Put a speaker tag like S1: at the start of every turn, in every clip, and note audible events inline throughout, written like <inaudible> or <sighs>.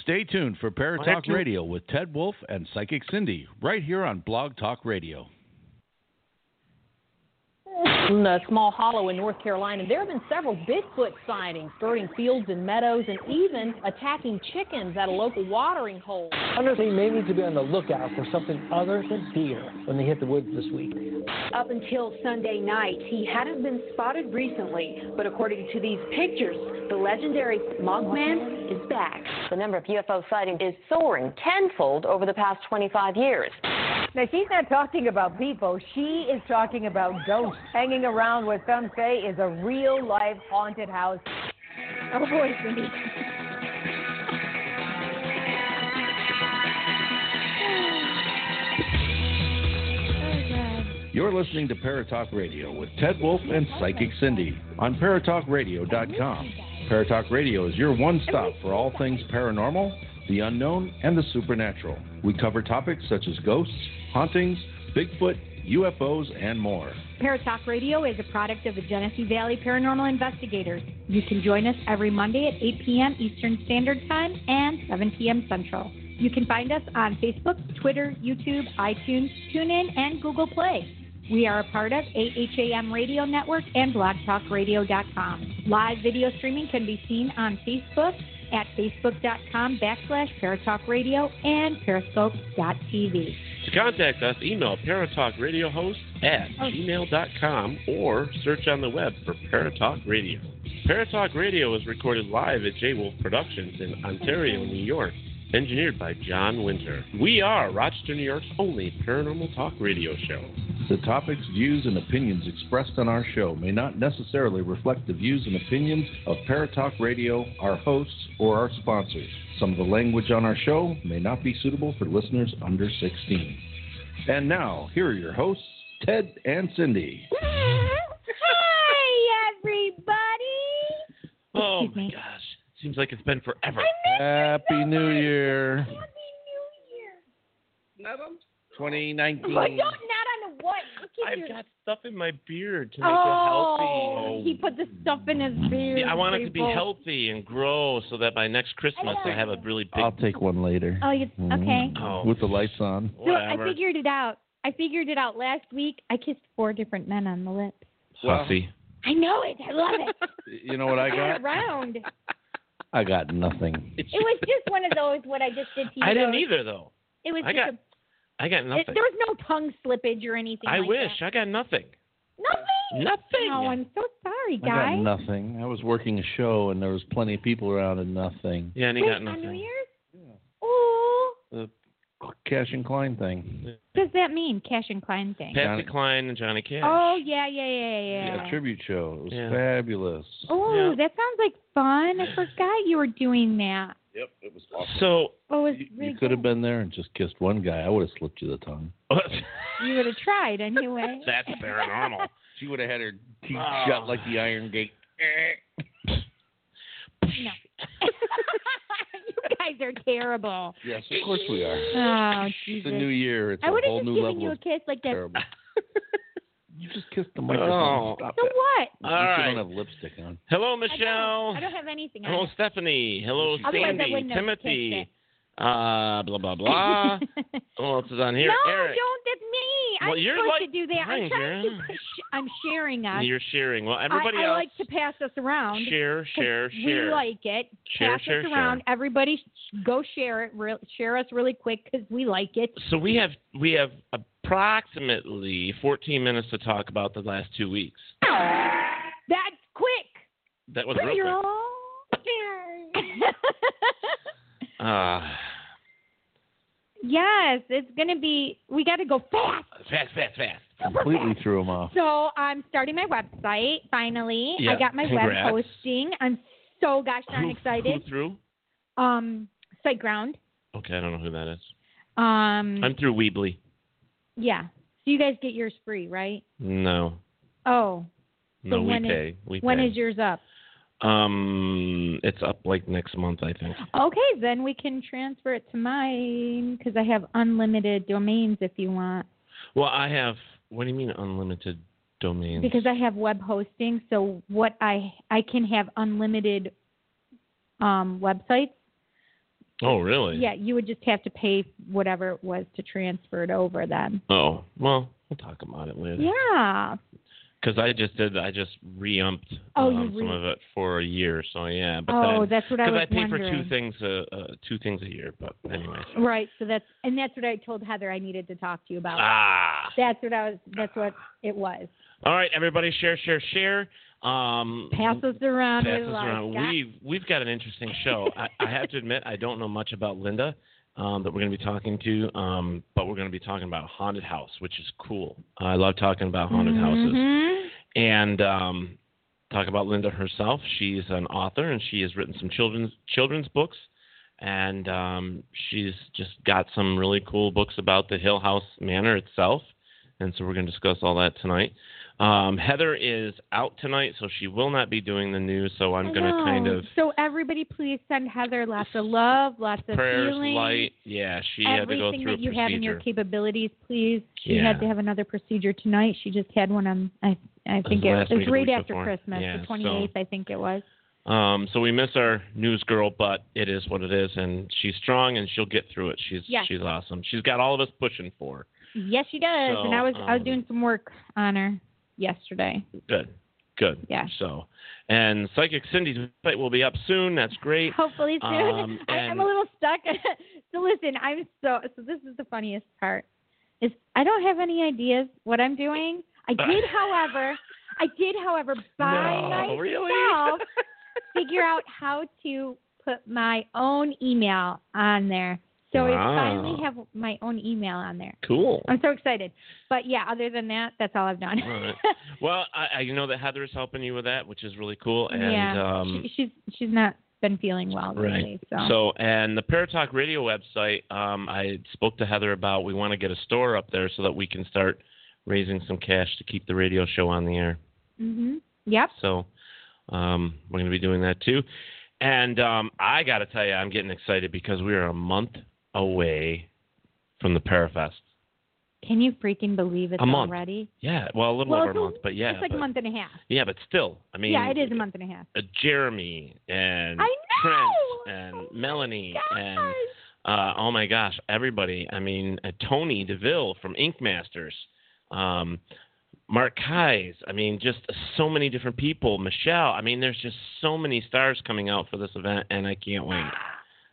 S1: Stay tuned for
S2: Well, have
S1: Paratalk
S2: you-
S1: Radio with Ted Wolf and Psychic Cindy right here on Blog Talk Radio.
S3: in a small hollow in North Carolina, there have been several Bigfoot sightings, skirting fields and meadows, and even attacking chickens at a local watering hole.
S4: Hunters, they may need to be on the lookout for something other than deer when they hit the woods this week.
S5: Up until Sunday night, he hadn't been spotted recently, but according to these pictures, the legendary Mothman is back.
S6: The number of UFO sightings is soaring tenfold over the past 25 years.
S7: Now, she's not talking about people. She is talking about ghosts hanging around what some say is a real life haunted house.
S5: Oh boy, Cindy.
S1: You're listening to Paratalk Radio with Ted Wolf and Psychic Cindy on paratalkradio.com. Paratalk Radio is your one stop for all things paranormal, the unknown, and the supernatural. We cover topics such as ghosts, hauntings, Bigfoot, UFOs, and more.
S8: Paratalk Radio is a product of the Genesee Valley Paranormal Investigators. You can join us every Monday at 8 p.m. Eastern Standard Time and 7 p.m. Central. You can find us on Facebook, Twitter, YouTube, iTunes, TuneIn, and Google Play. We are a part of AHAM Radio Network and blogtalkradio.com. Live video streaming can be seen on Facebook at facebook.com backslash Paratalk Radio and periscope.tv.
S2: To contact us, email paratalkradiohost at gmail.com or search on the web for Paratalk Radio. Paratalk Radio is recorded live at J Wolf Productions in Ontario, New York, engineered by John Winter. We are Rochester, New York's only paranormal talk radio show.
S1: The topics, views, and opinions expressed on our show may not necessarily reflect the views and opinions of Paratalk Radio, our hosts, or our sponsors. Some of the language on our show may not be suitable for listeners under 16. And now, here are your hosts, Ted and Cindy.
S8: Hi, everybody!
S2: Oh
S8: Excuse
S2: my
S8: me.
S2: gosh, seems like it's been forever.
S1: Happy New Year
S8: Happy New Year.
S1: 2019.
S8: But don't not on the what? Look at your-
S2: I've got stuff in my beard to make
S8: oh,
S2: it
S8: he
S2: healthy.
S8: put the stuff in his beard.
S2: Yeah, I want it to be
S8: people.
S2: healthy and grow so that by next Christmas I have a really big.
S1: I'll take one later Mm-hmm.
S8: Oh, you, okay.
S2: Oh,
S1: with the lights on.
S8: So
S2: whatever.
S8: I figured it out. I figured it out last week. I kissed four different men on the lips. <laughs>
S2: Hussy.
S8: I know it. I love <laughs> it.
S1: You know what I got?
S8: Turn <laughs> around. It
S1: I got nothing.
S8: was just one of those what I just did to you.
S2: <laughs> I didn't
S8: know.
S2: either though.
S8: It was
S2: I
S8: just
S2: got I got
S8: a, it,
S2: nothing.
S8: there was no tongue slippage or anything.
S2: I
S8: like
S2: wish
S8: That.
S2: I got nothing.
S8: Nothing.
S2: Nothing.
S8: Oh, I'm so sorry,
S1: I got
S8: guys.
S1: nothing. I was working a show and there was plenty of people around and nothing.
S2: Yeah, and he
S8: Wait,
S2: got
S8: on New
S2: nothing.
S8: Year's? Oh,
S1: Cash and Klein thing.
S8: what does that mean? Cash and Klein thing.
S2: Patsy
S1: Johnny-
S2: Klein and Johnny Cash.
S8: Oh yeah, yeah, yeah, yeah.
S1: A tribute show. It was
S2: Yeah.
S1: fabulous.
S8: Oh,
S2: Yeah.
S8: that sounds like fun. I forgot you were doing that.
S1: Yep, it was
S2: So <laughs>
S8: Oh, it was
S1: You,
S8: really
S1: could have
S8: good.
S1: been there and just kissed one guy. I would have slipped you the tongue.
S8: You would have tried anyway.
S2: <laughs> that's paranormal.
S1: She would have had her teeth
S2: Ah.
S1: shut like the Iron Gate.
S8: no. <laughs> you guys are terrible.
S1: Yes, of course we are.
S8: Oh
S1: It's a
S8: Jesus.
S1: new year. It's
S8: I
S1: a
S8: would have
S1: whole
S8: just
S1: new
S8: given
S1: level
S8: you a
S1: of
S8: kiss like that.
S1: terrible. <laughs> you just kissed the microphone.
S2: Oh.
S1: Stop
S8: So
S1: it.
S8: what?
S1: At
S2: All
S1: least
S2: right.
S1: You don't have lipstick on.
S2: Hello,
S8: I don't, I
S2: Michelle.
S8: don't have anything.
S2: Hello,
S8: on.
S2: Stephanie. Hello,
S8: Otherwise, I
S2: Sandy.
S8: wouldn't have
S2: Timothy. Uh, blah
S8: <laughs>
S2: blah <laughs> blah. oh, else is on here?
S8: no,
S2: Eric.
S8: don't. That's me.
S2: Well,
S8: I'm
S2: you're
S8: supposed to
S2: like-
S8: do that.
S2: Hi,
S8: I'm trying to.
S2: Sharon.
S8: sh- I'm sharing us.
S2: You're sharing. Well, everybody
S8: I, I
S2: else.
S8: like to pass us around.
S2: share,
S8: 'Cause
S2: share, share.
S8: We like it.
S2: Share,
S8: Pass
S2: share,
S8: us
S2: share.
S8: around. Everybody, sh- go share it. Re- share us really quick because we like it.
S2: so we have we have approximately 14 minutes to talk about the last two weeks.
S8: That's quick.
S2: That was real quick. Uh,
S8: <laughs> yes, it's gonna be. We got to go fast.
S2: fast, fast, fast.
S8: <laughs>
S1: Completely threw him off.
S8: So I'm starting my website finally.
S2: Yeah,
S8: I got my
S2: congrats.
S8: web hosting. I'm so gosh darn
S2: who,
S8: excited.
S2: Who through?
S8: Um, SiteGround.
S2: Okay, I don't know who that is.
S8: Um,
S2: I'm through Weebly.
S8: yeah. So you guys get yours free, right?
S2: No,
S8: Oh,
S2: no, we
S8: when is-
S2: pay. we
S8: when
S2: pay.
S8: is yours up?
S2: Um, it's up like next month, I think.
S8: Okay, then we can transfer it to mine because I have unlimited domains if you want.
S2: Well, I have. What do you mean unlimited domains?
S8: Because I have web hosting, so what I I can have unlimited um, websites.
S2: Oh, really?
S8: Yeah, you would just have to pay whatever it was to transfer it over then.
S2: Oh, well, we'll talk about it later.
S8: Yeah.
S2: Because I just did, I just re-umped
S8: Oh, you
S2: um, some
S8: re-
S2: of it for a year. So yeah, but
S8: oh,
S2: then,
S8: that's what I
S2: because
S8: was
S2: I, pay for
S8: wondering.
S2: two things, uh, uh, two things a year. But anyway.
S8: Right. So that's and that's what I told Heather I needed to talk to you about.
S2: Ah.
S8: That's what I was. That's what it was.
S2: All right, everybody, share, share, share. Um,
S8: Pass us around.
S2: pass
S8: with
S2: us
S8: like,
S2: around.
S8: God-
S2: We've we've got an interesting show. I, I have to admit, I don't know much about Linda um, that we're going to be talking to, um, but we're going to be talking about haunted house, which is cool. I love talking about haunted houses
S8: Mhm.
S2: and um, talk about Linda herself. She's an author and she has written some children's children's books, and um, she's just got some really cool books about the Hill House Manor itself. And so we're going to discuss all that tonight. Um, Heather is out tonight, so she will not be doing the news. So I'm going to
S8: I
S2: kind
S8: know.
S2: of
S8: So everybody, please send Heather lots of love, lots of
S2: prayers
S8: healing.
S2: light. Yeah, she had to
S8: Everything
S2: go through
S8: that you
S2: a
S8: have in your
S2: procedure.
S8: capabilities, please. She
S2: Yeah.
S8: had to have another procedure tonight. She just had one on, I, I think it, it was
S2: last week or the
S8: right
S2: week
S8: after
S2: before.
S8: Christmas,
S2: Yeah, so-
S8: the 28th, I think it was.
S2: um, so we miss our news girl, but it is what it is, and she's strong and she'll get through it. She's
S8: Yes.
S2: she's awesome. She's got all of us pushing for. her.
S8: Yes, she does.
S2: So,
S8: and I was I
S2: um,
S8: was doing some work on her yesterday.
S2: Good. Good.
S8: Yeah.
S2: So, and Psychic Cindy's fight will be up soon. That's great.
S8: Hopefully soon.
S2: Um,
S8: <laughs> I, I'm a
S2: and-
S8: little stuck. <laughs> so listen, I'm so so. This is the funniest part. Is I don't have any ideas what I'm doing. I
S2: <laughs>
S8: did, however, I did, however, by
S2: No,
S8: myself
S2: really?
S8: figure out how to put my own email on there. So
S2: Wow.
S8: I finally have my own email on there.
S2: <laughs> Cool.
S8: I'm so excited. But yeah, other than that, that's all I've done.
S2: All
S8: <laughs>
S2: right. Well, I, I know that Heather's helping you with that, which is really cool. And
S8: yeah,
S2: um,
S8: she, she's she's not been feeling well
S2: Right.
S8: lately,
S2: So, and the Paratalk Radio website, um, I spoke to Heather about. We want to get a store up there so that we can start raising some cash to keep the radio show on the air.
S8: hmm Yep.
S2: So, um, we're going to be doing that too. And um, I got to tell you, I'm getting excited because we are a month away from the Parafest.
S8: Can you freaking believe it's
S2: A month.
S8: already?
S2: Yeah, well, a little
S8: Well,
S2: over a
S8: it's a-
S2: month, but yeah,
S8: it's like
S2: but,
S8: a month and a half.
S2: yeah, but still, I mean,
S8: yeah, it is a month and a half.
S2: Uh, Jeremy and
S8: I
S2: Trent
S8: know!
S2: and
S8: Oh my
S2: Melanie and
S8: Gosh.
S2: Uh, oh my gosh, everybody. I mean, uh, Tony DeVille from Ink Masters, um, Mark Kies. I mean, just so many different people. Michelle. I mean, there's just so many stars coming out for this event, and I can't wait.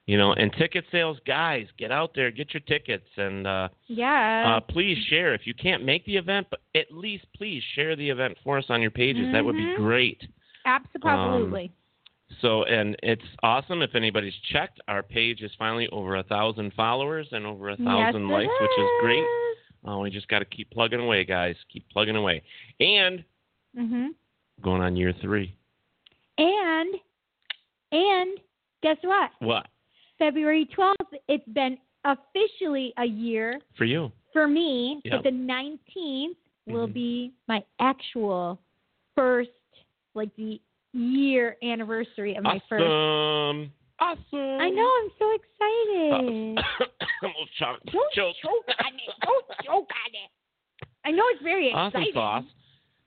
S2: You know, and ticket sales, guys, get out there, get your tickets, and uh,
S8: Yeah.
S2: uh, please share. If you can't make the event, but at least please share the event for us on your pages. That would be
S8: Mhm.
S2: great.
S8: absolutely.
S2: So, and it's awesome if anybody's checked. Our page is finally over a thousand followers and over um, a thousand
S8: yes, it
S2: likes, which is great.
S8: is.
S2: Uh, we just got to keep plugging away, guys. Keep plugging away. And
S8: Mhm.
S2: going on year three.
S8: Mm-hmm. And and guess what?
S2: What
S8: February 12th, it's been officially a year
S2: for you?
S8: for me.
S2: Yep.
S8: But the 19th will
S2: Mhm.
S8: be my actual first like the year anniversary of my first
S2: awesome. Awesome.
S8: I know. I'm so
S2: Uh, <coughs>
S8: excited.
S2: almost
S8: <coughs>
S2: choked.
S8: Don't
S2: Choked.
S8: choke on it. Don't choke on it. I know it's very
S2: Awesome
S8: exciting.
S2: sauce.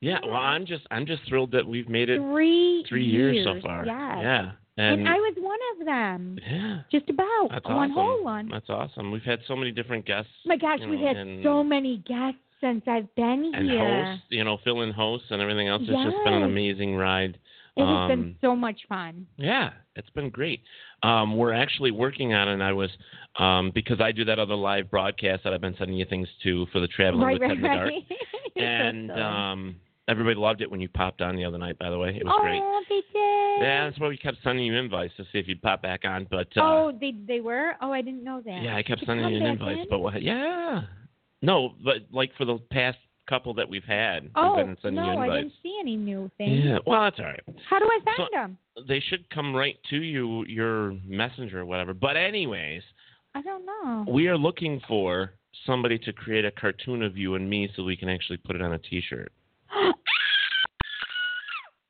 S2: Yeah. Well, I'm just I'm just thrilled that we've made it
S8: Three,
S2: three years,
S8: years,
S2: so far.
S8: Yes.
S2: Yeah.
S8: And,
S2: And,
S8: I was one of them.
S2: yeah.
S8: Just about
S2: That's
S8: one
S2: awesome.
S8: whole one.
S2: That's awesome. We've had so many different guests.
S8: My gosh,
S2: you
S8: we've
S2: know,
S8: had
S2: and-
S8: so many guests since I've been
S2: and
S8: here.
S2: hosts, you know, fill in hosts and everything else. It's just been an
S8: Yes.
S2: amazing ride.
S8: It has
S2: Um,
S8: been so much fun.
S2: Yeah, it's been great. Um, we're actually working on it. And I was um, because I do that other live broadcast that I've been sending you things to for the traveling
S8: Right,
S2: with
S8: right,
S2: Ted in the
S8: <laughs>
S2: Dark.
S8: right. It's so
S2: And
S8: silly.
S2: um, everybody loved it when you popped on the other night. By the way, it was great.
S8: oh, they did.
S2: Yeah, that's why we kept sending you invites to see if you'd pop back on. But uh,
S8: oh, they they were. Oh, I didn't know that.
S2: yeah, I kept
S8: To
S2: sending
S8: come
S2: you
S8: back
S2: invites,
S8: in?
S2: but what, yeah, no, but like for the past couple that we've had,
S8: oh
S2: we've been sending
S8: no,
S2: you
S8: I
S2: invites.
S8: didn't see any new things.
S2: Yeah, well, that's all right.
S8: How do I find
S2: So-
S8: them?
S2: They should come right to you, your messenger or whatever. But anyways,
S8: I don't know.
S2: we are looking for somebody to create a cartoon of you and me so we can actually put it on a T-shirt.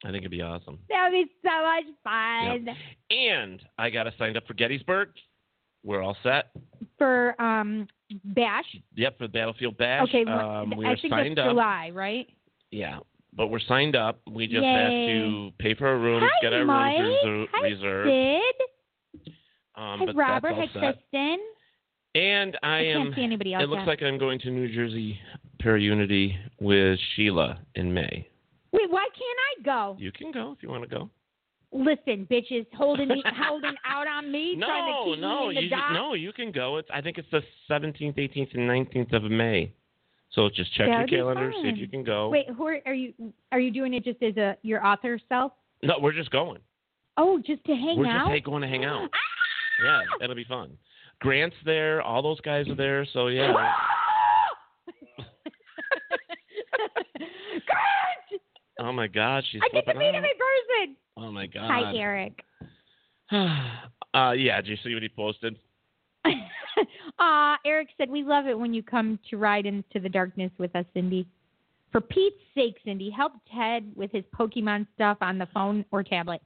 S2: I think it'd be awesome.
S8: <gasps> That would be so much fun
S2: Yep. And I got us signed up for Gettysburg. We're all set.
S8: for um Bash.
S2: Yep, for the Battlefield Bash.
S8: okay, well,
S2: um, we
S8: I
S2: are
S8: think
S2: signed
S8: that's
S2: up.
S8: July, right?
S2: Yeah, but we're signed up. We just have
S8: Yay.
S2: to pay for our rooms,
S8: Hi,
S2: get our
S8: Mike.
S2: rooms reser-
S8: Hi,
S2: reserved.
S8: Sid.
S2: Um,
S8: Hi,
S2: but
S8: Robert. Hi,
S2: That's all set.
S8: Kristen.
S2: And I,
S8: I
S2: am.
S8: can't see anybody else.
S2: it looks
S8: yet.
S2: like I'm going to New Jersey Pair Unity with Sheila in May.
S8: Wait, why can't I go?
S2: <laughs> You can go if you want to go.
S8: Listen, bitches, holding
S2: <laughs>
S8: me, holding out on me, trying to
S2: no,
S8: keep
S2: no,
S8: me in the
S2: you
S8: dock.
S2: no, you can go. It's I think it's the 17th, 18th, and 19th of May. So just check
S8: That would be
S2: your calendar, see if
S8: fun.
S2: you can go.
S8: Wait, who are, are you? Are you doing it just as a your author self?
S2: No, we're just going.
S8: Oh, just to hang
S2: we're
S8: out.
S2: just hey, going to hang out.
S8: <gasps> Ah!
S2: Yeah, it'll be fun. Grant's there. All those guys are there.
S8: <laughs>
S2: So yeah.
S8: Grant,
S2: Oh my God, she's
S8: I get to
S2: flipping
S8: meet him in
S2: out.
S8: person.
S2: Oh my God.
S8: Hi, Eric.
S2: <sighs>
S8: <laughs>
S2: uh, yeah. Did you see what he posted?
S8: Aw, Eric said, We love it when you come to ride into the darkness with us, Cindy. For Pete's sake, Cindy, help Ted with his Pokemon stuff on the phone or tablet.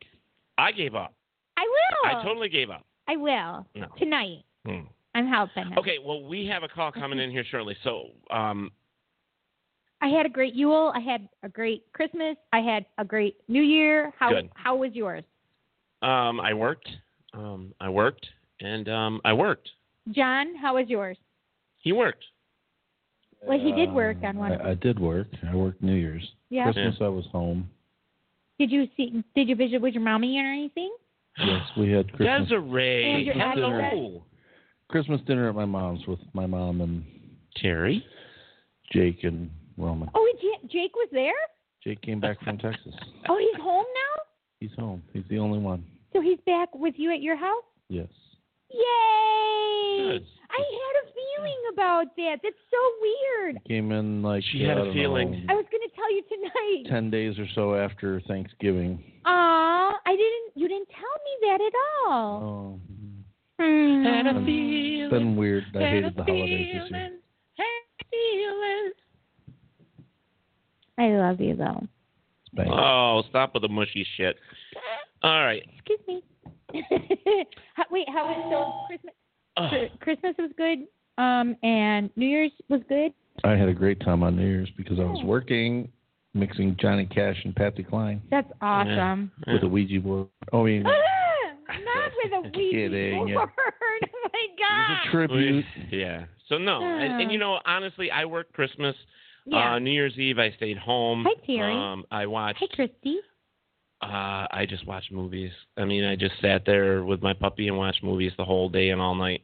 S2: I gave up.
S8: I will.
S2: I totally gave up.
S8: I will.
S2: No.
S8: Tonight.
S2: Hmm.
S8: I'm helping. him.
S2: Okay. Well, we have a call
S8: Mm-hmm.
S2: coming in here shortly. So um,
S8: I had a great Yule. I had a great Christmas. I had a great New Year. How
S2: Good.
S8: how was yours?
S2: um, I worked. Um, I worked, and um, I worked.
S8: John, how was yours?
S2: He worked.
S8: Well, he did work on one.
S1: I, I did work. I worked New Year's.
S8: Yeah.
S1: Christmas I was home.
S8: Did you see? Did you visit with your mommy or anything?
S2: <sighs>
S1: Yes, we had Christmas
S8: And
S2: Desiree.
S8: your
S2: Hello.
S1: Christmas dinner at my mom's with my mom and
S2: Terry.
S1: Jake and Roman.
S8: Oh, and Ja- Jake was there.
S1: Jake came back from Texas.
S8: Oh, he's home now.
S1: He's home. He's the only one.
S8: So he's back with you at your house?
S1: Yes.
S8: Yay!
S2: Good.
S8: I had a feeling about that. That's so weird.
S1: He came in like
S2: She had
S1: I
S2: a
S1: don't
S2: feeling.
S1: know,
S8: I was going to tell you tonight.
S1: ten days or so after Thanksgiving.
S8: Aw, I didn't. You didn't tell me that at all.
S1: Oh,
S8: Hmm.
S1: it's been weird. I hated the holidays this year.
S8: I love you though.
S1: Thanks.
S2: Oh, stop with the mushy shit. All right.
S8: Excuse me. <laughs> How- Wait, how was so Christmas?
S2: Ugh.
S8: Christmas was good. Um, and New Year's was good.
S1: I had a great time on New Year's because I was
S8: Oh.
S1: working, mixing Johnny Cash and Patsy Cline
S8: That's awesome.
S1: with a Ouija board. Oh, I
S8: <laughs>
S1: mean, it
S8: Ah, not with a
S2: <laughs>
S8: Ouija
S1: Kidding.
S8: board. <laughs> Oh my
S1: was
S8: God.
S1: a tribute.
S2: Yeah. So no, and, and you know, honestly, I worked Christmas.
S8: Ah. Yeah.
S2: Uh, New Year's Eve, I stayed home.
S8: Hi, Terry.
S2: Um, I watched.
S8: hey, Christy.
S2: Uh, I just watched movies. I mean, I just sat there with my puppy and watched movies the whole day and all night.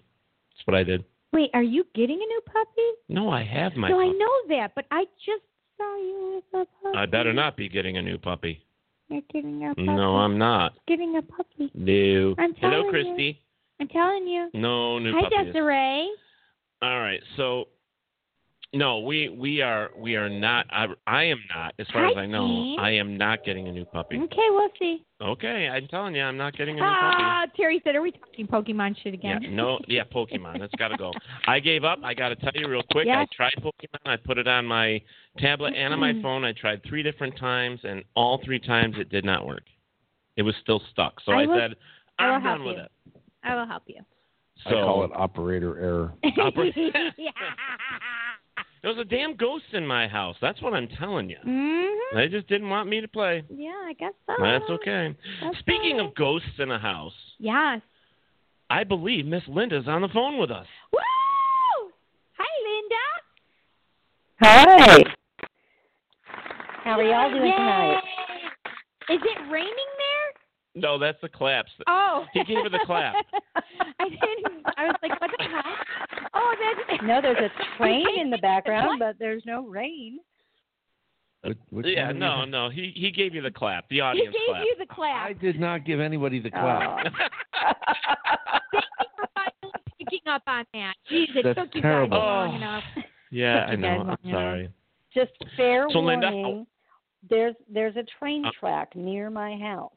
S2: That's what I did.
S8: Wait, are you getting a new puppy?
S2: No, I have my.
S8: no,
S2: puppy.
S8: I know that, but I just saw you with a puppy.
S2: I better not be getting a new puppy.
S8: You're getting a puppy.
S2: No, I'm not.
S8: getting a puppy.
S2: No.
S8: I'm telling
S2: Hello,
S8: you.
S2: Christy.
S8: I'm telling you.
S2: No new
S8: Hi,
S2: puppies.
S8: Desiree.
S2: All right. So, no, we we are we are not. I, I am not, as far
S8: Hi,
S2: as I know,
S8: Gene.
S2: I am not getting a new puppy.
S8: Okay, we'll see.
S2: Okay, I'm telling you, I'm not getting a new
S8: Mm-hmm. Ah, Terry said, "Are we talking Pokemon shit
S2: puppy. Yeah,
S8: again?" <laughs>
S2: no, yeah, Pokemon. That's got to go. I gave up. I got to tell you real quick.
S8: Yeah.
S2: I tried Pokemon. I put it on my tablet and on my
S8: Mm-hmm.
S2: phone. I tried three different times, and all three times it did not work. It was still stuck. So
S8: I
S2: I,
S8: will-
S2: said,
S8: I will
S2: I'm
S8: help
S2: done with
S8: you.
S2: it.
S8: I will help you.
S2: <laughs> So
S1: I call it
S2: <laughs>
S1: operator error.
S2: Oper-
S8: <laughs>
S2: <laughs>
S8: yeah.
S2: there was a damn ghost in my house. That's what I'm telling you.
S8: hmm
S2: They just didn't want me to play.
S8: Yeah, I guess so.
S2: That's okay.
S8: Oh, That's
S2: Speaking
S8: all
S2: of ghosts in a house,
S8: Yes.
S2: I believe Miss Linda's on the phone with us.
S8: Woo! Hi, Linda.
S6: Hi.
S8: How are y'all doing tonight? Is it raining there?
S2: No, that's the claps.
S8: Oh.
S2: He gave her the clap.
S8: <laughs> I didn't. I was like, what the heck? Oh, that's. No, <laughs>
S9: there's a train in the background, but there's no
S7: <laughs>
S9: rain.
S1: Which- which
S2: yeah,
S1: one?
S2: no, no. He he gave you the clap, the
S8: He
S2: audience
S8: gave
S2: clap.
S8: you the clap.
S1: I did not give anybody the clap.
S2: <laughs>
S8: Thank you for finally picking up on that. Jeez, it
S1: That's
S8: took you
S1: terrible.
S8: guys long
S9: <laughs>
S2: Oh.
S8: enough.
S2: yeah, I
S9: you guys
S2: know. I'm
S9: want, you know.
S2: sorry.
S9: Just fair
S2: So,
S9: warning.
S2: Linda-
S9: There's there's a train
S2: Uh.
S9: track near my house,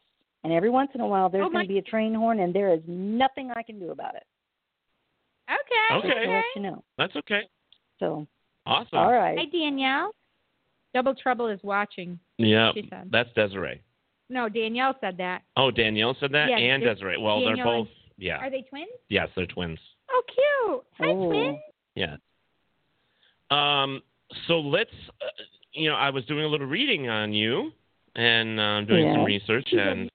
S9: and every once in a while there's
S8: Oh, my-
S9: going to be a train horn, and there is nothing I can do about it.
S8: Okay.
S9: Just to
S2: Okay.
S9: let you know.
S2: That's okay.
S9: So
S2: Awesome.
S9: all right.
S8: Hi, Danielle. Double Trouble is watching,
S2: Yeah,
S8: she said.
S2: that's Desiree.
S8: No, Danielle said that.
S2: Oh, Danielle said that,
S8: Yeah,
S2: and
S8: this-
S2: Desiree. Well, they're
S8: Danielle
S2: both.
S8: and-
S2: Yeah.
S8: Are they twins?
S2: Yes, they're twins.
S8: Oh, cute. Hi,
S9: Oh.
S8: twins.
S2: Yeah. Um. So let's. Uh, you know, I
S9: <laughs>
S2: was doing a little reading on you, and um, doing some
S9: Yeah.
S2: research, and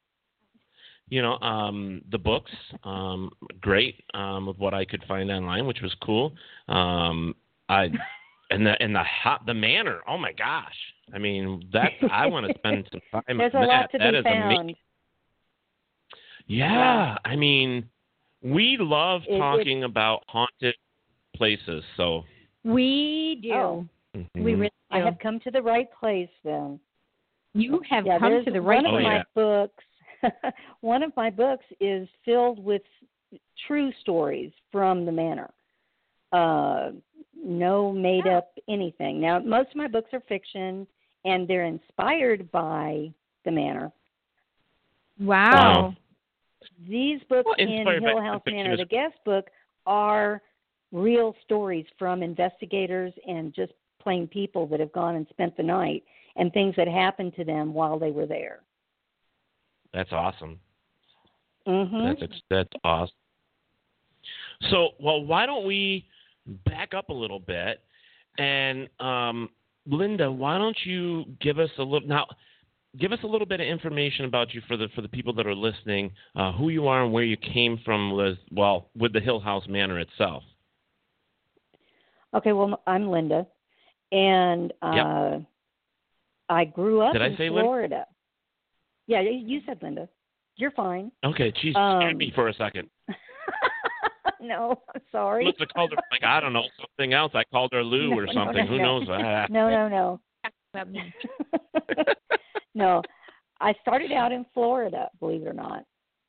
S2: you know, um, the books, um, great um, of what I could find online, which was cool. Um, I and the and the hot the manor. Oh my gosh! I mean, that I want
S9: <laughs>
S2: to spend some time.
S9: There's a
S2: on
S9: lot to
S2: that. That
S9: be
S2: is ama-
S9: found.
S2: Yeah, I mean, we love
S9: It- it-
S2: talking about haunted places. So mm-hmm.
S8: We do.
S9: Oh,
S8: We really do.
S9: I have come to the right place then.
S8: you have
S9: yeah,
S8: come
S9: there's
S8: to the right
S9: one of
S2: Oh,
S9: my
S2: yeah.
S9: books. <laughs> one of my books is filled with true stories from the manor. Uh, no made up anything. Now, most of my books are fiction, and they're inspired by the manor.
S8: Wow.
S9: These books
S2: Well,
S9: in
S2: inspired by
S9: Hill
S2: the
S9: House
S2: fiction
S9: Manor,
S2: is-
S9: the guest book, are real stories from investigators and just plain people that have gone and spent the night and things that happened to them while they were there.
S2: that's awesome.
S9: Mm-hmm.
S2: That's ex- that's awesome. So, well, why don't we back up a little bit and um, Linda, why don't you give us a little now? Give us a little bit of information about you for the for the people that are listening, uh, who you are and where you came from with well with the Hill House Manor itself.
S9: Okay, well, I'm Linda, and uh, I grew up
S2: Did I
S9: in
S2: say Linda?
S9: Florida. Yeah, you you said Linda. You're fine. <laughs>
S2: Okay, geez,
S9: Um,
S2: scared me for a second.
S9: no, I'm sorry.
S2: Must have called her like I don't know something else. I called her Lou
S9: No,
S2: or
S9: no,
S2: something.
S9: no,
S2: who
S9: no.
S2: knows? Ah.
S9: <laughs> No, no, no. <laughs> no, I started out in Florida, believe it or not,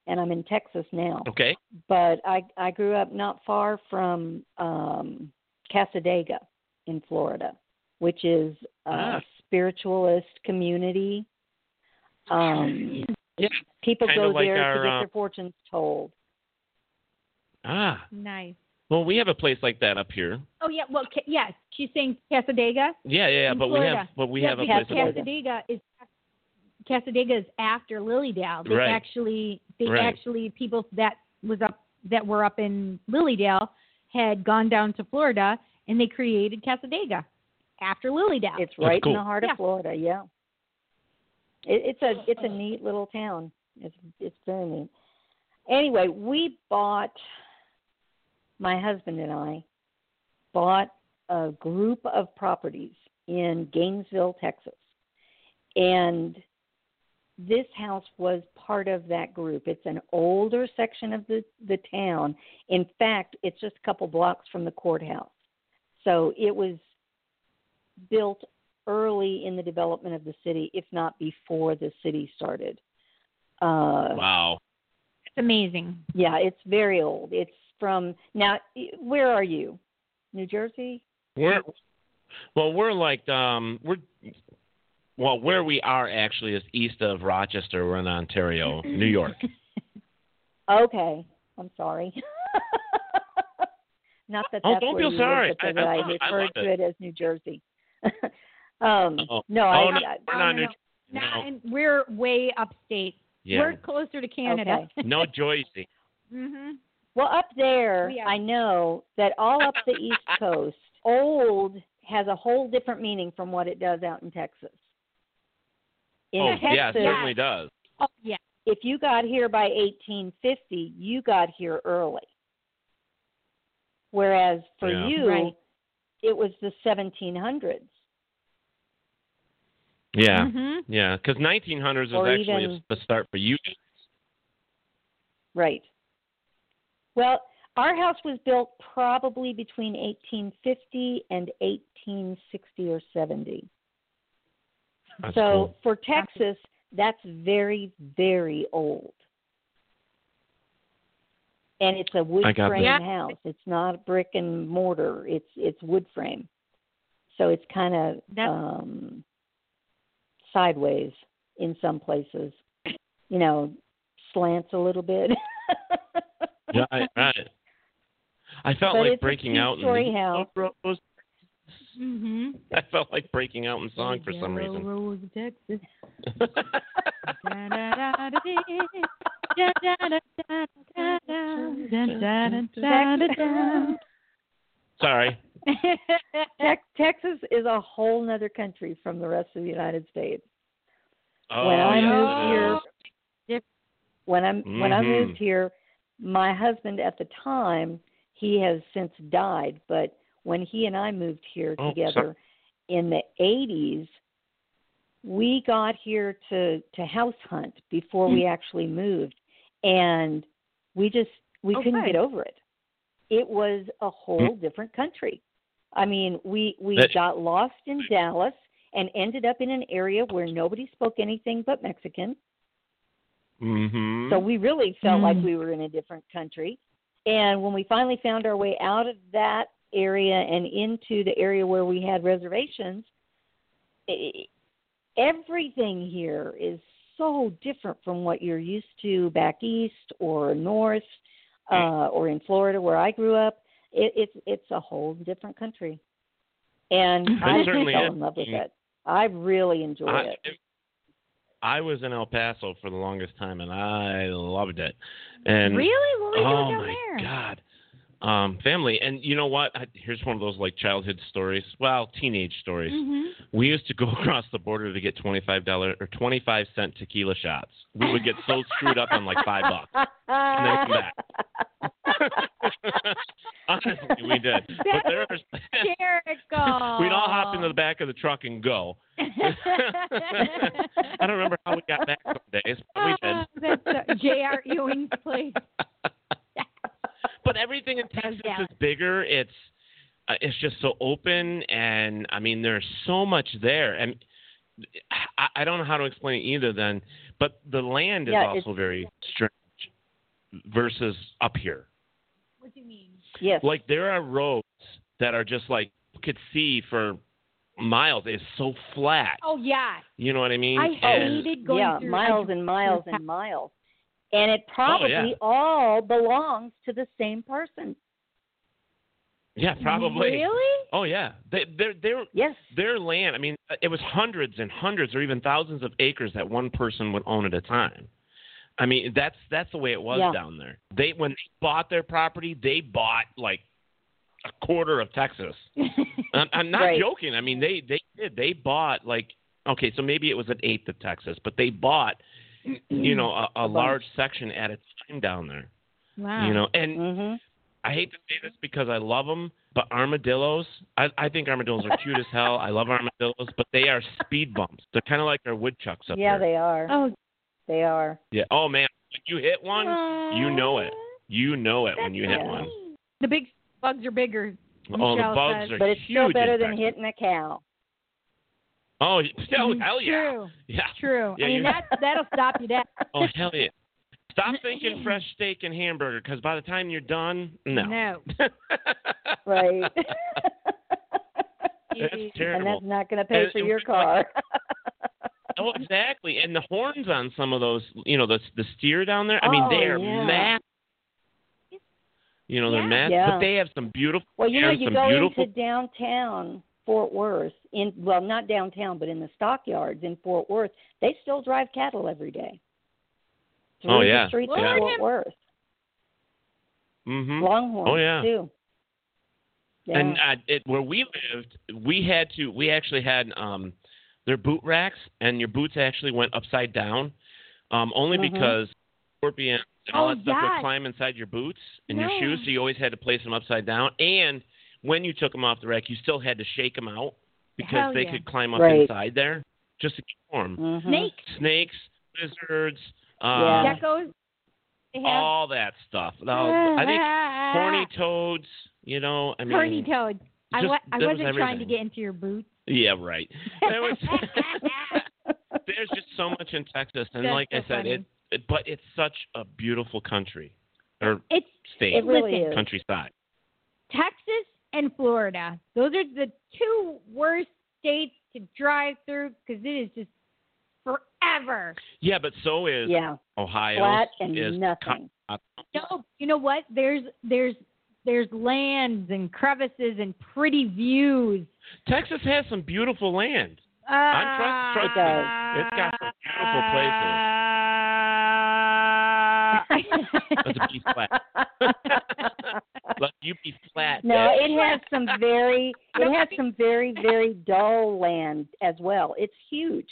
S9: and I'm in Texas now.
S2: Okay.
S9: But I I grew up not far from um, Casadega in Florida, which is a
S2: Ah.
S9: spiritualist community. Um,
S2: Yeah,
S9: people
S2: kinda
S9: go
S2: like
S9: there
S2: our,
S9: to get
S2: uh,
S9: their fortunes told.
S2: Ah.
S8: Nice.
S2: Well, we have a place like that up here.
S8: Oh yeah. Well, ca- yes. She's saying Casadega.
S2: Yeah, yeah, yeah,
S8: In
S2: but we have
S8: Florida.
S2: but we
S8: yeah,
S2: have a
S8: because
S2: place like
S9: Florida.
S8: Casadega is Casadega is after Lilydale. They
S2: Right.
S8: actually they
S2: Right.
S8: actually people that was up that were up in Lilydale had gone down to Florida and they created Casadega after Lilydale.
S9: It's right
S2: cool.
S9: in the heart
S8: Yeah.
S9: of Florida. Yeah. It, it's a it's a neat little town. It's it's very neat. Anyway, we bought my husband and I bought a group of properties in Gainesville, Texas, and this house was part of that group. It's an older section of the the town. In fact, it's just a couple blocks from the courthouse. So it was built early in the development of the city, if not before the city started. Uh,
S2: Wow.
S8: It's amazing.
S9: Yeah, it's very old. It's from now. i- Where are you? New Jersey.
S2: We're well, we're like um we're well, where we are actually is east of Rochester. We're in Ontario, New
S9: <laughs>
S2: York.
S9: Okay, I'm sorry. <laughs> not that
S2: Oh,
S9: that's
S2: don't
S9: where
S2: feel
S9: you
S2: sorry.
S9: live, but
S2: I-
S9: that
S2: I
S9: I,
S2: love it. I
S9: referred
S2: love
S9: to it as New Jersey. <laughs> um,
S2: Oh.
S9: no,
S2: Oh,
S9: I, I
S2: no, We're
S8: No, no,
S2: not New
S8: no.
S2: No.
S8: Not in- we're way upstate.
S2: Yeah.
S8: We're closer to Canada. <laughs>
S2: no
S9: <laughs>
S2: Joycey.
S8: hmm
S9: Well, up there,
S8: We are.
S9: I know that all up the East Coast, old has a whole different meaning from what it does out in Texas. In
S2: Oh,
S9: Texas,
S2: yeah, it certainly does.
S8: Oh yeah.
S9: if you got here by 1850, you got here early. Whereas for
S2: Yeah.
S9: you,
S8: Right.
S9: it was the 1700s.
S2: Yeah.
S8: Mhm.
S2: Yeah, cuz 1900s is
S9: Mm-hmm. Or
S2: actually
S9: even-
S2: a, a start for you.
S9: Right. Well, our house was built probably between 1850 and 1860 or 70.
S2: That's
S9: so
S2: cool.
S9: for Texas, that's very, very old. And it's a wood
S2: I got
S9: frame
S8: that.
S9: house. It's not brick and mortar. It's it's wood frame. So it's kind of
S8: That's-
S9: um, sideways in some places. You know, slants a little bit. <laughs>
S2: Yeah, I, right. I felt
S9: But
S2: like
S9: it's a
S2: breaking out in
S9: two-story house.
S2: Rose. <laughs>
S8: Mhm.
S2: I felt like breaking out in song for some
S8: Yellow
S2: reason.
S8: Rose of Texas. Texas
S2: <laughs> Sorry.
S9: Tex- Texas is a whole other country from the rest of the United States.
S2: Oh,
S9: when I
S2: yes,
S9: moved
S2: it is.
S9: here, When I'm when I
S10: Mhm.
S9: moved here, my husband at the time, he has since died, but when he and I moved here
S10: Oh, so-
S9: together in the 80s, we got here to to house hunt before
S10: Mm.
S9: we actually moved and we just we couldn't
S10: Okay.
S9: get over it. It was a whole different country. I mean, we we
S10: That-
S9: got lost in Dallas and ended up in an area where nobody spoke anything but Mexican.
S10: Mm-hmm.
S9: So we really felt
S2: Mm.
S9: like we were in a different country. And when we finally found our way out of that area and into the area where we had reservations, i- everything here is so different from what you're used to back east or north uh,
S2: Mm.
S9: or in Florida where I grew up. It, it's it's a whole different country, and
S2: It
S9: I
S2: certainly
S9: fell
S2: is.
S9: in love with it. I really enjoyed
S2: I-
S9: it.
S2: I was in El Paso for the longest time, and I loved it. And
S8: really? What were you
S2: oh
S8: doing down
S2: my
S8: there?
S2: God. Um, family, and you know what? I, here's one of those like childhood stories. Well, teenage stories.
S9: Mm.
S2: We used to go <laughs> across the border to get twenty five dollar or twenty five cent tequila shots. We would get so screwed up on like five bucks. And then come back. <laughs> Honestly, we did. But there are, <laughs>
S8: Mm-hmm.
S2: we'd all hop into
S8: <laughs>
S2: the back <laughs> of the truck and go. <laughs> I don't remember how we got back some days, but we did.
S8: That's uh, J.R. Ewing's place.
S2: <laughs> but everything in Texas
S8: Yeah.
S2: is bigger. It's uh, it's just so open, and I mean, there's so much there, and I, I don't know how to explain it either. Then, but the land is
S9: Yeah, it's-
S2: also very strange versus up here.
S8: What do you mean?
S9: <laughs> Yes.
S2: Like there are roads that are just like you could see for miles. It's so flat.
S8: Oh yeah.
S2: You know what I mean?
S8: I
S2: And-
S8: hated going
S9: yeah,
S8: through
S9: miles and miles and miles. And it probably
S2: Oh, yeah.
S9: all belongs to the same person.
S2: Yeah, probably.
S9: <laughs>
S8: Really?
S2: Oh yeah. They they're they're
S9: Yes.
S2: their land. I mean, uh, it was hundreds and hundreds or even thousands of acres that one person would own at a time. I mean, that's that's the way it was
S9: Yeah.
S2: down there. They when they bought their property, they bought like a quarter of Texas. I'm, I'm not
S9: Right.
S2: joking. I mean, they they did. They bought like okay, so maybe it was an eighth of Texas, but they bought you know a, a large section at a time down there.
S8: Wow.
S2: You know, and
S9: Mhm.
S2: I hate to say this because I love them, but armadillos, I, I think armadillos are
S9: <laughs>
S2: cute as hell. I love armadillos, but they are speed bumps. They're kind of like our woodchucks up
S9: Yeah,
S2: here.
S9: they are.
S8: Oh.
S9: They are.
S2: yeah. Oh, man. When you hit one, you know it. You know it when you hit
S9: That's
S2: one.
S8: The big bugs are bigger.
S2: Oh, the
S8: Michelle
S2: bugs
S8: says.
S2: are
S9: But it's
S2: huge.
S9: still better
S2: in
S9: than
S2: Texas.
S9: hitting a cow.
S2: Oh, y- hell, hell yeah.
S8: True.
S2: Yeah.
S8: True.
S2: Yeah,
S8: I mean <laughs>
S2: you-
S8: that that'll stop you dead.
S2: Oh, hell yeah.
S9: <laughs>
S2: Stop thinking fresh steak and hamburger because by the time you're done, <laughs> no.
S8: No.
S2: <laughs>
S9: Right. <laughs>
S2: That's
S9: and
S2: terrible.
S9: that's not going to pay
S2: And-
S9: for
S2: and
S9: your
S2: we-
S9: car.
S2: <laughs> Oh, exactly. And the horns on some of those, you know, the the steer down there. I mean,
S9: Oh,
S2: they are
S9: yeah.
S2: massive. You know, they're
S8: Yeah.
S2: massive,
S9: Yeah.
S2: but they have some beautiful.
S9: well, you know,
S2: they have
S9: you
S2: some
S9: go
S2: beautiful.
S9: into downtown Fort Worth, in well, not downtown, but in the stockyards in Fort Worth, they still drive cattle every day.
S2: Oh,
S9: Through the
S2: yeah.
S9: streets of
S2: Yeah.
S9: Fort Worth.
S2: hmm
S9: Longhorns
S2: Oh, yeah.
S9: too. Yeah.
S2: And uh, it, where we lived, we had to. We actually had um, their boot racks, and your boots actually went upside down, um, only
S9: Mhm.
S2: because scorpions and all
S8: Mm-hmm. Oh,
S2: that stuff
S8: yes.
S2: would climb inside your boots and
S8: No.
S2: your shoes, so you always had to place them upside down. And when you took them off the rack, you still had to shake them out because
S8: Hell
S2: they
S8: yeah.
S2: could climb up
S9: Right.
S2: inside there just to get warm.
S9: Mhm.
S8: Snake.
S2: snakes, lizards,
S9: Yeah.
S2: Mm-hmm. um,
S8: Geckos. They have
S2: all that stuff. No, I think horny toads. You know, I mean,
S8: horny toad. I,
S2: just-
S8: wa- I
S2: that was
S8: wasn't trying to
S2: everything.
S8: get into your boots.
S2: yeah, right. There was, <laughs>
S9: <laughs>
S2: there's just so much in Texas, and
S8: That's
S2: like I
S8: so
S2: said, it, it. But it's such a beautiful country or
S8: <laughs> It's
S2: state,
S9: it really
S8: Listen.
S9: is.
S2: countryside.
S8: Texas and Florida. Those are the two worst states to drive through because it is just forever.
S2: Yeah, but so is
S9: Yeah,
S2: Ohio.
S9: flat and
S2: is
S9: nothing.
S2: Colorado.
S8: No, you know what? There's there's there's lands and crevices and pretty views.
S2: Texas has some beautiful land.
S8: Uh,
S2: I'm trying to trust you. It's got some beautiful places. <laughs>
S8: Uh,
S2: That's a B flat.
S9: <laughs>
S2: <laughs>
S8: Ah.
S2: Look, you be flat.
S9: no,
S2: bitch.
S9: it has some very it has some very very dull land as well. It's huge.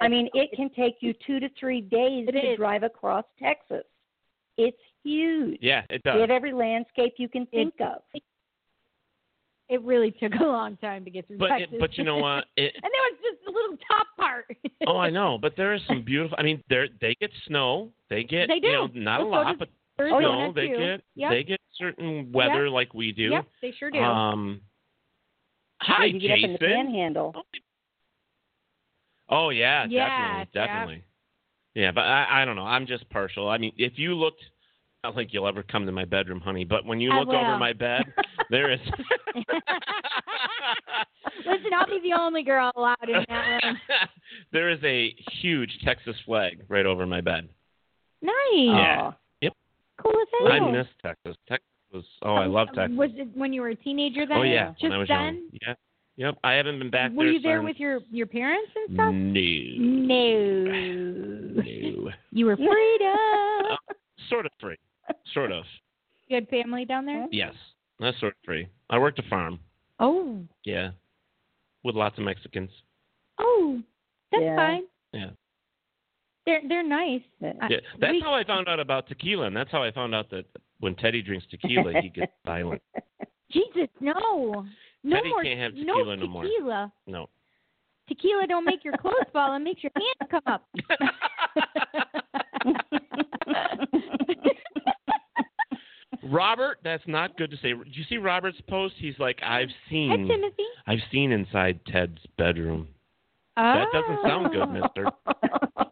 S9: I mean, it can take you two to three days to drive across Texas. It's huge.
S2: Yeah, it
S9: They
S2: does.
S9: have every landscape you can think of.
S8: <laughs> It really took a long time to get through
S2: But it,
S8: Texas.
S2: but you
S8: <laughs>
S2: know what? It,
S8: and that was just the little top part. <laughs>
S2: oh, I know. But there is some beautiful. I mean, there they get snow. They get
S8: They do.
S2: you know not a
S8: Well, so
S2: lot,
S8: does
S2: but
S8: Arizona,
S2: snow. Oh, They
S8: too.
S2: get
S8: Yep.
S2: they get certain weather like we do.
S8: Yep, they sure do. <laughs>
S2: Um. Hi,
S9: you get up in the
S2: Jason.
S9: panhandle.
S2: Oh yeah,
S9: Yeah,
S2: definitely, definitely. Yeah, but I, I don't know. I'm just partial. I mean, if you looked, I don't think you'll ever come to my bedroom, honey. But when you
S8: I
S2: look over
S8: will.
S2: my bed,
S8: <laughs>
S2: there is. <laughs>
S8: Listen, I'll be the only girl allowed in that
S2: <laughs>
S8: room.
S2: there is a huge Texas flag right over my bed.
S8: Nice.
S2: Yeah. Yep.
S8: Cool as hell.
S2: I miss Texas. Texas was oh, I love Texas.
S8: Was it when you were a teenager then?
S2: oh yeah,
S8: Just
S2: when I was
S8: then?
S2: young. Yeah. Yep. I haven't been back
S8: Were
S2: there.
S8: you there
S2: since-
S8: with your your parents and stuff?
S2: No.
S8: No.
S2: No.
S8: <laughs> You
S2: <laughs>
S8: were freedom.
S2: Uh, sort of free. Sort of.
S8: you had family down there?
S2: Yes. That's sort of free. I worked a farm.
S8: Oh.
S2: Yeah. With lots of Mexicans.
S8: Oh. That's
S9: Yeah.
S8: fine.
S2: Yeah.
S8: They're they're nice.
S9: <laughs>
S8: I-
S2: yeah. That's
S8: Uh, we-
S2: how I found out about tequila, and that's how I found out that when Teddy drinks tequila, he
S8: <laughs>
S2: gets
S9: <laughs>
S2: violent.
S8: Jesus, no. No
S2: Teddy
S8: more
S2: can't have
S8: no
S2: tequila no more.
S8: tequila. <laughs>
S2: No.
S8: Tequila don't make your clothes fall and makes your hands come up.
S2: Robert, that's not good to say. Do you see Robert's post? He's like, I've
S8: Hi,
S2: seen,
S8: Timothy.
S2: I've seen inside Ted's bedroom. That doesn't sound good, Mister.
S9: <laughs>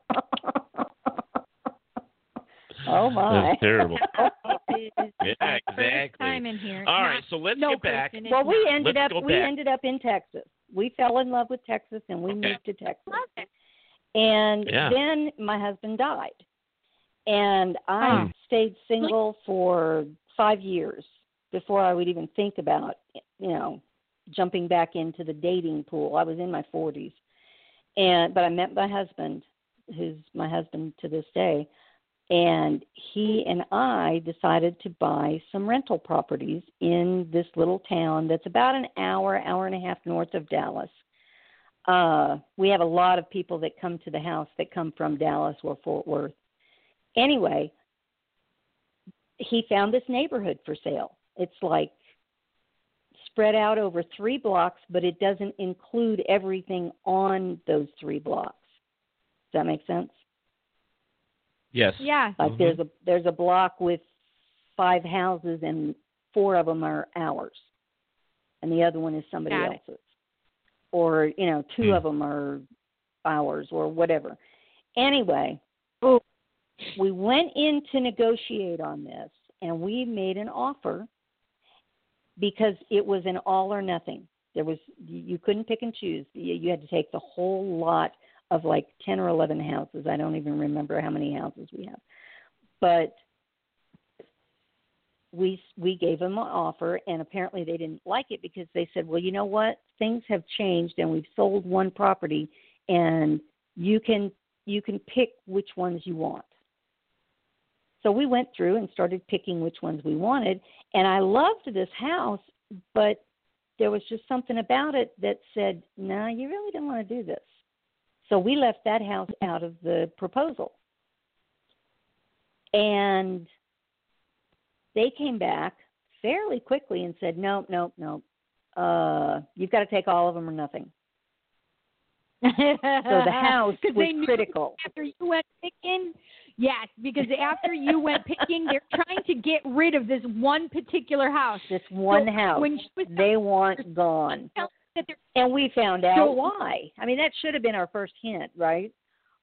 S9: Oh my!
S2: That's terrible.
S9: yeah,
S2: Yeah, exactly.
S8: Time in here.
S2: All
S8: Not-
S2: right, so let's
S8: no,
S2: get back.
S8: Kristen, it's
S9: Well, we
S8: not.
S9: ended
S2: Let's
S9: up
S2: go
S9: we
S2: back.
S9: ended up in Texas. We fell in love with Texas and we
S2: Okay.
S9: moved to Texas.
S8: Love it.
S9: And
S2: Yeah.
S9: then my husband died. And I
S2: Hmm.
S9: stayed single for 5 years before I would even think about, you know, jumping back into the dating pool. I was in my 40s. And but I met my husband, who's my husband to this day, and he and I decided to buy some rental properties in this little town that's about an hour, hour and a half north of Dallas. Uh, we have a lot of people that come to the house that come from Dallas or Fort Worth. Anyway, he found this neighborhood for sale. It's like spread out over three blocks, but it doesn't include everything on those three blocks. Does that make sense?
S2: Yes.
S8: Yeah.
S9: Like
S2: Mhm.
S9: there's a there's a block with five houses and four of them are ours, and the other one is somebody
S8: Got it.
S9: else's, or you know two
S2: Hmm.
S9: of them are ours or whatever. Anyway, we went in to negotiate on this, and we made an offer because it was an all or nothing. There was you you couldn't pick and choose. You you had to take the whole lot of like ten or eleven houses. I don't even remember how many houses we have, but we we gave them an offer, and apparently they didn't like it because they said, well, you know what, things have changed, and we've sold one property, and you can you can pick which ones you want. So we went through and started picking which ones we wanted, and I loved this house, but there was just something about it that said, "No, you really don't want to do this." So we left that house out of the proposal. And they came back fairly quickly and said, "Nope, nope, nope. Uh, you've got to take all of them or nothing." So the house
S8: <laughs> Because
S9: was
S8: they knew
S9: critical.
S8: after you went picking. Yes, because after you went picking, they're trying to get rid of this one particular house.
S9: This one
S8: So
S9: house
S8: When she was
S9: they want gone.
S8: telling that they're
S9: And we found out
S8: So-
S9: why. I mean, that should have been our first hint, right?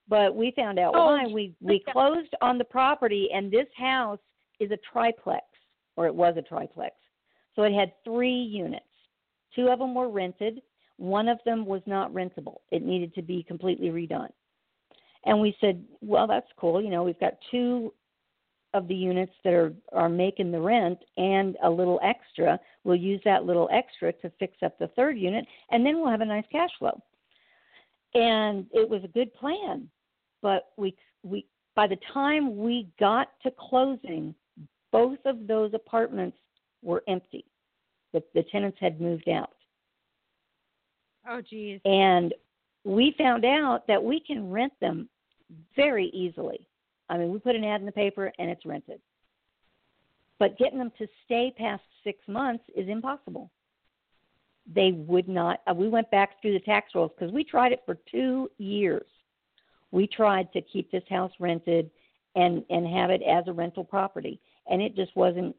S9: But we found out
S8: Oh,
S9: why. We we
S8: yeah.
S9: closed on the property, and this house is a triplex, or it was a triplex. So it had three units. Two of them were rented. One of them was not rentable. It needed to be completely redone. And we said, well, that's cool. You know, we've got two of the units that are are making the rent and a little extra. We'll use that little extra to fix up the third unit, and then we'll have a nice cash flow. And it was a good plan, but we we by the time we got to closing, both of those apartments were empty. The, the tenants had moved out,
S8: Oh, geez.
S9: and we found out that we can rent them very easily. I mean, we put an ad in the paper and it's rented. But getting them to stay past six months is impossible. They would not. uh, We went back through the tax rolls because we tried it for two years. We tried to keep this house rented and and have it as a rental property, and it just wasn't.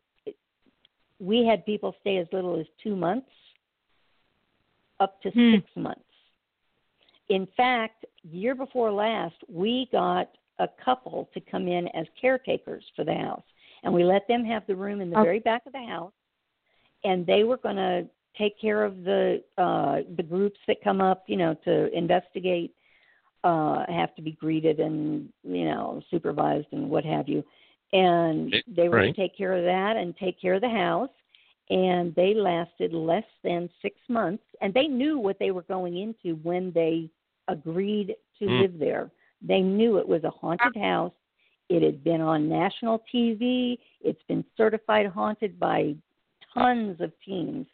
S9: We had people stay as little as two months, up to six months. In fact, year before last, we got a couple to come in as caretakers for the house, and we let them have the room in the
S5: Okay.
S9: very back of the house, and they were going to take care of the uh, the groups that come up, you know, to investigate, uh, have to be greeted and you know supervised and what have you, and they were going
S5: Right.
S9: to take care of that and take care of the house. And they lasted less than six months, and they knew what they were going into when they agreed to
S5: Hmm.
S9: live there. They knew it was a haunted house. It had been on national TV. It's been certified haunted by tons of teams.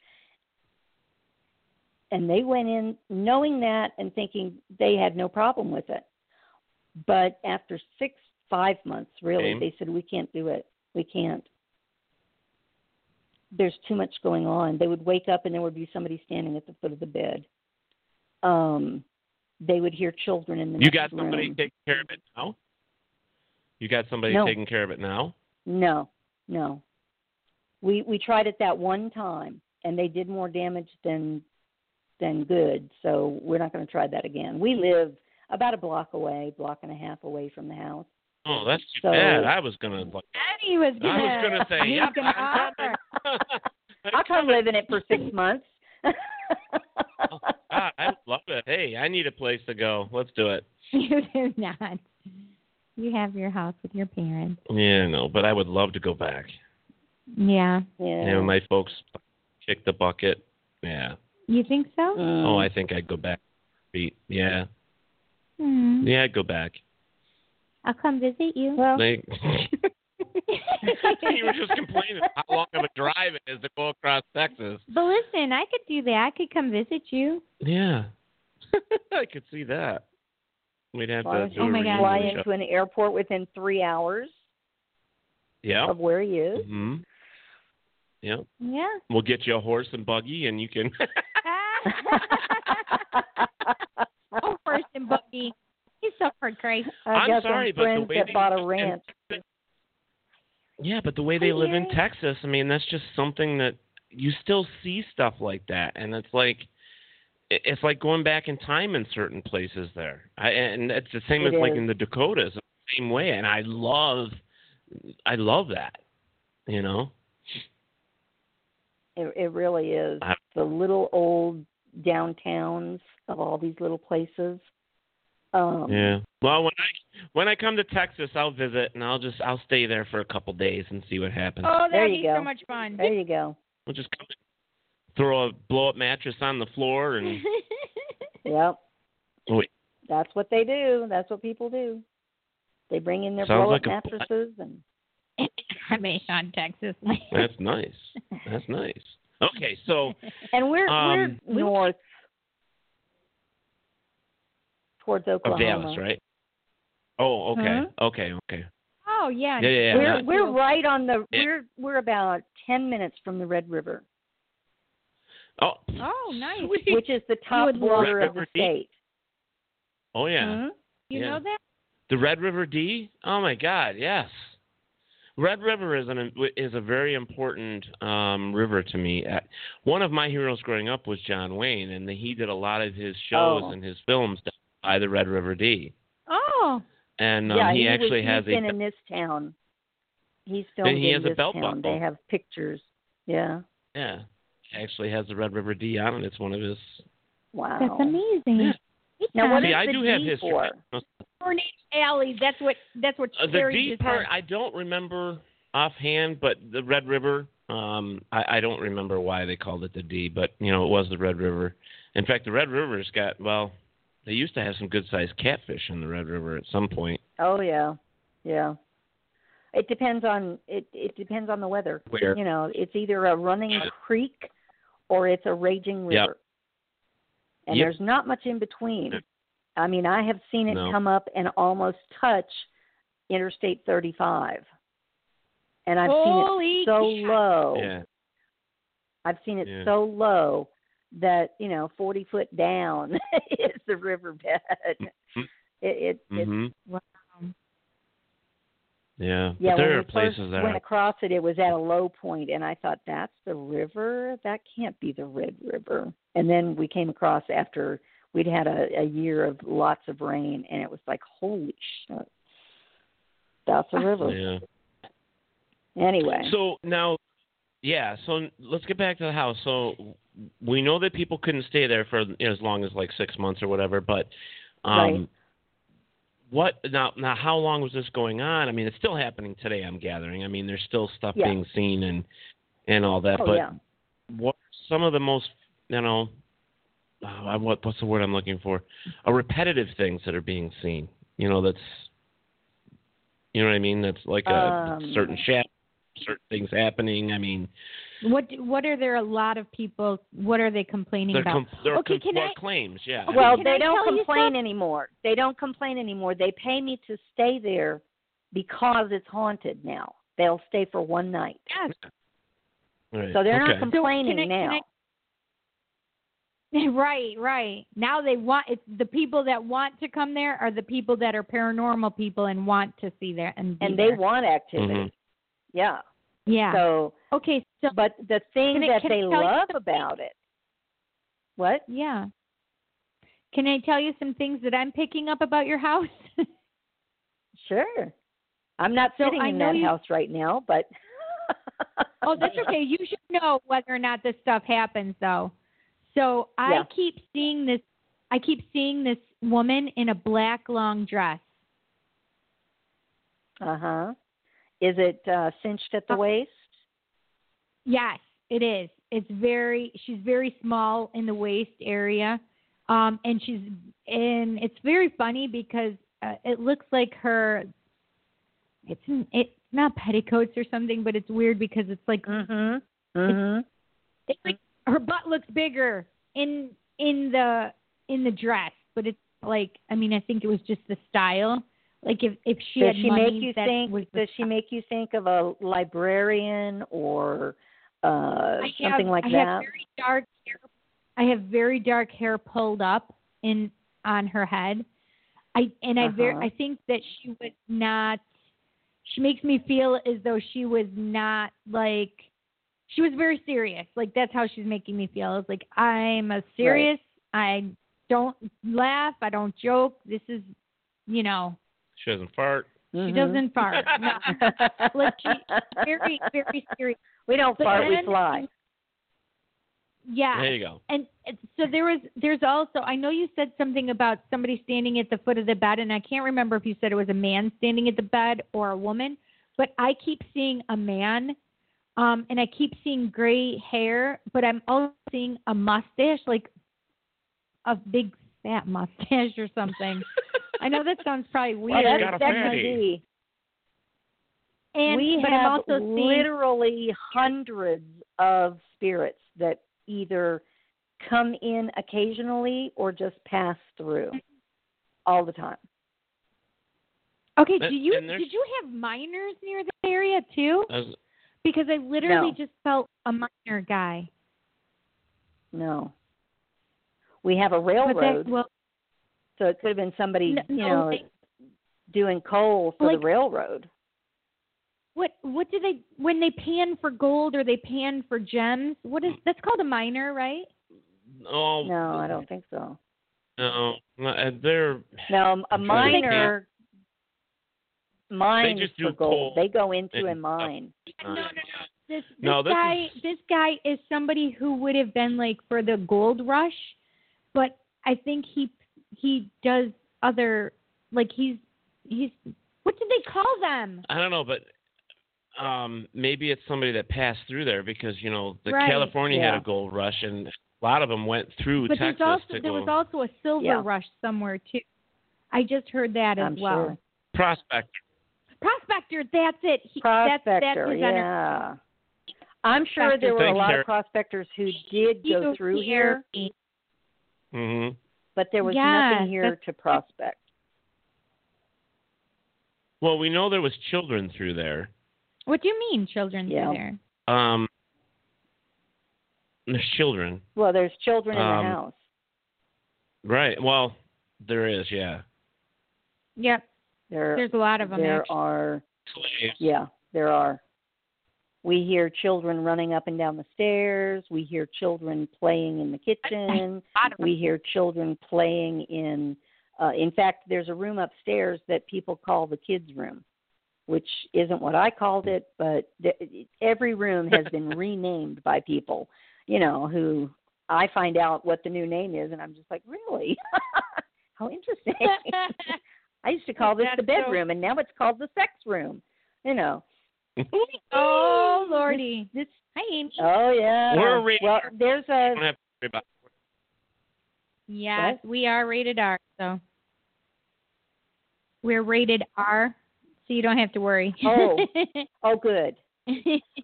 S9: And they went in knowing that and thinking they had no problem with it. But after six, five months, really,
S5: Same.
S9: they said, we can't do it. We can't. There's too much going on. They would wake up and there would be somebody standing at the foot of the bed. Um, they would hear children in the
S2: You
S9: next
S2: got somebody
S9: room.
S2: taking care of it now? You got somebody
S9: No.
S2: taking care of it now?
S9: No, no. We we tried it that one time, and they did more damage than than good. So we're not going to try that again. We live about a block away, block and a half away from the
S2: <laughs>
S9: house.
S2: Oh, that's too
S9: So-
S2: bad. I was gonna
S9: <laughs>
S2: like <laughs>
S9: He was
S2: I was gonna say,
S9: he
S2: yeah,
S9: was gonna offer. I'll come live in it for
S2: <laughs>
S9: six months.
S2: Oh,
S9: <laughs>
S2: God, I love it. Hey, I need a place to go. Let's do it.
S8: <laughs> You do not. You have your house with your parents.
S2: Yeah, no, but I would love to go back.
S8: Yeah.
S2: Yeah, my folks kicked the bucket. Yeah.
S8: You think so?
S9: Uh, Mm.
S2: Oh, I think I'd go back. Beat. Yeah.
S8: Hmm.
S2: Yeah, I'd go back.
S8: I'll come visit you.
S2: They- <laughs> you were just complaining how long of a drive it is to go across Texas.
S8: <laughs> But listen, I could do that. I could come visit you.
S2: Yeah. <laughs> I could see that. We'd have to do a reunion
S9: Fly
S2: show.
S9: into an airport within three hours
S2: Yeah.
S9: of where he is.
S2: hmm Yeah.
S8: Yeah.
S9: <laughs>
S2: We'll get you a horse and buggy, and you can. <laughs>
S9: <laughs>
S8: Oh, first and Bucky. He suffered, Grace.
S2: I'm got some sorry, but the friends way that they- bought
S9: a ranch.
S2: yeah, but the way they live in Texas, I mean, that's just something that you still see stuff like that, and it's like. it- It's like going back in time in certain places there, I, and it's the same
S11: It
S2: as like
S11: is.
S2: in the Dakotas, the same way. And I love, I love that, you know.
S9: It, it really is.
S2: I-
S9: The little old downtowns of all these little places. Um,
S2: Yeah. Well, when I when I come to Texas, I'll visit and I'll just I'll stay there for a couple days and see what happens.
S8: Oh,
S9: There
S8: that'd
S9: you
S8: be
S9: go.
S8: so much fun.
S9: There you go.
S2: We'll just come and throw a blow up mattress on the floor and
S8: <laughs>
S9: <laughs> Yep.
S2: Wait.
S9: That's what they do. That's what people do. They bring in their
S2: Sounds
S9: blow up
S2: like a pl-
S9: mattresses and
S8: I'm a Sean, Texas.
S2: that's nice. That's nice. Okay, so
S9: and we're
S2: Um,
S9: we're north towards
S2: of
S9: Oklahoma.
S2: Dallas, right? Oh, okay,
S9: Mhm.
S2: okay, okay.
S8: <laughs> Oh yeah.
S2: Yeah, yeah, yeah,
S9: we're
S2: that-
S9: we're right on the
S2: Yeah.
S9: we're we're about ten minutes from the Red River,
S2: Oh,
S8: Oh, nice.
S9: which is the
S8: You
S9: top
S8: would love
S9: border
S2: Red
S9: of the
S2: River Deep.
S9: state.
S2: oh yeah.
S9: Mhm.
S8: You
S2: Yeah.
S8: know that?
S2: The Red River D? Oh my God, yes. Red River is an is a very important um, river to me. Uh, One of my heroes growing up was John Wayne, and he did a lot of his shows
S9: Oh.
S2: and his films down by the Red River D.
S8: Oh.
S2: And um,
S9: yeah,
S2: he,
S9: was-
S2: actually has
S9: he's
S2: a
S9: been in this town. He's filmed
S2: he
S9: in
S2: has a
S9: this
S2: belt
S9: town.
S2: buckle.
S9: They have pictures. Yeah.
S2: yeah, he actually has the Red River D on it. It's one of his.
S9: Wow.
S8: That's amazing.
S9: Now what
S2: See,
S9: is
S2: I
S9: the
S2: do have
S9: D
S2: history.
S9: for?
S8: Ornate Alley. That's what. That's what
S2: Uh, the
S8: Terry
S2: D
S8: just
S2: part
S8: said.
S2: I don't remember offhand, but the Red River, um, I, I don't remember why they called it the D, but you know it was the Red River. In fact, the Red River's got well, they used to have some good sized catfish in the Red River at some point.
S9: Oh yeah, yeah. It depends on it. It depends on the weather.
S2: Where?
S9: You know, it's either a running creek or it's a raging
S2: Yep.
S9: river, and
S2: Yep.
S9: there's not much in between. I mean, I have seen it
S11: No.
S9: come up and almost touch Interstate 35. And I've seen
S11: Holy
S9: it so
S11: cow.
S9: low.
S11: Yeah.
S9: I've seen it
S11: Yeah.
S9: so low that, you know, 40 foot down <laughs> is the riverbed. It,
S2: Mm-hmm.
S9: it,
S2: hmm
S9: it
S2: Yeah.
S9: yeah,
S2: but there
S9: when
S2: are
S9: we first
S2: places that
S9: went
S2: are,
S9: across it, it was at a low point, and I thought that's the river. That can't be the Red River. And then we came across after we'd had a, a year of lots of rain, and it was like, holy shit, that's a river.
S2: Yeah.
S9: Anyway,
S2: So now, yeah. So let's get back to the house. So we know that people couldn't stay there for you know, as long as like six months or whatever. But um,
S9: Right.
S2: what now? Now, how long was this going on? I mean, it's still happening today. I'm gathering. I mean, there's still stuff
S9: Yeah.
S2: being seen and and all that.
S9: Oh,
S2: but
S9: yeah.
S2: what some of the most you know. oh, I- What, what's the word I'm looking for? Are repetitive things that are being seen. You know, that's, you know what I mean? That's like a
S8: Um,
S2: certain shadow certain things happening. I mean,
S8: What what are there a lot of people? What are they complaining
S2: they're,
S8: about?
S2: com- they're
S8: okay,
S2: com-
S8: can
S2: well,
S8: I?
S2: claims, yeah.
S9: Oh, well,
S8: Can
S9: they
S8: I
S9: don't
S8: tell you
S9: complain
S8: something?
S9: anymore. They don't complain anymore. They pay me to stay there because it's haunted now. They'll stay for one night.
S2: Right.
S9: So they're
S8: Okay.
S9: not complaining
S8: So can I- <laughs>
S9: now.
S8: Right, right. Now they want it's the people that want to come there are the people that are paranormal people and want to see there and be
S9: and they
S8: there.
S9: want activity.
S2: Mm-hmm.
S8: Mm-hmm.
S9: Yeah.
S8: Yeah.
S9: So
S8: okay, so
S9: but the thing
S8: Can I-
S9: that
S8: can I
S9: they
S8: tell you
S9: love
S8: something?
S9: about it. What?
S8: Yeah. Can I tell you some things that I'm picking up about your house? <laughs>
S9: Sure. I'm not
S8: So
S9: sitting
S8: I
S9: in
S8: know
S9: that
S8: you-
S9: house right now, but
S8: oh, that's
S9: <laughs>
S8: okay. You should know whether or not this stuff happens, though. So I
S9: Yeah.
S8: keep seeing this. I keep seeing this woman in a black long dress.
S9: uh huh. Is it uh, cinched at the
S8: Uh-huh.
S9: waist?
S8: Yes, it is. It's very. She's very small in the waist area, um, and she's and it's very funny because uh, it looks like her. It's n- it's not petticoats or something, but it's weird because it's like
S9: Mhm.
S8: it's like
S9: Mm-hmm.
S8: her butt looks bigger in in the in the dress, but it's like I mean I think it was just the style. Like if if she
S9: does
S8: had
S9: she
S8: money,
S9: make you
S8: that
S9: think?
S8: was the
S9: Does she make you think of a librarian or uh,
S8: I have-
S9: something like
S8: I
S9: that?
S8: Have very dark hair. I have very dark hair pulled up in on her head. I and I very
S9: Uh-huh.
S8: I think that she was not. She makes me feel as though she was not like. She was very serious. Like that's how she's making me feel. It's like I'm a serious. I don't laugh. I don't joke. This is, you know,
S2: she doesn't fart.
S9: Mm-hmm.
S8: she doesn't fart.
S9: <laughs>
S8: No. <laughs> like she very very serious.
S9: We don't
S8: But
S9: fart, we
S8: then-
S9: fly.
S8: Yeah.
S2: There you go.
S8: And and so there was there's also I know you said something about somebody standing at the foot of the bed and I can't remember if you said it was a man standing at the bed or a woman, but I keep seeing a man um and I keep seeing gray hair, but I'm also seeing a mustache like a big fat mustache or something. I know that sounds probably
S9: Well,
S8: weird.
S9: that's definitely.
S8: And
S9: we
S8: but
S9: have
S8: I'm also seeing
S9: literally hundreds of spirits that either come in occasionally or just pass through
S8: Mm-hmm.
S9: all the time.
S8: Okay,
S9: And-
S8: do you
S9: and there's-
S8: did you have minors near the area too?
S2: As-
S8: Because I literally
S9: No.
S8: just felt a minor guy.
S9: No. We have a
S8: But that-
S9: railroad,
S8: well,
S9: so it could have been somebody,
S8: No,
S9: you
S8: no,
S9: know,
S8: they-
S9: doing coal for
S8: Like-
S9: the railroad.
S8: what what do they when they pan for gold or they pan for gems? What is that's called a minor, right?
S2: Oh,
S9: No, I don't think so.
S2: no. no, uh, They're,
S9: No, a
S2: I'm trying to think.
S9: miner mines
S2: just do
S9: for gold.
S2: coal
S9: They go into a
S2: and
S9: mine.
S2: no, no, no.
S8: This this
S2: No, this
S8: guy this guy is somebody who would have been like for the gold rush, but I think he he does other like he's he's what do they call them?
S2: I don't know, but um, maybe it's somebody that passed through there because, you know, the
S8: Right,
S2: California
S8: yeah.
S2: had a gold rush and a lot of them went through
S8: But there's
S2: Texas
S8: also
S2: to
S8: there
S2: go
S8: was also a silver
S2: Yeah.
S8: rush somewhere too. I just heard that as
S2: I'm
S8: well.
S2: sure. prospect.
S8: Prospector, that's it. He, That's, that's
S9: Prospector,
S8: his energy.
S9: yeah. I'm sure there were a
S2: Thanks,
S9: lot
S2: Sarah.
S9: of prospectors who did go
S8: He
S9: through
S8: goes here.
S9: here,
S2: Mm-hmm.
S9: but there was
S8: Yeah,
S9: nothing here
S8: that's-
S9: to prospect.
S2: Well, we know there was children through there.
S8: What do you mean, children
S9: Yeah.
S8: through there?
S2: Um, there's children,
S9: Well, there's children in
S2: Um,
S9: the house.
S2: right? Well, there is, yeah.
S8: Yep.
S9: There,
S8: There's a lot of them.
S9: there
S8: actually.
S9: are.
S2: Slaves.
S9: Yeah, there are. We hear children running up and down the stairs. We hear children playing in the kitchen. We hear children playing in. Uh, in fact, there's a room upstairs that people call the kids' room, which isn't what I called it, but th- every room has been renamed by people, you know, who I find out what the new name is, and I'm just like, really? <laughs> How interesting. <laughs> I used to call this the
S8: That's so-
S9: bedroom, and now it's called the sex room, you know.
S8: <laughs> Oh lordy. This, Hi Amy.
S9: Oh yeah.
S2: We're a radio.
S9: Well, there's a
S2: I don't have to worry about.
S8: Yes, we are rated R, so we're rated R, so you don't have to worry. <laughs>
S9: Oh. oh good.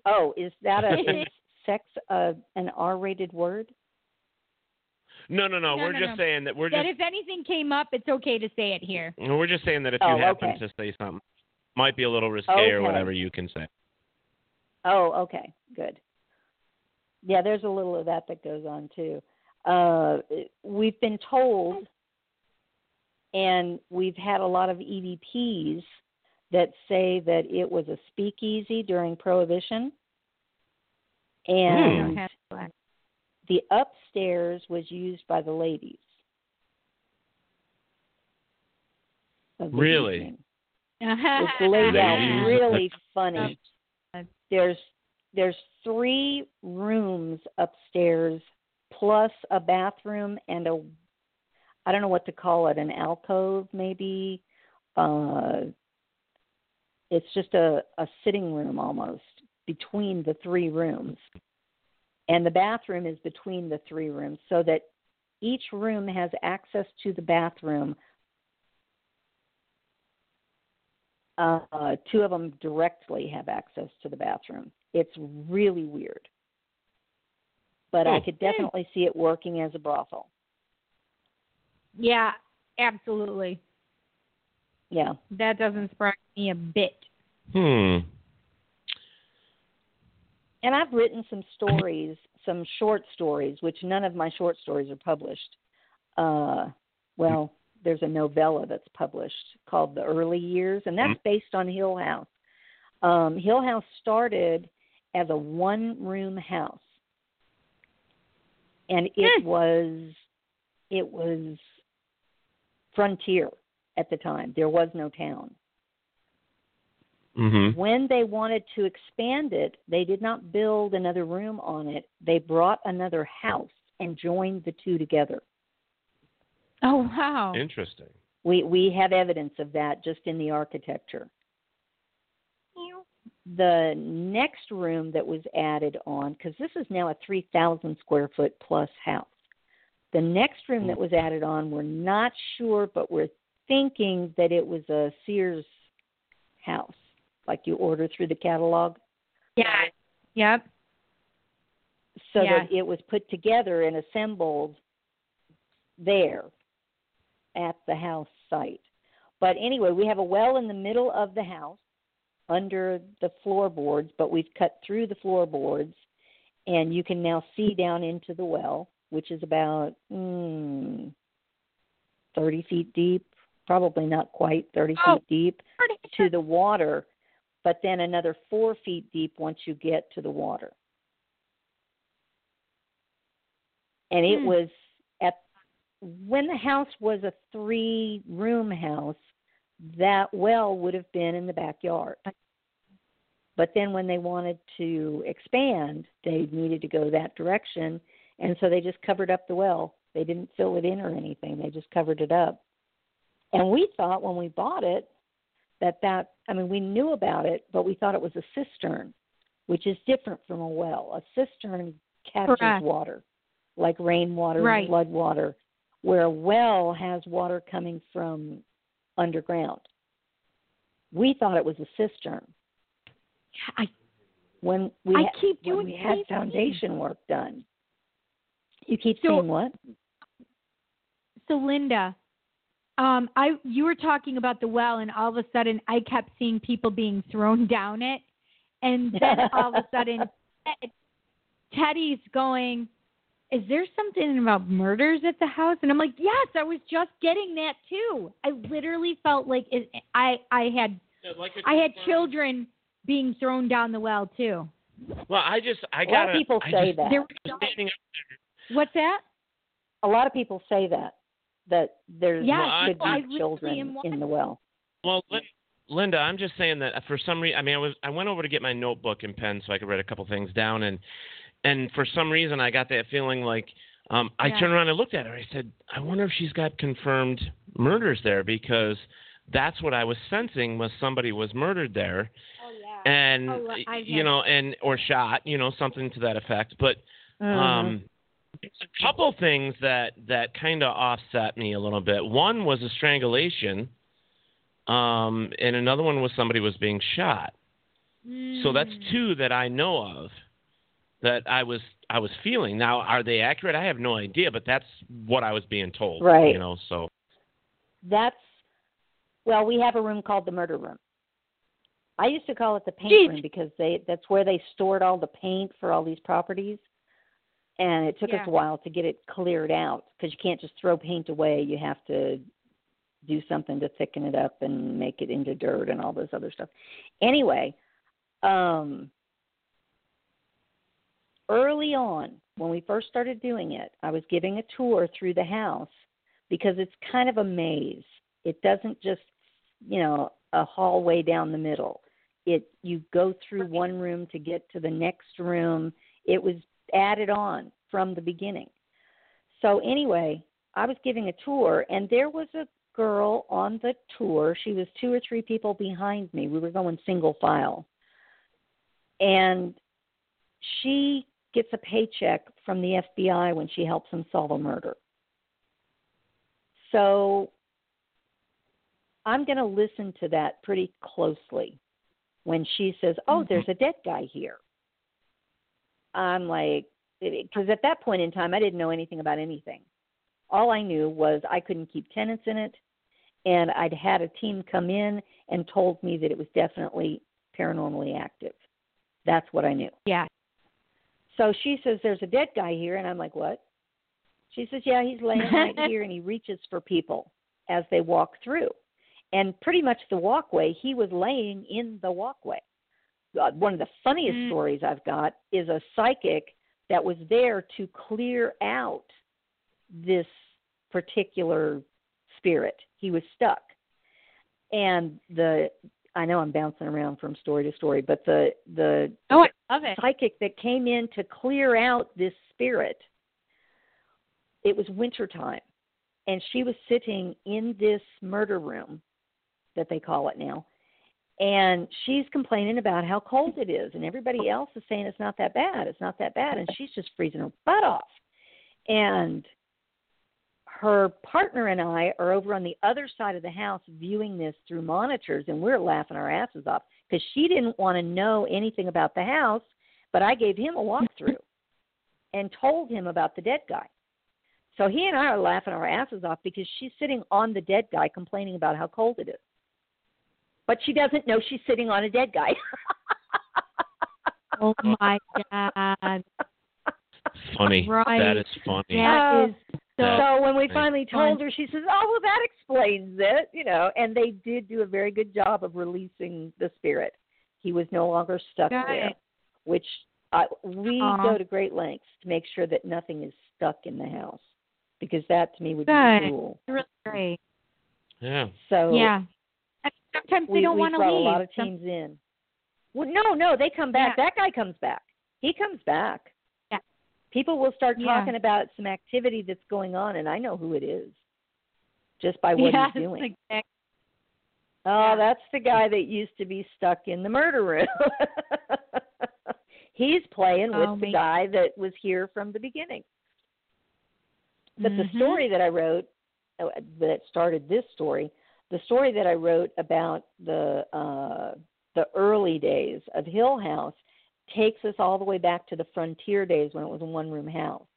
S9: Oh, is that a is sex a, an R-rated word?
S2: No, no,
S8: No,
S2: no. we're
S8: no,
S2: just
S8: no.
S2: saying that we're
S8: that if
S2: just
S8: anything came up, it's okay to say it here.
S2: we're just saying that if
S9: Oh,
S2: you happen
S9: okay.
S2: to say something, might be a little risque or
S9: Okay.
S2: whatever, you can say.
S9: Oh, okay, good. Yeah, there's a little of that that goes on too. Uh, we've been told, and we've had a lot of EVPs that say that it was a speakeasy during Prohibition,
S8: We
S9: and
S8: don't have <laughs> black.
S9: the upstairs was used by the ladies. of the
S2: Really?
S9: evening. It's laid out really funny. There's there's three rooms upstairs plus a bathroom and a I don't know what to call it, an alcove maybe. Uh it's just a, a sitting room almost between the three rooms. And the bathroom is between the three rooms so that each room has access to the bathroom. Uh, uh, two of them directly have access to the bathroom. It's really weird. But I
S2: Hmm.
S9: could definitely see it working as a brothel.
S8: Yeah, absolutely.
S9: Yeah.
S8: That doesn't surprise me a bit.
S2: Hmm.
S9: And I've written some stories, some short stories, which none of my short stories are published. Uh, well, there's a novella that's published called The Early Years, and that's based on Hill House. Um, Hill House started as a one room house, and it was it was frontier at the time. There was no town.
S2: Mm-hmm.
S9: When they wanted to expand it, they did not build another room on it. They brought another house and joined the two together.
S8: Oh wow.
S2: Interesting.
S9: We we have evidence of that just in the architecture. The next room that was added on, because this is now a 3,000 square foot plus house. The next room that was added on, we're not sure, but we're thinking that it was a Sears house, like you order through the catalog.
S8: Yeah. Yep.
S9: so
S8: Yeah.
S9: that it was put together and assembled there at the house site. But anyway, we have a well in the middle of the house under the floorboards, but we've cut through the floorboards, and you can now see down into the well, which is about mm, 30 feet deep, probably not quite 30
S8: Oh.
S9: feet deep to the water, but then another four feet deep once you get to the water. And it
S8: Hmm.
S9: was at when the house was a three room house, that well would have been in the backyard. But then when they wanted to expand, they needed to go that direction. And so they just covered up the well. They didn't fill it in or anything, they just covered it up. And we thought when we bought it that that, I mean, we knew about it, but we thought it was a cistern, which is different from a well. A cistern captures
S8: Correct.
S9: water, like rainwater
S8: Right.
S9: and flood water, where a well has water coming from underground. We thought it was a cistern
S8: I
S9: when we
S8: I
S9: had,
S8: keep
S9: when
S8: doing
S9: we
S8: the
S9: had
S8: same thing.
S9: foundation work done. You keep
S8: So-
S9: seeing what?
S8: So Linda, um, I you were talking about the well, and all of a sudden I kept seeing people being thrown <laughs> down it, and
S9: <laughs>
S8: then all of a sudden Ted, Teddy's going, "Is there something about murders at the house?" And I'm like, "Yes, I was just getting that too. I literally felt like it, I I had I had children being thrown down the well too.
S2: Well, I just I
S9: A lot of
S2: got
S9: people say that.
S8: There were What's that?
S9: A lot of people say that that there's
S2: Yes,
S9: could
S2: I
S9: be
S2: literally am
S9: children
S2: one.
S9: in the well.
S2: Well, Lin- Linda, I'm just saying that for some reason, I mean, I was I went over to get my notebook and pen so I could write a couple things down, and and for some reason I got that feeling like um, I
S11: Yeah.
S2: turned around and looked at her. I said, I wonder if she's got confirmed murders there because that's what I was sensing was somebody was murdered there, and
S8: Oh, I-
S2: you know, and or shot, you know, something to that effect. But
S9: Mm-hmm.
S2: um, a couple things that that kind of offset me a little bit. One was a strangulation, um, and another one was somebody was being shot. So that's
S8: Mm.
S2: two that I know of that I was I was feeling. Now, are they accurate? I have no idea, but that's what I was being told.
S9: Right.
S2: You know, so
S9: That's well, we have a room called the murder room. I used to call it the paint room because they that's where they stored all the paint for all these properties. And it took us
S5: Yeah.
S9: a while to get it cleared out because you can't just throw paint away. You have to do something to thicken it up and make it into dirt and all this other stuff. Anyway, um early on when we first started doing it, I was giving a tour through the house because it's kind of a maze. It doesn't just, you know, a hallway down the middle. It you go through one room to get to the next room. It was added on from the beginning. So anyway, I was giving a tour and there was a girl on the tour. She was two or three people behind me. We were going single file. And she gets a paycheck from the FBI when she helps them solve a murder. So I'm going to listen to that pretty closely when she says, Oh, there's a dead guy here. I'm like, because at that point in time, I didn't know anything about anything. All I knew was I couldn't keep tenants in it, and I'd had a team come in and told me that it was definitely paranormally active. That's what I knew.
S8: Yeah.
S9: So she says, There's a dead guy here. And I'm like, What? She says, Yeah, he's laying right here and he reaches for people as they walk through. And pretty much the walkway, he was laying in the walkway. Uh, One of the funniest
S5: Mm.
S9: stories I've got is a psychic that was there to clear out this particular spirit. He was stuck. And the I know I'm bouncing around from story to story, but the the
S8: oh,
S9: psychic that came in to clear out this spirit. It was wintertime, and she was sitting in this murder room that they call it now, and she's complaining about how cold it is, and everybody else is saying it's not that bad, it's not that bad, and she's just freezing her butt off. And her partner and I are over on the other side of the house viewing this through monitors, and we're laughing our asses off because she didn't want to know anything about the house, but I gave him a walkthrough and told him about the dead guy. So he and I are laughing our asses off because she's sitting on the dead guy complaining about how cold it is. But she doesn't know she's sitting on a dead guy. <laughs>
S8: oh my god.
S2: funny.
S9: <laughs> Right.
S2: That is funny.
S9: Yeah.
S8: is
S9: so,
S2: so
S9: when we
S2: funny.
S9: finally told her, she says, "Oh, well, that explains it," you know. And they did do a very good job of releasing the spirit. He was no longer stuck
S8: Got
S9: there,
S8: it.
S9: which uh, we
S8: Aw.
S9: go to great lengths to make sure that nothing is stuck in the house, because that to me would be
S8: Good.
S9: cruel.
S8: Really great.
S2: Yeah.
S9: So
S8: yeah. And Sometimes
S9: we,
S8: they don't
S9: we
S8: want to
S9: brought
S8: leave.
S9: a lot of
S8: Some-
S9: teams in. Well, no, no, they come back. That guy comes back. He comes back.
S8: Yeah.
S9: People will start
S8: Yeah.
S9: talking about some activity that's going on, and I know who it is just by what <laughs>
S8: Yes,
S9: he's doing.
S8: exactly.
S9: Oh, that's the guy that used to be stuck in the murder room. <laughs> he's playing with
S8: Oh,
S9: the
S8: man.
S9: guy that was here from the beginning. But
S8: Mhm.
S9: the story that I wrote, uh, that started this story, the story that I wrote about the uh, the early days of Hill House takes us all the way back to the frontier days when it was a one room house,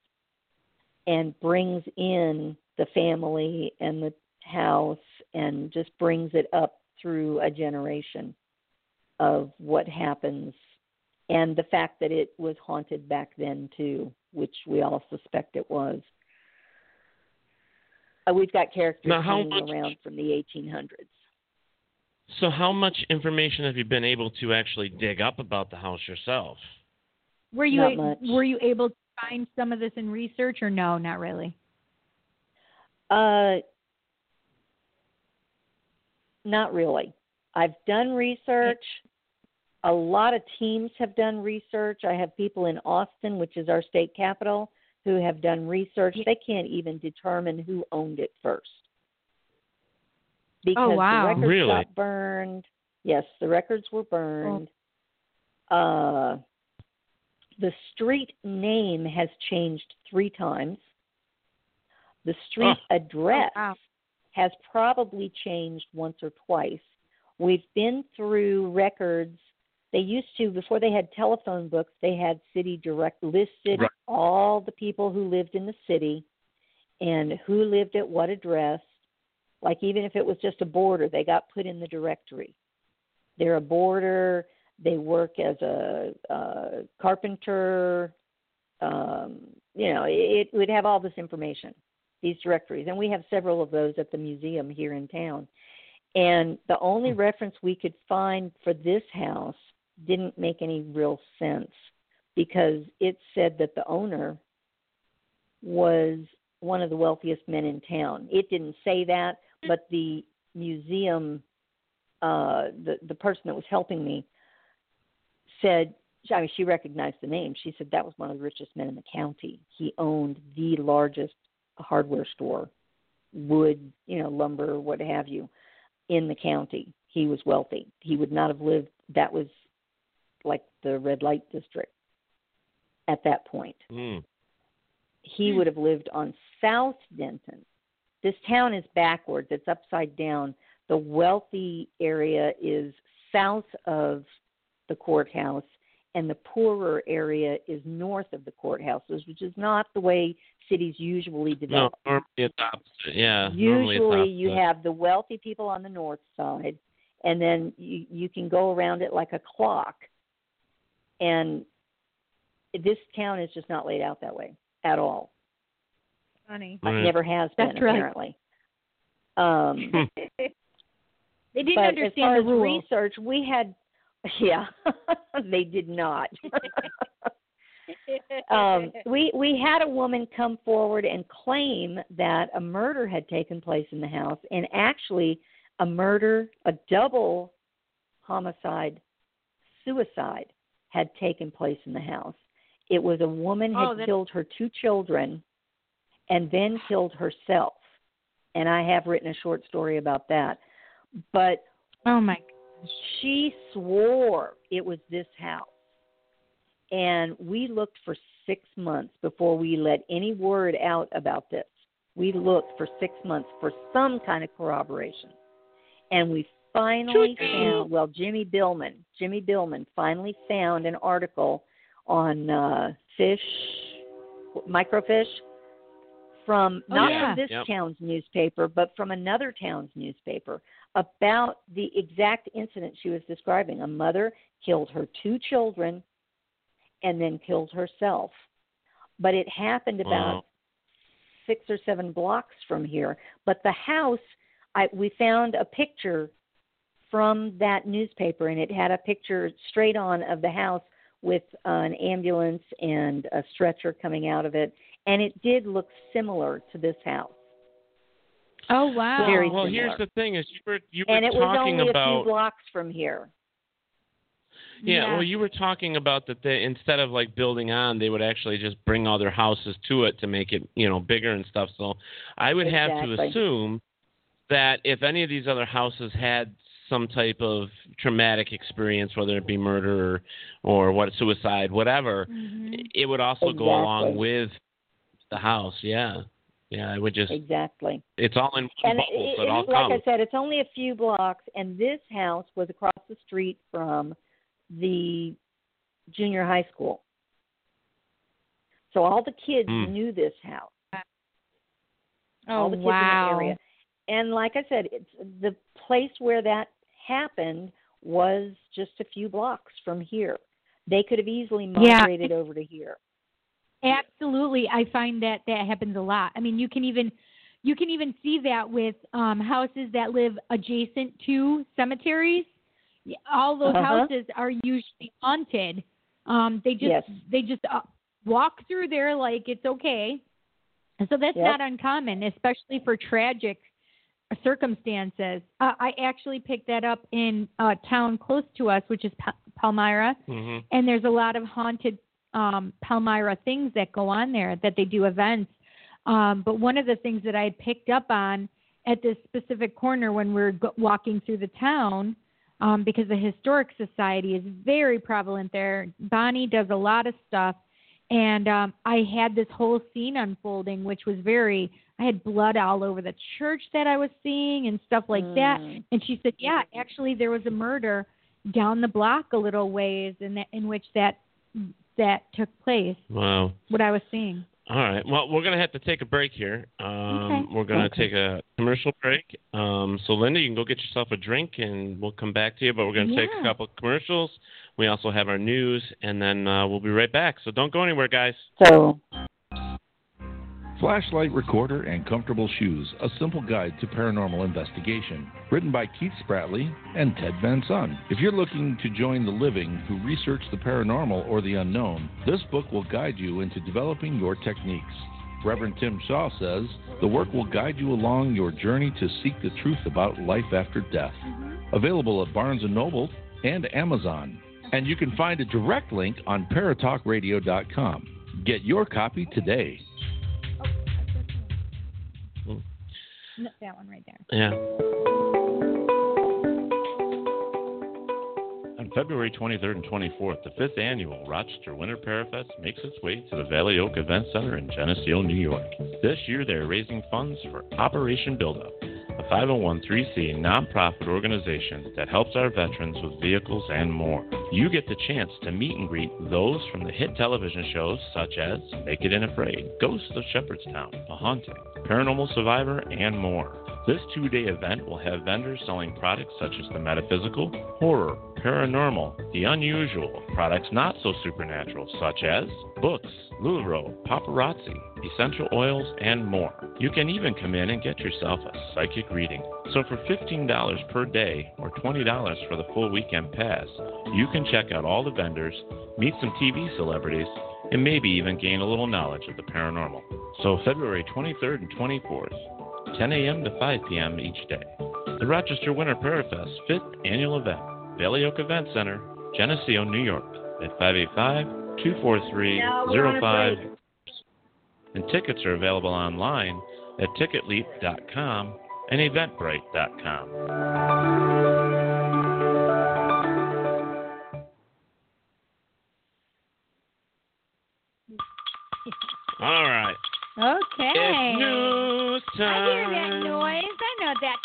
S9: and brings in the family and the house and just brings it up through a generation of what happens and the fact that it was haunted back then too, which we all suspect it was. Uh, we've got characters
S2: Now, how
S9: hanging
S2: much-
S9: around from the 1800s.
S2: So, how much information have you been able to actually dig up about the house yourself?
S8: Were you
S9: Not
S8: a-
S9: much.
S8: were you able to find some of this in research or no? Not really.
S9: Uh, not really. I've done research. A lot of teams have done research. I have people in Austin, which is our state capital, who have done research. They can't even determine who owned it first. Because
S8: Oh, wow.
S9: the records
S2: Really?
S9: got burned. Yes, the records were burned. Uh, the street name has changed three times. The street address
S8: Oh, wow.
S9: has probably changed once or twice. We've been through records. They used to, before they had telephone books, they had city direct listed
S2: Right.
S9: all the people who lived in the city and who lived at what address. Like, even if it was just a boarder, they got put in the directory. They're a boarder, they work as a, uh carpenter. Um, you know, it, it would have all this information these directories. And we have several of those at the museum here in town. And the only reference we could find for this house didn't make any real sense because it said that the owner was one of the wealthiest men in town. It didn't say that, but the museum, uh, the the person that was helping me, said, I mean, she recognized the name. She said that was one of the richest men in the county. He owned the largest hardware store, wood, you know, lumber, what have you, in the county. He was wealthy. He would not have lived. That was like the red light district at that point
S2: Mm.
S9: he would have lived on South Denton. This town is backwards, it's upside down. The wealthy area is south of the courthouse, and the poorer area is north of the courthouses, which is not the way cities usually
S2: No,
S9: develop.
S2: normally it's opposite. Yeah, normally it's
S9: usually,
S2: opposite.
S9: you have the wealthy people on the north side, and then you, you can go around it like a clock. And this town is just not laid out that way at all.
S8: Funny.
S9: It
S2: Right.
S9: never has been
S8: That's right.
S9: apparently. Um,
S2: <laughs>
S8: They
S9: but as
S8: didn't
S9: far
S8: understand the
S9: as
S8: rules.
S9: research, we had, <laughs> yeah, they did not. <laughs> um, we we had a woman come forward and claim that a murder had taken place in the house, and actually a murder, a double homicide, suicide had taken place in the house. It was a woman had
S8: Oh, that-
S9: killed her two children, and then killed herself. And I have written a short story about that, but
S8: oh my.
S9: she swore it was this house. And we looked for six months before we let any word out about this. We looked for six months for some kind of corroboration. And we finally found, well, Jimmy Billman, Jimmy Billman finally found an article on uh, fish, microfish, from
S8: Oh,
S9: not
S8: yeah.
S9: from this
S2: Yep.
S9: town's newspaper, but from another town's newspaper about the exact incident she was describing. A mother killed her two children and then killed herself. But it happened about
S2: Wow.
S9: six or seven blocks from here. But the house, I, we found a picture from that newspaper, and it had a picture straight on of the house with uh, an ambulance and a stretcher coming out of it. And it did look similar to this house.
S8: Oh wow.
S2: well,
S9: very
S2: well, here's
S9: similar.
S2: the thing: is you were you were
S9: And it was
S2: talking
S9: only a
S2: about
S9: few blocks from here.
S2: Yeah, well, you were talking about that they, instead of like building on, they would actually just bring all their houses to it to make it, you know, bigger and stuff. So I would have to
S9: Exactly.
S2: assume that if any of these other houses had some type of traumatic experience, whether it be murder or, or what suicide, whatever,
S8: Mhm.
S2: it would also go along
S9: Mm-hmm. Exactly.
S2: with the house. Yeah, yeah, it would just
S9: Exactly.
S2: it's all in
S9: and
S2: one bubble,
S9: it,
S2: so it all
S9: it- like
S2: comes.
S9: I said, it's only a few blocks, and this house was across the street from the junior high school. So all the kids
S2: Hmm.
S9: knew this house. all the kids in
S8: Oh, wow.
S9: the area. And like I said, it's the place where that happened was just a few blocks from here. They could have easily
S8: Yeah.
S9: migrated over to here.
S8: Absolutely. I find that that happens a lot. I mean, you can even you can even see that with um houses that live adjacent to cemeteries. Y- All those
S9: Uh-huh.
S8: houses are usually haunted. Um they just
S9: Yes.
S8: they just uh, walk through there like it's okay. And so that's
S9: Yep.
S8: not uncommon, especially for tragic circumstances. Uh, I actually picked that up in a town close to us, which is Pa- Palmyra
S10: Mm-hmm.
S8: and there's a lot of haunted um, Palmyra things that go on there that they do events. Um, but one of the things that I had picked up on at this specific corner when we were go- walking through the town, um, because the historic society is very prevalent there. Bonnie does a lot of stuff, and um, I had this whole scene unfolding, which was very. I had blood all over the church that I was seeing and stuff like that.
S9: Mm.
S8: And she said, "Yeah,
S2: Mm-hmm.
S8: actually, there was a murder down the block a little ways, in that in which that that took place.
S2: Wow.
S8: What I was seeing.
S2: All right. Well, we're going to have to take a break here. Um,
S8: Okay.
S2: We're going to
S8: Okay.
S2: take a commercial break. Um, so, Linda, you can go get yourself a drink and we'll come back to you. But we're going to take a
S8: Yeah.
S2: couple of commercials. We also have our news, and then uh, we'll be right back. So, don't go anywhere, guys.
S9: So
S1: Flashlight Recorder and Comfortable Shoes, a simple guide to paranormal investigation. Written by Keith Spratley and Ted Van Son. If you're looking to join the living who research the paranormal or the unknown, this book will guide you into developing your techniques. Reverend Tim Shaw says the work will guide you along your journey to seek the truth about life after death. Available at Barnes & Noble and Amazon. And you can find a direct link on paratalkradio.com. Get your copy today.
S2: Hmm.
S8: No, that one right there.
S2: Yeah.
S11: On February 23rd and 24th, the fifth annual Rochester Winter Parafest makes its way to the Valley Oak Event Center in Geneseo, New York. This year, they are raising funds for Operation Buildup, a 501c nonprofit organization that helps our veterans with vehicles and more. You get the chance to meet and greet those from the hit television shows such as Naked and Afraid, Ghosts of Shepherdstown, The Haunting, Paranormal Survivor, and more. This two day event will have vendors selling products such as the metaphysical, horror, paranormal, the unusual, products not so supernatural such as books, LuLaRoe, paparazzi, essential oils, and more. You can even come in and get yourself a psychic reading. So for $15 per day or $20 for the full weekend pass, you can check out all the vendors, meet some TV celebrities, and maybe even gain a little knowledge of the paranormal. So February 23rd and 24th, 10 a.m. to 5 p.m. each day. The Rochester Winter Prayer Fest 5th Annual Event, Valley Oak Event Center, Geneseo, New York, at 585-243-05. And tickets are available online at ticketleap.com and eventbrite.com.
S2: All right.
S8: Okay.
S2: It's news
S8: I hear
S2: time.
S8: that noise. I know that.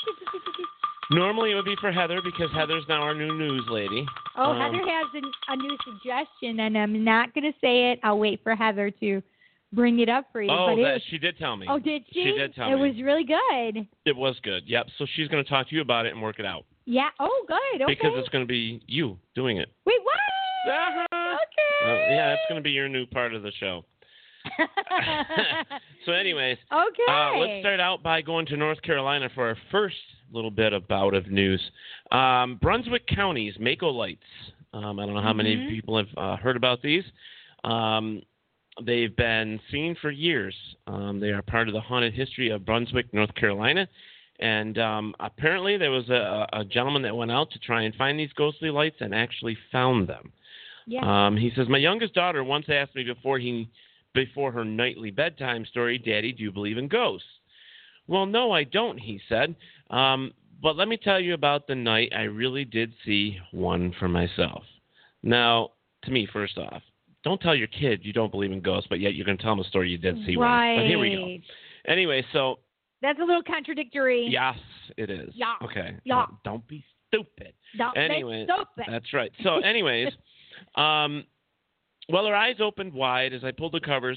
S2: Normally, it would be for Heather because Heather's now our new news lady.
S8: Oh,
S2: Um,
S8: Heather has an, a new suggestion, and I'm not going to say it. I'll wait for Heather to bring it up for you.
S2: Oh,
S8: but it
S2: that,
S8: was-
S2: she did tell me.
S8: oh, did she?
S2: She did tell
S8: it
S2: me.
S8: was really good.
S2: It was good. Yep. So she's going to talk to you about it and work it out
S8: Yeah. Oh, good. Okay.
S2: because it's going to be you doing it.
S8: Wait, what? Uh-huh.
S2: Uh,
S8: Okay. <laughs>
S2: yeah, that's going to be your new part of the show. <laughs> so, anyways,
S8: okay.
S2: uh, let's start out by going to North Carolina for our first little bit of bout of news. Um, Brunswick County's Mako Lights. Um, I don't know how many
S10: Mhm.
S2: people have uh, heard about these. Um, they've been seen for years. Um, they are part of the haunted history of Brunswick, North Carolina. And um, apparently, there was a, a gentleman that went out to try and find these ghostly lights and actually found them.
S8: Yeah.
S2: Um, he says, My youngest daughter once asked me before he before her nightly bedtime story, Daddy, do you believe in ghosts? Well, no, I don't, he said. Um, but let me tell you about the night I really did see one for myself. Now, to me, first off, don't tell your kid you don't believe in ghosts, but yet you're going to tell them a story you did see
S8: right.
S2: one. But here we go. Anyway, so
S8: That's a little contradictory.
S2: yes, it is.
S8: Yeah.
S2: Okay.
S8: Yeah.
S2: Don't be stupid.
S8: Don't say
S2: Anyway, uh,
S8: stupid.
S2: that's right. So, anyways, um, well, her eyes opened wide as I pulled the covers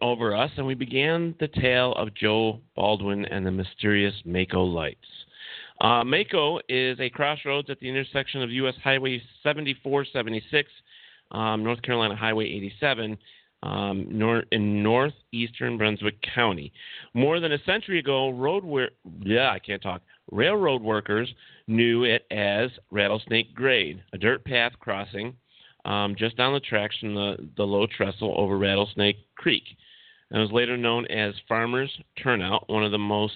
S2: over us, and we began the tale of Joe Baldwin and the mysterious Mako lights. Uh, Mako is a crossroads at the intersection of U.S. Highway 7476, um, North Carolina Highway 87, um, nor- in northeastern Brunswick County. More than a century ago, road wor- yeah, I can't talk. Railroad workers knew it as Rattlesnake Grade, a dirt path crossing um, just down the tracks from the, the low trestle over Rattlesnake Creek. And was later known as Farmers Turnout, one of the most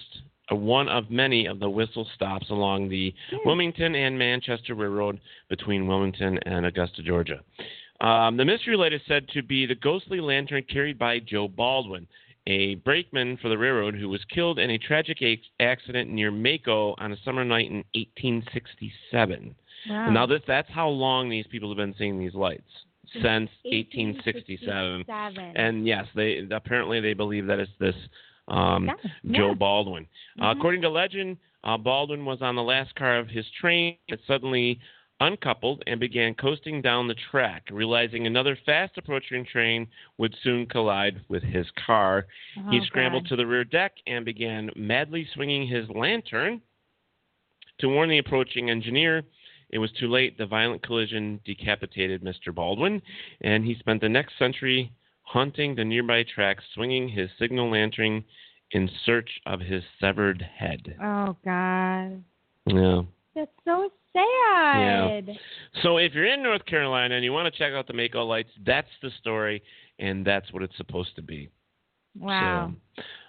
S2: uh, one of many of the whistle stops along the Wilmington and Manchester Railroad between Wilmington and Augusta, Georgia. Um, the mystery light is said to be the ghostly lantern carried by Joe Baldwin, a brakeman for the railroad who was killed in a tragic ac- accident near Mako on a summer night in 1867.
S12: Wow.
S2: And now this that's how long these people have been seeing these lights since 1867. And yes, they apparently they believe that it's this um,
S12: Yeah, yeah.
S2: Joe Baldwin. Uh,
S12: Mhm.
S2: according to legend, uh, Baldwin was on the last car of his train that suddenly uncoupled and began coasting down the track, realizing another fast approaching train would soon collide with his car. he
S12: Oh,
S2: scrambled
S12: God.
S2: to the rear deck and began madly swinging his lantern to warn the approaching engineer. It was too late. The violent collision decapitated Mr. Baldwin, and he spent the next century hunting the nearby track, swinging his signal lantern in search of his severed head.
S12: Oh God,
S2: Yeah.
S12: that's so sad.
S2: So if you're in North Carolina and you want to check out the Mako lights, that's the story, and that's what it's supposed to be.
S12: Wow.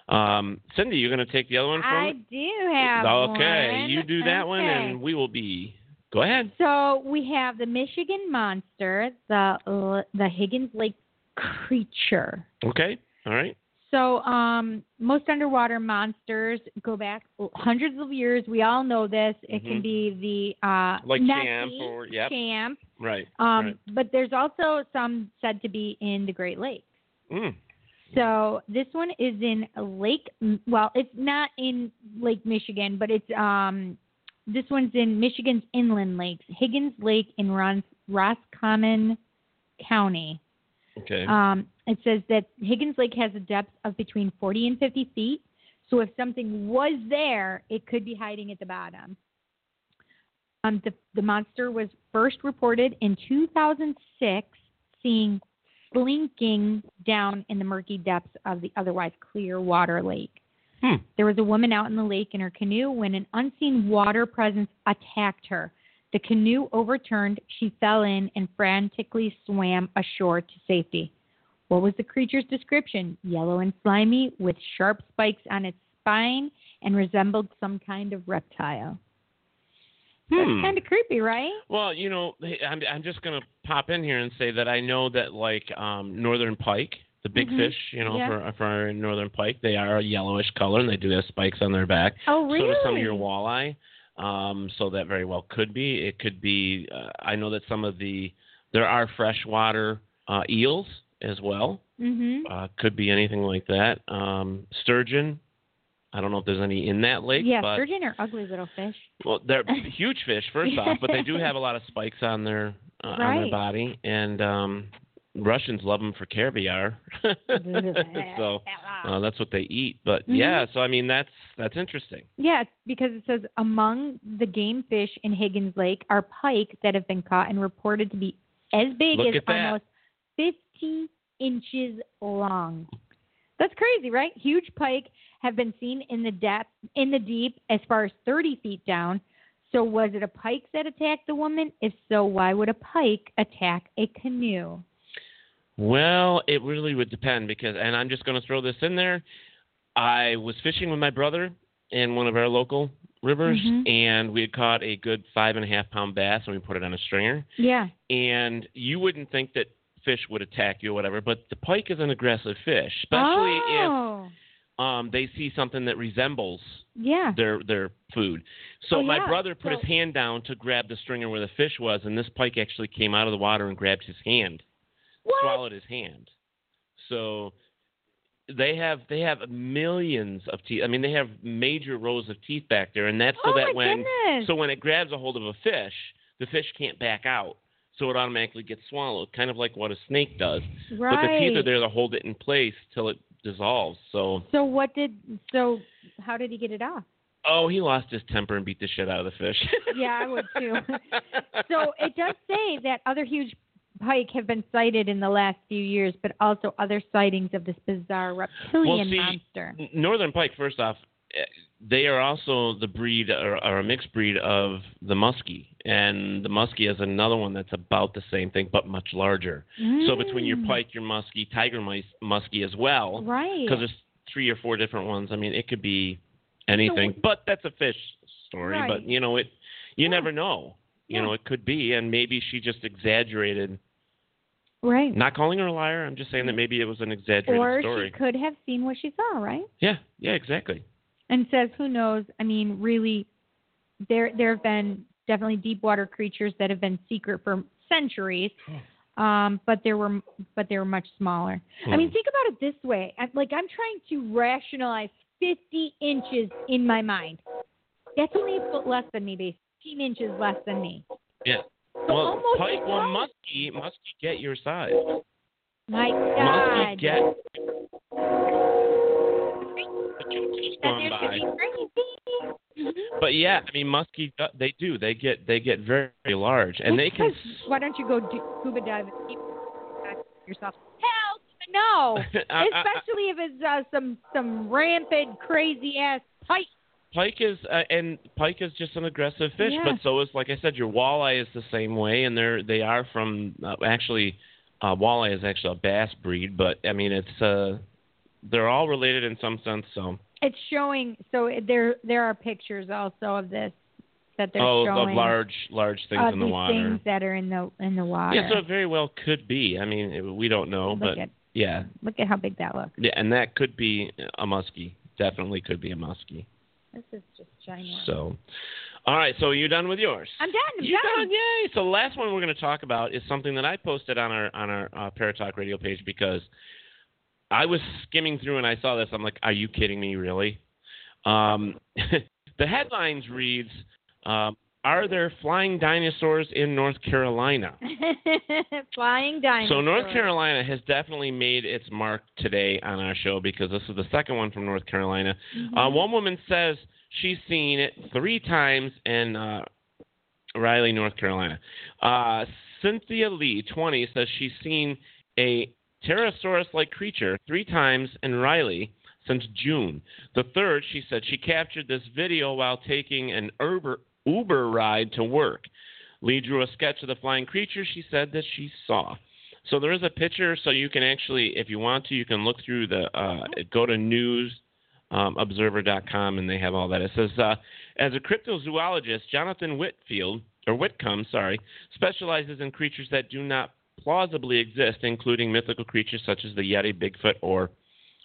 S2: Um, Cindy, you're going to take the other one from
S12: I do have
S2: Okay,
S12: one.
S2: you do that one,
S12: Okay.
S2: and we will be. Go ahead.
S8: So we have the Michigan monster, the the Higgins Lake creature.
S2: Okay. All right.
S8: So, um, most underwater monsters go back hundreds of years. We all know this. It
S2: Mhm.
S8: can be the uh,
S2: Like
S8: Nessie,
S2: champ or yep.
S8: champ,
S2: Right.
S8: um,
S2: right.
S8: but there's also some said to be in the Great Lakes.
S2: Mm.
S8: So this one is in Lake. Well, it's not in Lake Michigan, but it's um, this one's in Michigan's inland lakes, Higgins Lake in Ros- Roscommon County.
S2: Okay.
S8: Um, it says that Higgins Lake has a depth of between 40 and 50 feet. So if something was there, it could be hiding at the bottom. Um, the, the monster was first reported in 2006, seen slinking down in the murky depths of the otherwise clear water lake. There was a woman out in the lake in her canoe when an unseen water presence attacked her. The canoe overturned, she fell in, and frantically swam ashore to safety. What was the creature's description? Yellow and slimy, with sharp spikes on its spine, and resembled some kind of reptile.
S2: Hmm.
S8: Kind of creepy, right?
S2: Well, you know, hey, I'm, I'm just going to pop in here and say that I know that, like, um, northern pike, the big
S8: Mhm.
S2: fish, you know,
S8: Yeah.
S2: for, for our northern pike, they are a yellowish color and they do have spikes on their back.
S8: Oh,
S2: So do some of your
S8: really?
S2: walleye. Um, so that very well could be. It could be. Uh, I know that some of the there are freshwater uh, eels as well.
S8: Mm-hmm.
S2: Uh, could be anything like that. Um, sturgeon. I don't know if there's any in that lake.
S8: yeah,
S2: but,
S8: sturgeon are ugly little fish.
S2: Well, they're <laughs> huge fish first off, but
S8: <laughs>
S2: they do have a lot of spikes on their uh, on their
S8: Right.
S2: body, and um, Russians love them for caviar. <laughs> so
S8: <laughs>
S2: uh, that's what they eat. But
S8: Mhm.
S2: yeah, so I mean that's that's interesting.
S8: Yeah, it's because it says among the game fish in Higgins Lake are pike that have been caught and reported to be as big
S2: Look
S8: as
S2: at that.
S8: almost 50 inches long. That's crazy, right? Huge pike have been seen in the depth in the deep as far as 30 feet down. So was it a pike that attacked the woman? If so, why would a pike attack a canoe?
S2: Well, it really would depend because, and I'm just going to throw this in there. I was fishing with my brother in one of our local rivers,
S8: Mm-hmm.
S12: Mhm.
S2: and we had caught a good five and a half pound bass, and we put it on a stringer.
S8: Yeah.
S2: And you wouldn't think that fish would attack you or whatever, but the pike is an aggressive fish, especially
S8: oh,
S2: if um, they see something that resembles
S8: yeah.
S2: their their food. So
S8: Oh,
S2: my
S8: yeah.
S2: brother put
S8: So-
S2: his hand down to grab the stringer where the fish was, and this pike actually came out of the water and grabbed his hand, swallowed his hand. So they have they have millions of teeth. I mean, they have major rows of teeth back there, and that's so
S12: Oh,
S2: that
S12: my
S2: when
S12: goodness.
S2: so when it grabs a hold of a fish, the fish can't back out. so it automatically gets swallowed, kind of like what a snake does. But the teeth are
S8: Right.
S2: there to hold it in place till it dissolves. So,
S8: So what did? So how did he get it
S2: <laughs>
S8: off?
S2: oh, he lost his temper and beat the shit out of the fish.
S8: Yeah, I would
S2: <laughs>
S8: too. so it does say that other huge pike have been sighted in the last few years, but also other sightings of this bizarre reptilian
S2: Well, see,
S8: monster.
S2: N- Northern pike, first off, eh, they are also the breed or, or a mixed breed of the muskie, and the muskie is another one that's about the same thing but much larger. So between your
S8: Mm.
S2: pike, your muskie, tiger mice, muskie as well,
S8: Right.
S2: Because there's three or four different ones. I mean, it could be anything, but that's a fish story.
S8: Right.
S2: But you know, it you never know. You
S8: Yeah.
S2: know, it could be, and maybe she just exaggerated.
S8: Right.
S2: Not calling her a liar. I'm just saying that maybe it was an exaggerated
S8: Mm. Or
S2: story.
S8: she could have seen what she saw, right?
S2: Yeah, yeah, exactly.
S8: and says, "Who knows? I mean, really, there there have been definitely deep water creatures that have been secret for centuries,
S2: Hmm.
S8: um, but there were but they were much smaller. I mean,
S13: Hmm.
S8: think about it this way: I, like I'm trying to rationalize 50 inches in my mind. That's only a foot less than me, basically. 15 inches less than me.
S2: Yeah. Well,
S8: almost
S2: pike
S8: as
S2: well
S8: close.
S2: muskie muskie get your size.
S8: My
S2: Muskie
S8: God.
S2: get.
S8: And
S2: Going
S8: there
S2: by.
S8: could be crazy.
S2: But yeah, I mean muskie uh, they do they get they get very large <laughs> and they can
S8: <laughs> Why don't you go do, scuba dive and keep yourself? Hell no!
S2: <laughs> I- I-
S8: Especially if it's uh, some some rampant crazy ass pike.
S2: Pike is uh, and pike is just an aggressive fish,
S8: Yeah.
S2: but so is like I said, your walleye is the same way, and they're they are from uh, actually uh, walleye is actually a bass breed, but I mean it's uh they're all related in some sense. So
S8: It's showing. So it- there there are pictures also of this that they're
S2: oh,
S8: showing
S2: of large large things
S8: of
S2: in the
S8: these
S2: water.
S8: things that are in the in the water.
S2: Yeah, so it very well could be. I mean, it- we don't know, but
S8: at-
S2: yeah,
S8: Look at how big that looks.
S2: yeah, and that could be a muskie. Definitely could be a muskie.
S8: This is just ginormous.
S2: So, all right, so you done with yours?
S8: I'm done. I'm
S2: You
S8: done.
S2: done? Yay! So the last one we're going to talk about is something that I posted on our on our uh, Paratalk Radio page because I was skimming through and I saw this. I'm like, are you kidding me? Really? Um, <laughs> the headlines reads, um, "Are there flying dinosaurs in North Carolina?"
S8: <laughs> Flying dinosaur.
S2: So North Carolina uh, has definitely made its mark today on our show because this is the second one from North Carolina.
S8: Mm-hmm.
S2: Uh, one woman says she's seen it three times in uh, Raleigh, North Carolina. Uh, Cynthia Lee, 20, says she's seen a pterosaurus-like creature three times in Riley since June. The third, she said she captured this video while taking an Uber, Uber ride to work. Lee drew a sketch of the flying creature she said that she saw. So there is a picture, so you can actually, if you want to, you can look through the, uh, go to news um, observer.com and they have all that. It says, uh, as a cryptozoologist, Jonathan Whitfield, or Whitcomb, sorry, specializes in creatures that do not plausibly exist, including mythical creatures such as the Yeti, Bigfoot, or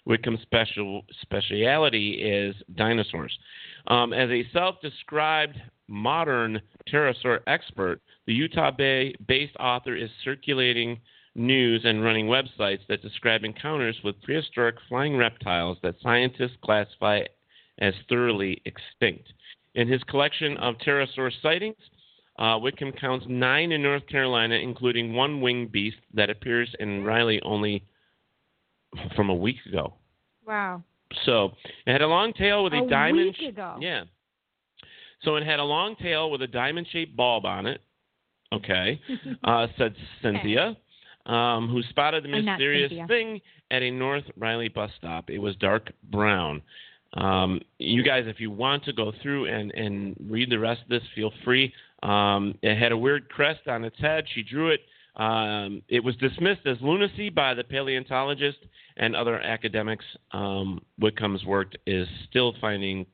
S2: Whitcomb's special speciality is dinosaurs. Um, as a self-described modern pterosaur expert, the Utah Bay-based author is circulating news and running websites that describe encounters with prehistoric flying reptiles that scientists classify as thoroughly extinct. In his collection of pterosaur sightings, uh, Whitcomb counts nine in North Carolina, including one winged beast that appears in Riley only from a week ago.
S8: Wow.
S2: So it had a long tail with a,
S8: A
S2: diamond.
S8: week ago.
S2: Yeah. So it had a long tail with a diamond-shaped bulb on it. Okay, uh, said Cynthia, um, who spotted the
S8: I'm not
S2: mysterious
S8: Cynthia.
S2: thing at a North Riley bus stop. It was dark brown. Um, you guys, if you want to go through and, and read the rest of this, feel free. Um, it had a weird crest on its head. She drew it. Um, it was dismissed as lunacy by the paleontologist and other academics. Um, Whitcomb's work is still finding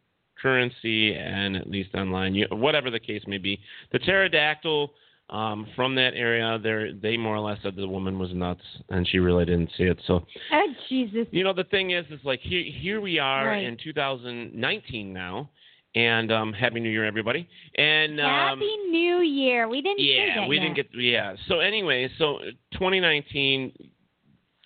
S2: currency and at least online, you, whatever the case may be. The pterodactyl um, from that area, they're- they more or less said the woman was nuts and she really didn't see it. So
S8: <laughs> Oh, Jesus.
S2: you know, the thing is, is like here, here we are
S8: Right.
S2: in 2019 now, and um, happy New Year, everybody. And um,
S8: Happy New Year. We didn't say
S2: yeah,
S8: that
S2: we
S8: yet.
S2: didn't get yeah. So anyway, so 2019,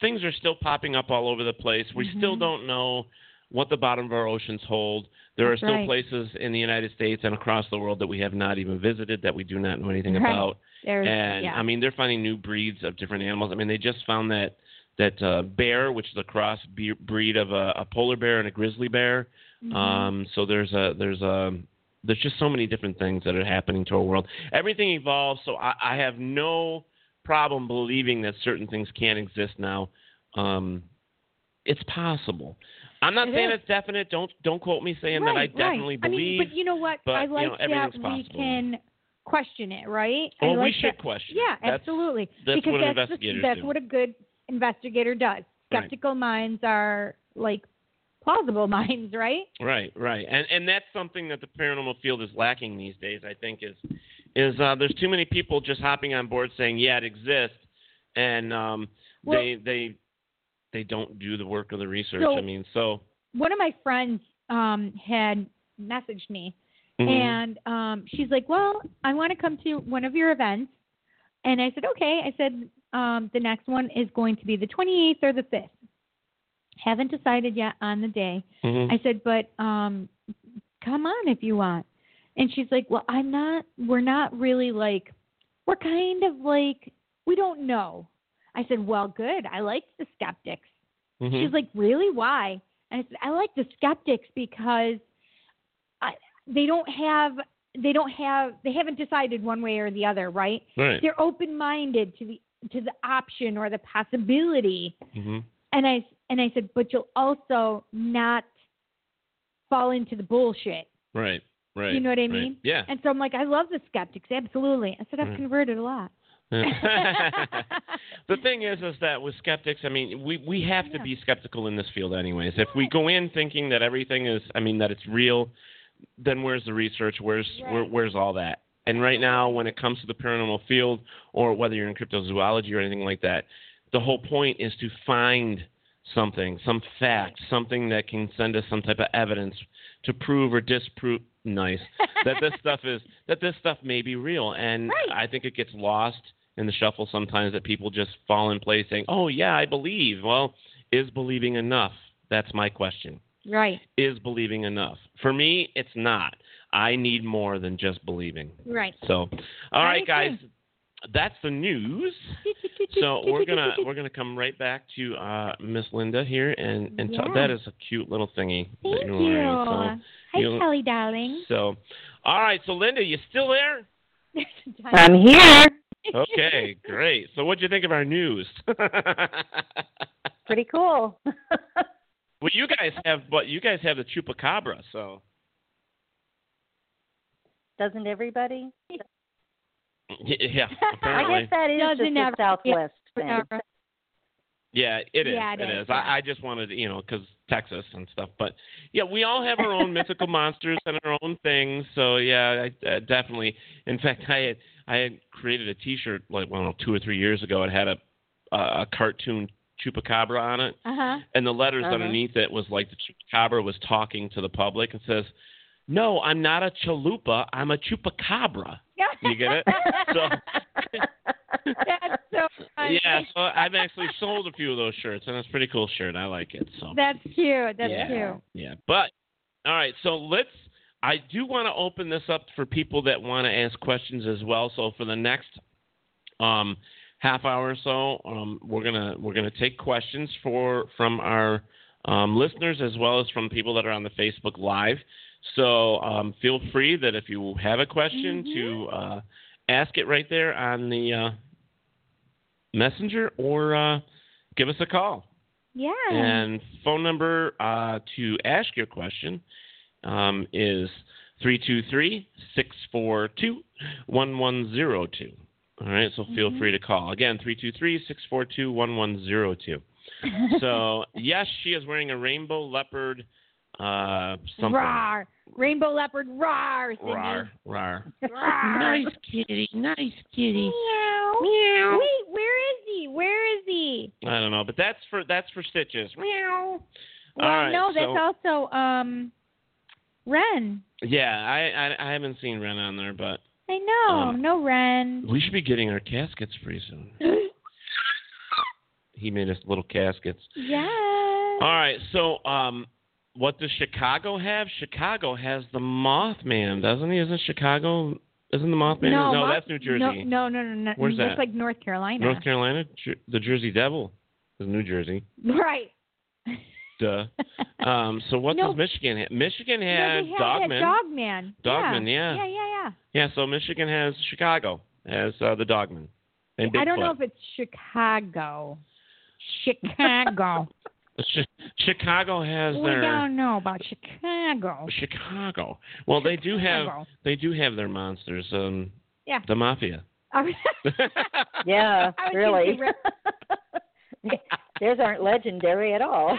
S2: things are still popping up all over the place. We still
S8: Mm-hmm.
S2: don't know what the bottom of our oceans hold. There
S8: That's
S2: are still
S8: right.
S2: places in the United States and across the world that we have not even visited that we do not know anything
S8: Right.
S2: about.
S8: There's-
S2: and
S8: yeah.
S2: I mean they're finding new breeds of different animals. I mean they just found that that uh, bear, which is a cross be- breed of a, a polar bear and a grizzly bear.
S8: Mm-hmm.
S14: Mhm.
S2: Um, so there's a there's a there's just so many different things that are happening to our world. Everything evolves, so I, I have no problem believing that certain things can exist now. Um, it's possible. I'm not
S8: It
S2: saying
S8: is.
S2: it's definite. Don't don't quote me saying that I
S8: Right, right.
S2: definitely
S8: I
S2: believe.
S8: mean, but you know what?
S2: but,
S8: I
S2: you know,
S8: like that
S2: everything's
S8: we
S2: possible.
S8: can question it, right? I
S2: Well, we
S8: like
S2: should
S8: that-
S2: question it.
S8: Yeah,
S2: That's-
S8: absolutely.
S2: that's
S8: because
S2: what
S8: that's the-
S2: investigators
S8: that's
S2: do.
S8: what a good investigator does.
S2: Right.
S8: Skeptical minds are like plausible <laughs> minds, right?
S2: Right, right, and and that's something that the paranormal field is lacking these days. I think is is uh, there's too many people just hopping on board saying yeah it exists, and um,
S8: Well-
S2: they they they don't do the work of the research.
S8: So-
S2: I mean, so
S8: one of my friends um had messaged me
S2: Mhm.
S8: and um she's like well i want to come to one of your events and i said okay i said um the next one is going to be the 28th or the 5th haven't decided yet on the day
S2: mm-hmm,
S14: Mhm.
S8: i said but um come on if you want and she's like well i'm not we're not really like we're kind of like we don't know i said well good i like the skeptics
S2: Hmm. mm-hmm.
S8: She's like, really? Why? And I said, I like the skeptics because I, they don't have they don't have they haven't decided one way or the other, right?
S14: Right.
S8: They're open minded to the to the option or the possibility.
S2: Mhm.
S8: And I and I said, but you'll also not fall into the bullshit.
S2: right, right.
S8: you know what I
S2: right.
S8: mean?
S2: Yeah.
S8: And so I'm like, I love the skeptics, absolutely. I said, I've
S2: Right.
S8: converted a lot.
S2: the thing is, is that with skeptics, I mean, we, we have to be skeptical in this field, anyways. If we go in thinking that everything is, I mean, that it's real, then where's the research? Where's where, where's all that? And right now, when it comes to the paranormal field, or whether you're in cryptozoology or anything like that, the whole point is to find something, some fact, something that can send us some type of evidence to prove or disprove. Nice that
S8: <laughs>
S2: this stuff is that this stuff may be real, and I think it gets lost in the shuffle sometimes that people just fall in place saying, "Oh yeah, I believe." Well, is believing enough? That's my question.
S8: Right.
S2: Is believing enough? For me, it's not. I need more than just believing.
S8: Right.
S2: So, all right,
S8: I
S2: guys, that's
S8: <laughs>
S2: the news. So we're gonna we're gonna come right back to uh, Miss Linda here, and and ta-
S8: Yeah.
S2: that is a cute little thingy that you're
S8: Thank you.
S2: wearing.
S8: Hi,
S2: you'll-
S8: Kelly, darling.
S2: So, so, all right, so Linda, you still there?
S9: I'm here.
S2: Um,
S8: <laughs>
S2: Okay, great. So, what'd you think of our news? <laughs>
S9: Pretty cool. <laughs>
S2: Well, you guys have, but you guys have the chupacabra, so
S9: Doesn't everybody?
S8: <laughs>
S2: yeah,
S9: I
S2: apparently,
S9: guess that is just
S8: Doesn't
S9: a
S8: every-
S9: Southwest
S8: yeah,
S9: thing.
S2: yeah, it is,
S8: Yeah, it
S2: it
S8: is,
S2: is. I, I just wanted, to, you know, because Texas and stuff, but yeah, we all have our
S8: <laughs>
S2: own mythical monsters and our own things. So yeah, I, uh, definitely. In fact, I had I had created a T-shirt like I don't know two or three years ago. It had a a cartoon chupacabra on it,
S8: Uh-huh.
S2: and the letters
S8: Uh-huh.
S2: underneath it was like the chupacabra was talking to the public and says, "No, I'm not a chalupa. I'm a chupacabra." You get it? <laughs> So-
S8: <laughs> That's so funny.
S2: Yeah, so I've actually sold a few of those shirts, and it's a pretty cool shirt. I like it. So
S8: That's cute. That's
S2: Yeah.
S8: cute.
S2: yeah, but all right, so let's. I do want to open this up for people that want to ask questions as well. So for the next um, half hour or so, um, we're gonna we're gonna take questions for from our um, listeners as well as from people that are on the Facebook Live. So um, feel free that if you have a question
S8: Mm-hmm.
S2: to uh, ask it right there on the uh, messenger or uh, give us a call.
S8: Yeah.
S2: And phone number uh, to ask your question um, is 323 642 1102. All right, so feel free to call. Again, 323 642 1102.
S8: <laughs>
S2: So, yes, she is wearing a rainbow leopard uh, something.
S8: Rawr. Rainbow leopard, rawr, Sydney.
S2: Rar, rar.
S8: Rawr.
S2: Nice kitty, nice kitty.
S8: Ah. Meow.
S2: Meow.
S8: Wait, where is he? Where is he?
S2: I don't know, but that's for that's for stitches.
S8: Meow.
S2: All
S8: Well,
S2: right,
S8: no,
S2: so-
S8: that's also um, Ren.
S2: Yeah, I, I I haven't seen Ren on there, but
S8: I know,
S2: Um,
S8: no Ren.
S2: <gasps> we should be getting our caskets pretty soon. He made us little caskets.
S8: yeah.
S2: All right, so um, what does Chicago have? Chicago has the Mothman, doesn't he? Isn't Chicago Isn't the Mothman?
S12: no, Mon-
S2: that's New Jersey.
S12: No, no, no, no. no.
S2: Where's
S12: that's
S2: that?
S12: like North Carolina.
S2: North Carolina, Jer- the Jersey Devil is New Jersey.
S8: <laughs>
S12: Right.
S2: Duh. Um, so what does Michigan have? Michigan
S12: Yeah,
S2: has
S12: they had
S2: Dogman.
S12: That Dogman.
S2: Dogman,
S12: yeah.
S2: yeah.
S12: Yeah, yeah,
S2: yeah, so Michigan has Chicago as uh, the Dogman. And
S12: yeah. I don't
S2: Bigfoot.
S12: know if it's Chicago.
S2: <laughs>
S12: Chicago.
S2: It's just- Chicago has
S12: we
S2: their
S12: don't know about Chicago.
S2: Chicago. Well, they do have
S12: Chicago.
S2: they do have their monsters. Um,
S12: Yeah.
S2: the mafia.
S12: <laughs>
S2: <laughs>
S12: I was-
S9: Yeah,
S12: I was gonna
S9: really.
S12: say Rip-
S9: <laughs> Theirs aren't legendary at all.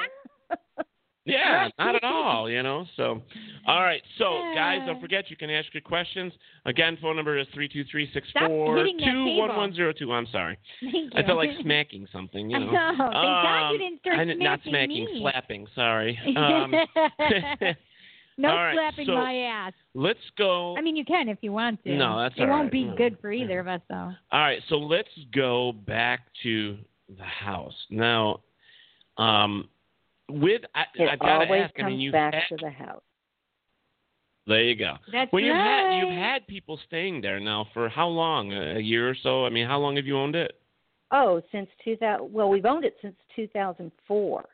S2: Yeah, not at all, you know. So, all right. So, guys, don't forget you can ask your questions. Again, phone number is three two three six four
S12: hitting that
S2: two one one zero two. I'm sorry. I
S12: <laughs>
S2: felt like
S12: you.
S2: smacking something, you
S12: I
S2: know.
S12: know. Thank God you
S2: Um,
S12: didn't start
S2: I didn't- Not
S12: smacking
S2: smacking,
S12: me.
S2: slapping,
S12: <laughs>
S2: sorry. Um, <laughs>
S12: no
S2: all right,
S12: slapping
S2: so
S12: my ass.
S2: Let's go.
S12: I mean, you can if you want to.
S2: No, that's
S12: It
S2: all
S12: won't
S2: right.
S12: be
S2: No.
S12: good for either of us, though.
S2: All right, so let's go back to the house now. Um, with I,
S9: It
S2: I've got to
S9: always
S2: ask. I
S9: comes
S2: mean, you
S9: back to
S2: had-
S9: the house.
S2: there you go.
S12: That's
S2: well, you've had
S12: right.
S2: you've had people staying there now for how long? A a year or so? I mean, how long have you owned it?
S9: Oh, since 2000. Well, we've owned it since 2004.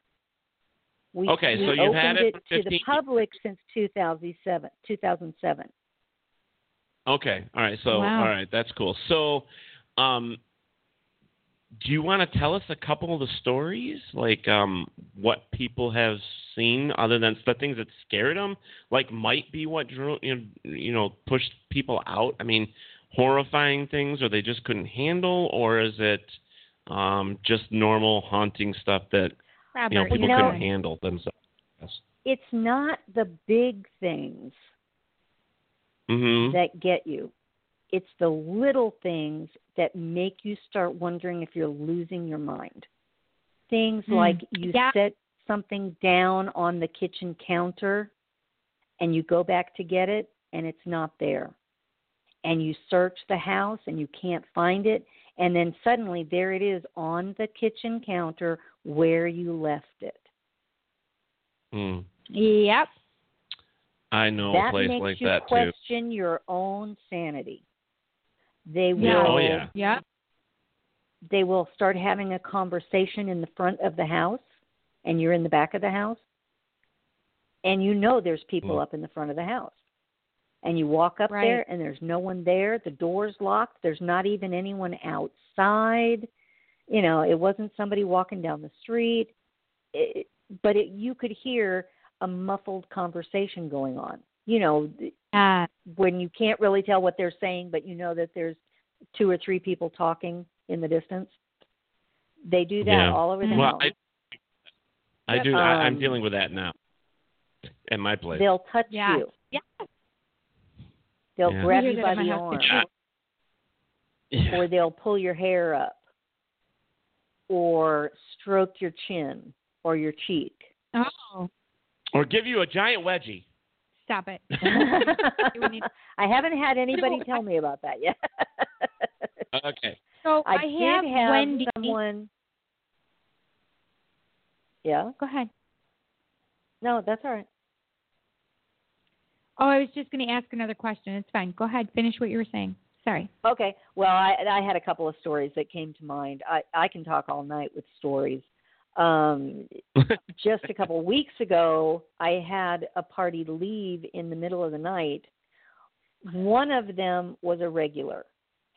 S9: We,
S2: Okay,
S9: we
S2: so you've had
S9: opened
S2: it
S9: it,
S2: for
S9: to the
S2: 15
S9: public since 2007. 2007.
S2: Okay. All right. So,
S9: Wow.
S2: all right. That's cool. So, um, do you want to tell us a couple of the stories, like um, what people have seen, other than the things that scared them, like might be what drew, you know, you know, pushed people out? I mean, horrifying things, or they just couldn't handle, or is it um, just normal haunting stuff that you know
S9: Robert,
S2: people
S9: you know-
S2: couldn't handle themselves?
S9: It's not the big things
S2: hmm
S9: that get you. It's the little things that make you start wondering if you're losing your mind. Things
S5: Hmm.
S9: like you
S5: Yeah.
S9: set something down on the kitchen counter and you go back to get it and it's not there. And you search the house and you can't find it. And then suddenly there it is on the kitchen counter where you left it.
S2: Mm.
S9: Yep.
S2: I know
S9: that
S2: a place
S9: makes
S2: like
S9: you
S2: that too.
S9: question your own sanity. They will.
S2: Yeah. Oh, yeah.
S12: Yeah.
S9: They will start having a conversation in the front of the house, and you're in the back of the house, and you know there's people
S5: Mm.
S9: up in the front of the house, and you walk up
S5: Right.
S9: there, and there's no one there. The door's locked. There's not even anyone outside. You know, it wasn't somebody walking down the street, it, but it, you could hear a muffled conversation going on. You know,
S12: Uh,
S9: when you can't really tell what they're saying, but you know that there's two or three people talking in the distance. They do that
S2: Yeah.
S9: all over the
S2: well,
S12: Mm-hmm.
S9: house.
S2: I, I
S9: Yep.
S2: do. I, I'm
S9: Um,
S2: dealing with that now. At my place.
S9: They'll touch
S12: Yeah.
S9: you. They'll
S2: Yeah.
S9: grab
S12: We
S9: you
S12: did
S9: by
S12: that at
S9: the
S12: my
S9: arm,
S12: house,
S2: <laughs> Yeah.
S9: or they'll pull your hair up, or stroke your chin or your cheek. <laughs>
S12: Oh,
S2: Or give you a giant wedgie.
S12: stop
S9: <laughs>
S12: it. <laughs>
S9: I haven't had anybody tell me about that yet.
S2: <laughs> Okay.
S12: So
S9: I,
S12: Oh, I
S9: did
S12: have
S9: have
S12: Wendy-
S9: someone. Yeah.
S12: Go ahead.
S9: No, that's all right.
S12: Oh, I was just going to ask another question. It's fine. Go ahead. Finish what you were saying. Sorry.
S9: Okay. Well, I, I had a couple of stories that came to mind. I, I can talk all night with stories. Um, just a couple weeks ago, I had a party leave in the middle of the night. One of them was a regular,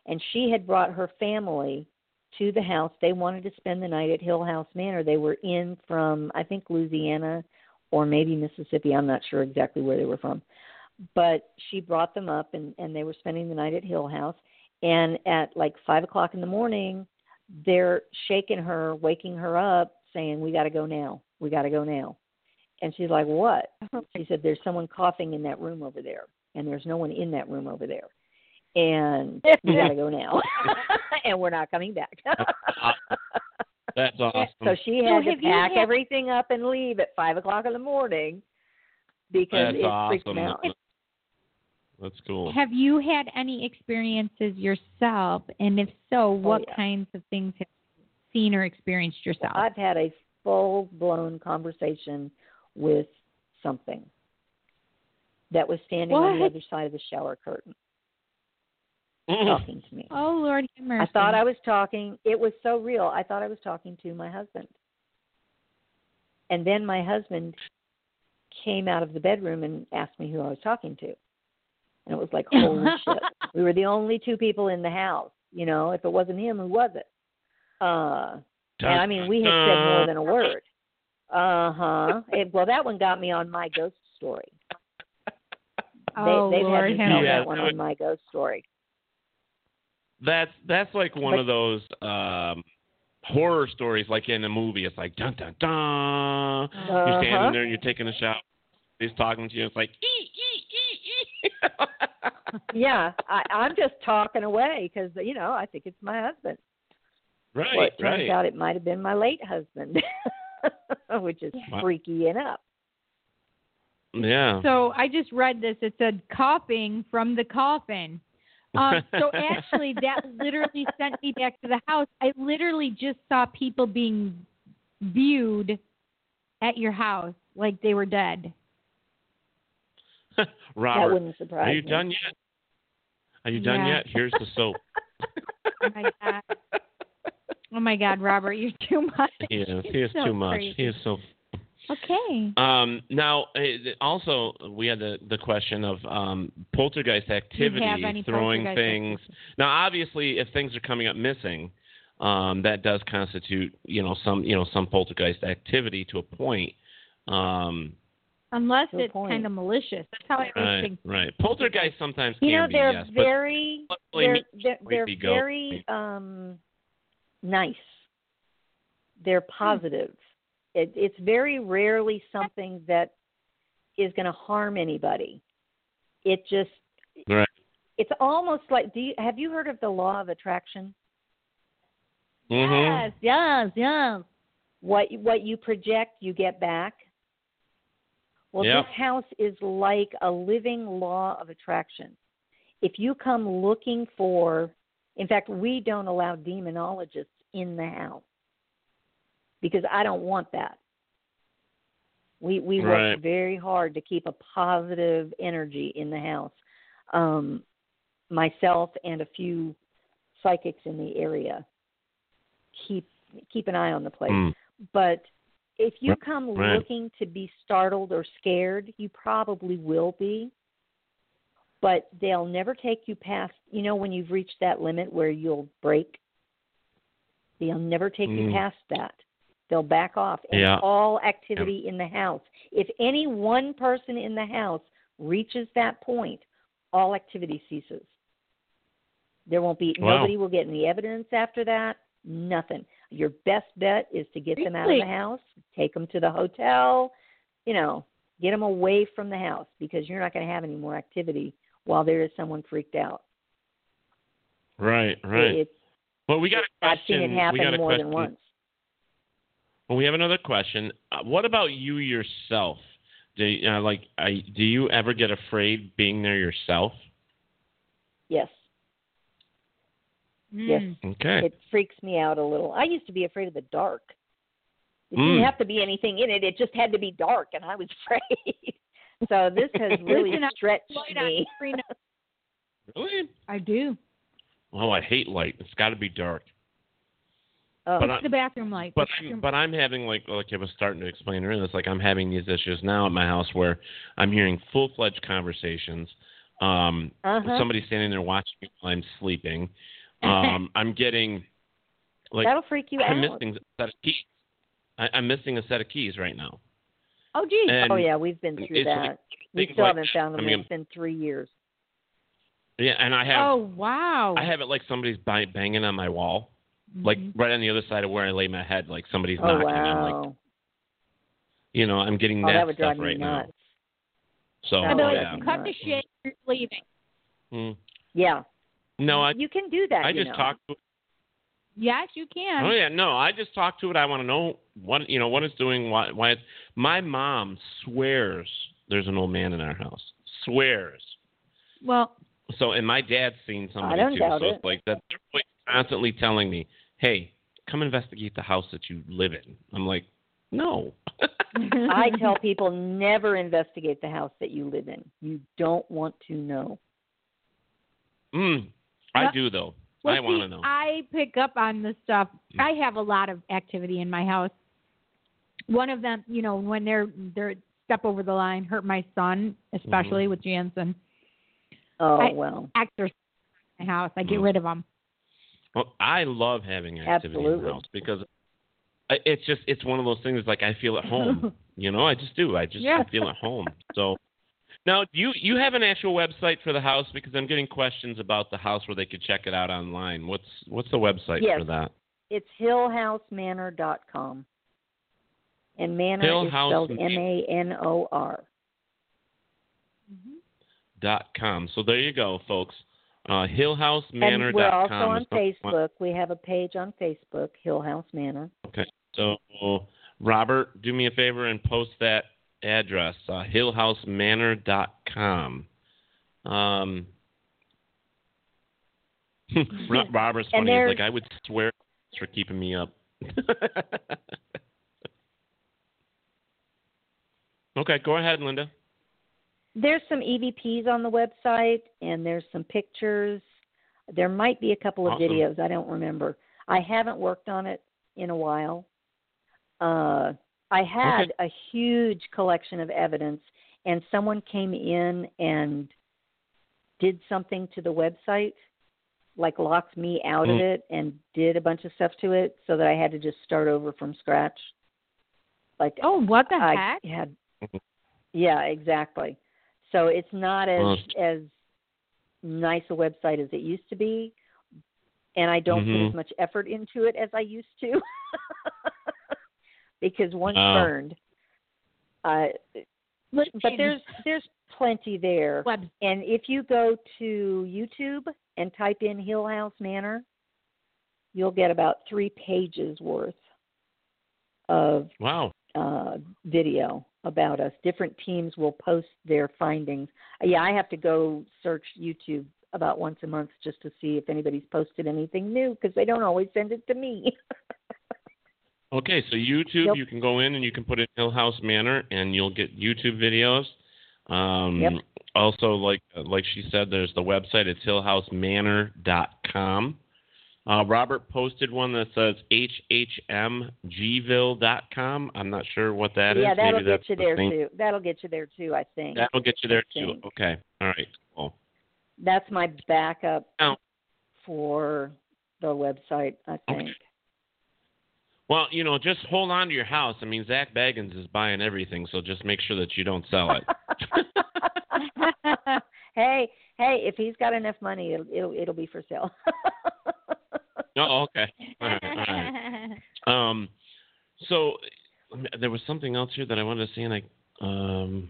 S9: and she had brought her family to the house. They wanted to spend the night at Hill House Manor. They were in from, I think, Louisiana or maybe Mississippi. I'm not sure exactly where they were from. But she brought them up, and, and they were spending the night at Hill House. And at like five o'clock in the morning, they're shaking her, waking her up, saying, "We got to go now. We got to go now." And she's like, "What?" She said, "There's someone coughing in that room over there, and there's no one in that room over there, and we got to go now, <laughs> and we're not coming back."
S2: That's awesome.
S9: <laughs> So she
S5: So
S9: had to
S5: have you
S9: pack
S5: had-
S9: everything up and leave at five o'clock in the morning because
S2: That's
S9: it freaked
S2: awesome.
S9: them out.
S2: That's cool.
S12: Have you had any experiences yourself? And if so, what
S9: Oh, yeah.
S12: kinds of things have you seen or experienced yourself?
S9: I've had a full blown conversation with something that was standing on the
S12: What?
S5: <laughs>
S9: other side of the shower curtain.
S2: Mm-hmm.
S9: talking to me.
S12: Oh Lord, have mercy.
S9: I thought I was talking. It was so real. I thought I was talking to my husband. And then my husband came out of the bedroom and asked me who I was talking to. And it was
S5: <laughs>
S9: like, holy shit.
S12: <laughs>
S9: We were the only two people in the house. You know, if it wasn't him, who was it? Uh, and I mean, we had said more than a word. Uh huh. Well, that one got me on my ghost story.
S12: Oh,
S8: Oh,
S9: they, they've
S12: Lord,
S9: had me
S12: have
S9: tell
S12: mercy.
S9: that one on my ghost story.
S2: That's that's like one of those um horror stories, like in a movie. It's like dun dun dun. You're
S9: Uh-huh.
S2: standing there and you're taking a shower. He's talking to you. It's like
S9: yeah, I, I'm just talking away because you know I think it's my husband.
S2: <laughs> right,
S9: well, it turns
S2: right.
S9: out it might have been my late husband, <laughs> which is
S2: Wow.
S9: freaky enough. <laughs>
S2: yeah.
S12: So I just read this. It said coughing from the coffin. Um,
S9: <laughs>
S12: so actually, that literally sent me back to the house. I literally just saw people being viewed at your house like they were dead.
S2: <laughs> Robert,
S9: wouldn't surprise
S2: are you
S9: me.
S2: done yet? Are you done
S12: Yeah.
S2: yet? Here's the
S9: <laughs>
S2: soap.
S12: Oh my god! oh my god, Robert, you're <laughs> too much.
S2: He is. He
S12: You're
S2: is
S12: so
S2: too much.
S12: crazy.
S2: He is so
S12: Okay.
S2: Um, now, uh, th- also, we had the, the question of um, poltergeist activity,
S12: any
S2: throwing
S12: poltergeist
S2: things. Now, obviously, if things are coming up missing, um, that does constitute, you know, some, you know, some poltergeist activity to a point. Um,
S12: Unless
S9: Good
S12: it's
S9: point.
S12: kind of malicious. That's how I always
S2: right,
S12: think.
S2: right. Poltergeist sometimes
S9: You
S2: can
S9: know,
S2: be,
S9: they're
S2: yes, but
S9: very,
S2: luckily
S9: they're,
S2: me-
S9: they're,
S2: might
S9: they're
S2: be ghost.
S9: very um, nice. They're
S2: Hmm.
S9: positive. It, it's very rarely something that is going to harm anybody. It just,
S2: Right.
S9: it's almost like. Do you have you heard of the law of attraction?
S2: Mhm.
S9: yes, yes. What what you project, you get back. Well,
S2: Yep.
S9: this house is like a living law of attraction. If you come looking for, in fact, we don't allow demonologists in the house because I don't want that. We we
S2: Right.
S9: work very hard to keep a positive energy in the house. Um, myself and a few psychics in the area keep keep an eye on the place.
S2: Mm.
S9: But if you
S2: Right,
S9: come
S2: right.
S9: looking to be startled or scared, you probably will be. But they'll never take you past, you know, when you've reached that limit where you'll break. They'll never take you
S2: Mm.
S9: past that. They'll back off. And
S2: Yeah.
S9: all activity in the house. If any one person in the house reaches that point, all activity ceases. There won't be
S2: Wow.
S9: nobody will get any evidence after that. Nothing. Your best bet is to get them out of
S12: Really?
S9: the house, take them to the hotel, you know, get them away from the house because you're not going to have any more activity while there is someone freaked out.
S2: right, right.
S9: It's,
S2: well, we got a
S9: I've seen
S2: question.
S9: it
S2: we got
S9: happen
S2: a
S9: more than
S2: question.
S9: once.
S2: Well, we have another question. Uh, what about you yourself? Do you, uh, like, I, do you ever get afraid being there yourself?
S9: Yes, yes.
S12: Mm.
S2: Okay.
S9: It freaks me out a little. I used to be afraid of the dark. It
S2: Mm.
S9: didn't have to be anything in it. It just had to be dark, and I was <laughs> afraid. so
S2: <laughs>
S9: this has really
S12: Listen, I-
S9: stretched
S12: Light on
S9: me.
S12: screen.
S9: <laughs>
S2: really?
S12: I do.
S2: Oh, I hate light. It's got to be dark.
S9: Oh.
S2: But
S12: It's
S2: I-
S12: the bathroom light.
S2: But
S12: The
S2: I'm,
S12: bathroom-
S2: but I'm having like like I was starting to explain earlier. It's like I'm having these issues now at my house where I'm hearing full fledged conversations. Um,
S9: Uh-huh.
S2: Somebody standing there watching me while I'm
S9: <laughs>
S2: sleeping. Um, I'm getting like
S9: That'll freak you
S2: I'm
S9: out.
S2: missing a set of keys. I, I'm missing a set of keys right now.
S12: oh geez.
S2: And
S9: oh yeah, we've been through
S2: it's
S9: that.
S2: like
S9: we
S2: things
S9: still
S2: like
S9: haven't
S2: that.
S9: found them.
S2: I mean,
S9: it's been three years.
S2: yeah, and I have
S12: oh wow.
S2: I have it like somebody's by, banging on my wall, like right on the other side of where I lay my head. Like somebody's
S9: Mm-hmm. Oh
S2: knocking. I'm like,
S9: wow!
S2: you know, I'm getting
S9: oh, that would
S2: stuff
S9: drive
S2: right
S9: me
S2: now.
S9: nuts.
S2: So
S9: I'd be like,
S2: oh, yeah.
S12: Cut the shit. You're leaving.
S2: Mm.
S9: Yeah.
S2: No, I
S9: you can do that.
S2: I
S9: you
S2: just
S9: know.
S2: talk to it.
S12: Yes, you can.
S2: Oh yeah, no, I just talk to it. I want to know what you know what it's doing. Why? Why? It's, my mom swears there's an old man in our house. Swears.
S12: Well,
S2: So and my dad's seen somebody
S9: don't
S2: too.
S9: doubt
S2: so
S9: it.
S2: it's like that. They're always constantly telling me, "Hey, come investigate the house that you live in." I'm like, no. <laughs>
S12: <laughs>
S9: I tell people never investigate the house that you live in. You don't want to know.
S2: Mm. I do though.
S8: Well,
S2: I want to
S8: see,
S2: know. Mm.
S8: I pick up on this stuff. I have a lot of activity in my house. One of them, you know, when they're they're step over the line, hurt my son, especially
S2: Mm-hmm.
S8: with Jansen.
S9: Oh
S8: I
S9: well.
S8: Exercise in my house. I get
S2: Mhm.
S8: rid of them.
S2: Well, Oh, I love having activity in
S8: Absolutely.
S2: the house because I- it's just it's one of those things like I feel at
S9: <laughs>
S2: home. you know, I just do. I just
S8: Yeah.
S2: I feel at home. So now do you you have an actual website for the house because I'm getting questions about the house where they could check it out online. What's what's the website
S9: Yes.
S2: for that?
S9: It's hillhousemanor.com. And manor is
S2: Hillhouse
S9: spelled
S2: Man-
S9: M A N O R.
S2: Dot com. So there you go, folks. Uh, hillhousemanor.com.
S9: And we're also on
S2: is something-
S9: Facebook. We have a page on Facebook, Hill House Manor.
S2: Okay. So, Robert, do me a favor and post that address, uh, hillhousemanor.com. Um, <laughs>
S9: <laughs>
S2: Ro- Robert's
S9: And
S2: funny. He's like,
S9: there's-
S2: I would swear for keeping me up. <laughs> okay, go ahead, Linda.
S9: There's some EVPs on the website, and there's some pictures. There might be a couple of
S15: Awesome.
S9: videos. I don't remember. I haven't worked on it in a while. Uh, I had a huge collection of evidence, and someone came in and did something to the website, like locked me out of
S15: Mm.
S9: it and did a bunch of stuff to it, so that I had to just start over from scratch. Like,
S8: oh, what the
S9: I
S8: heck?
S9: Had, yeah, exactly. So it's not as
S15: Well,
S9: as nice a website as it used to be, and I don't put
S15: Mhm.
S9: as much effort into it as I used to, <laughs> because once
S15: Wow.
S9: burned, uh, but
S15: see.
S9: there's there's plenty there. And if you go to YouTube and type in Hill House Manor, you'll get about three pages worth of
S2: Wow.
S9: uh, video about us. Different teams will post their findings. Uh, Yeah, I have to go search YouTube about once a month just to see if anybody's posted anything new because they don't always send it to me. <laughs>
S2: Okay, so YouTube, you can go in and you can put in Hill House Manor, and you'll get YouTube videos. Um,
S9: Yep.
S2: Also, like uh, like she said, there's the website. It's hillhousemanor.com. Uh, Robert posted one that says hhmgville.com. I'm not sure what that is.
S9: yeah, that'll
S2: Maybe that's
S9: get you
S2: the
S9: there
S2: thing.
S9: too. That'll get you there too, I think.
S2: That'll get you there too.
S9: Thing.
S2: Okay. All right. Cool.
S9: That's my backup
S2: Now,
S9: for the website, I think.
S2: Well, you know, just hold on to your house. I mean, Zach Baggins is buying everything, so just make sure that you don't sell
S9: <laughs>
S2: it.
S9: hey, hey, if he's got enough money, it'll it'll, it'll be for sale. <laughs>
S2: oh, okay. All right. All right.
S8: <laughs>
S2: Um, so there was something else here that I wanted to say, and I um,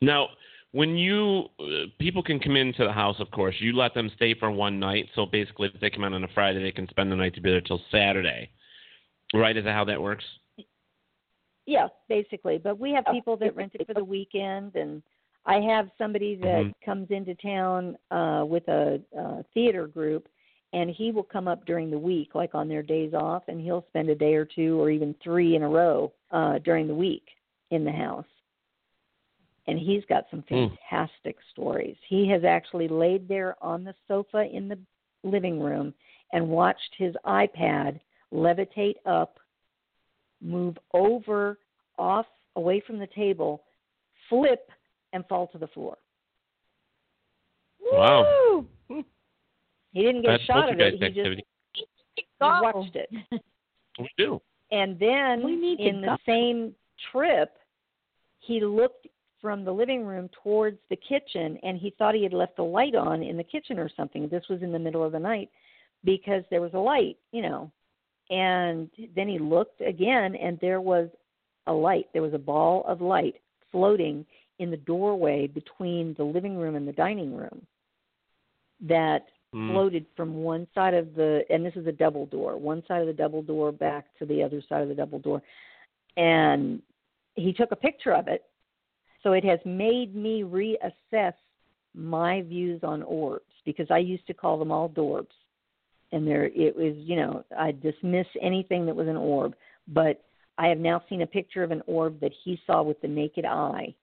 S2: now when you uh, people can come into the house, of course, you let them stay for one night. So basically, if they come out on a Friday, they can spend the night together till Saturday. Right? Is that how that works?
S9: yeah, basically. But we have people that rent it for the weekend, and I have somebody that
S15: Mhm.
S9: comes into town uh, with a, uh theater group, and he will come up during the week, like on their days off, and he'll spend a day or two or even three in a row uh, during the week in the house. And he's got some
S2: Hmm.
S15: Mm.
S9: fantastic stories. He has actually laid there on the sofa in the living room and watched his iPad levitate up, move over, off, away from the table, flip, and fall to the floor.
S2: Wow.
S9: He didn't get
S2: That's
S9: a shot of it.
S2: poltergeist
S9: He just
S2: activity.
S9: watched it.
S2: We do.
S9: And then
S15: We need to
S9: in the
S15: go.
S9: same trip, he looked from the living room towards the kitchen and he thought he had left the light on in the kitchen or something. This was in the middle of the night because there was a light, you know. And then he looked again and there was a light. There was a ball of light floating in the doorway between the living room and the dining room that
S15: Mm.
S9: floated from one side of the and this is a double door one side of the double door back to the other side of the double door and he took a picture of it so it has made me reassess my views on orbs because i used to call them all dorbs and there it was you know i dismiss anything that was an orb but i have now seen a picture of an orb that he saw with the naked eye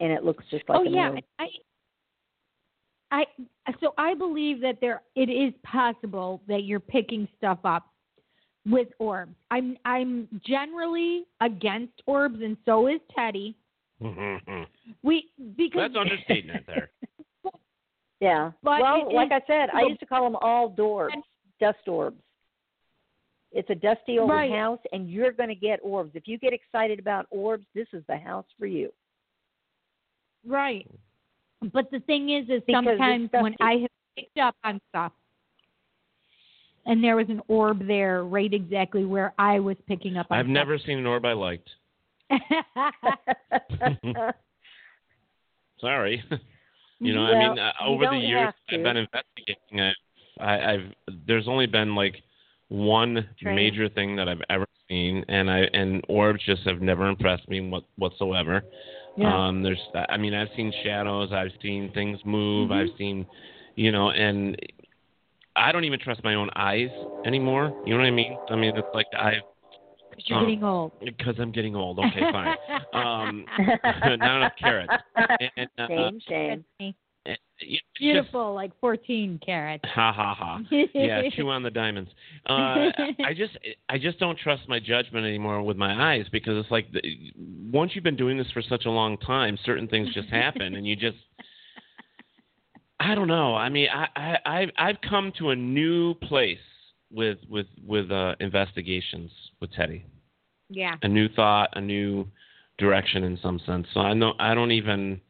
S9: and it looks just like
S8: oh
S9: a
S8: yeah,
S9: moon.
S8: I I so I believe that there it is possible that you're picking stuff up with orbs. I'm I'm generally against orbs, and so is Teddy. We because
S2: <laughs> That's understatement
S9: <laughs>
S2: there.
S9: Yeah.
S8: But
S9: well,
S8: it
S9: like
S8: is-
S9: I said, I
S8: the-
S9: used to call them all dorbs, dust orbs. It's a dusty old
S8: Right.
S9: house, and you're going to get orbs. If you get excited about orbs, this is the house for you.
S8: <laughs>
S9: <laughs>
S8: Right. But the thing is, is
S9: Because it's
S8: sometimes when
S9: dusty.
S8: I have picked up on stuff, and there was an orb there, right exactly where I was picking up on. <laughs>
S2: I've never seen an orb I liked. Sorry. <laughs> you know, I
S8: Well,
S2: mean, uh,
S8: you
S2: over the
S8: don't
S2: years
S8: have
S2: I've
S8: to.
S2: been investigating it. I, I've there's only been like one
S8: Train.
S2: major thing that I've ever seen, and I and orbs just have never impressed me what, whatsoever.
S8: Yeah.
S2: Um, there's, I mean, I've seen shadows, I've seen things move,
S8: Mm-hmm.
S2: I've seen, you know, and I don't even trust my own eyes anymore. You know what I mean? I mean, it's like I.
S8: Because you're getting
S2: Oh.
S8: old.
S2: Because I'm getting old. Okay,
S8: <laughs>
S2: fine. um, not enough
S9: <laughs>
S2: carrots. And, uh,
S8: Shame,
S9: shame.
S2: it- it's just-
S8: Beautiful, like 14 carats.
S2: Ha ha ha.
S8: <laughs>
S2: Yeah, chew on the diamonds. Uh, I just I just don't trust my judgment anymore with my eyes because it's like the, once you've been doing this for such a long time, certain things just happen and you just I don't know. I mean, I I I've, I've come to a new place with with with uh, investigations with Teddy.
S8: Yeah.
S2: A new thought, a new direction in some sense. So I know I don't even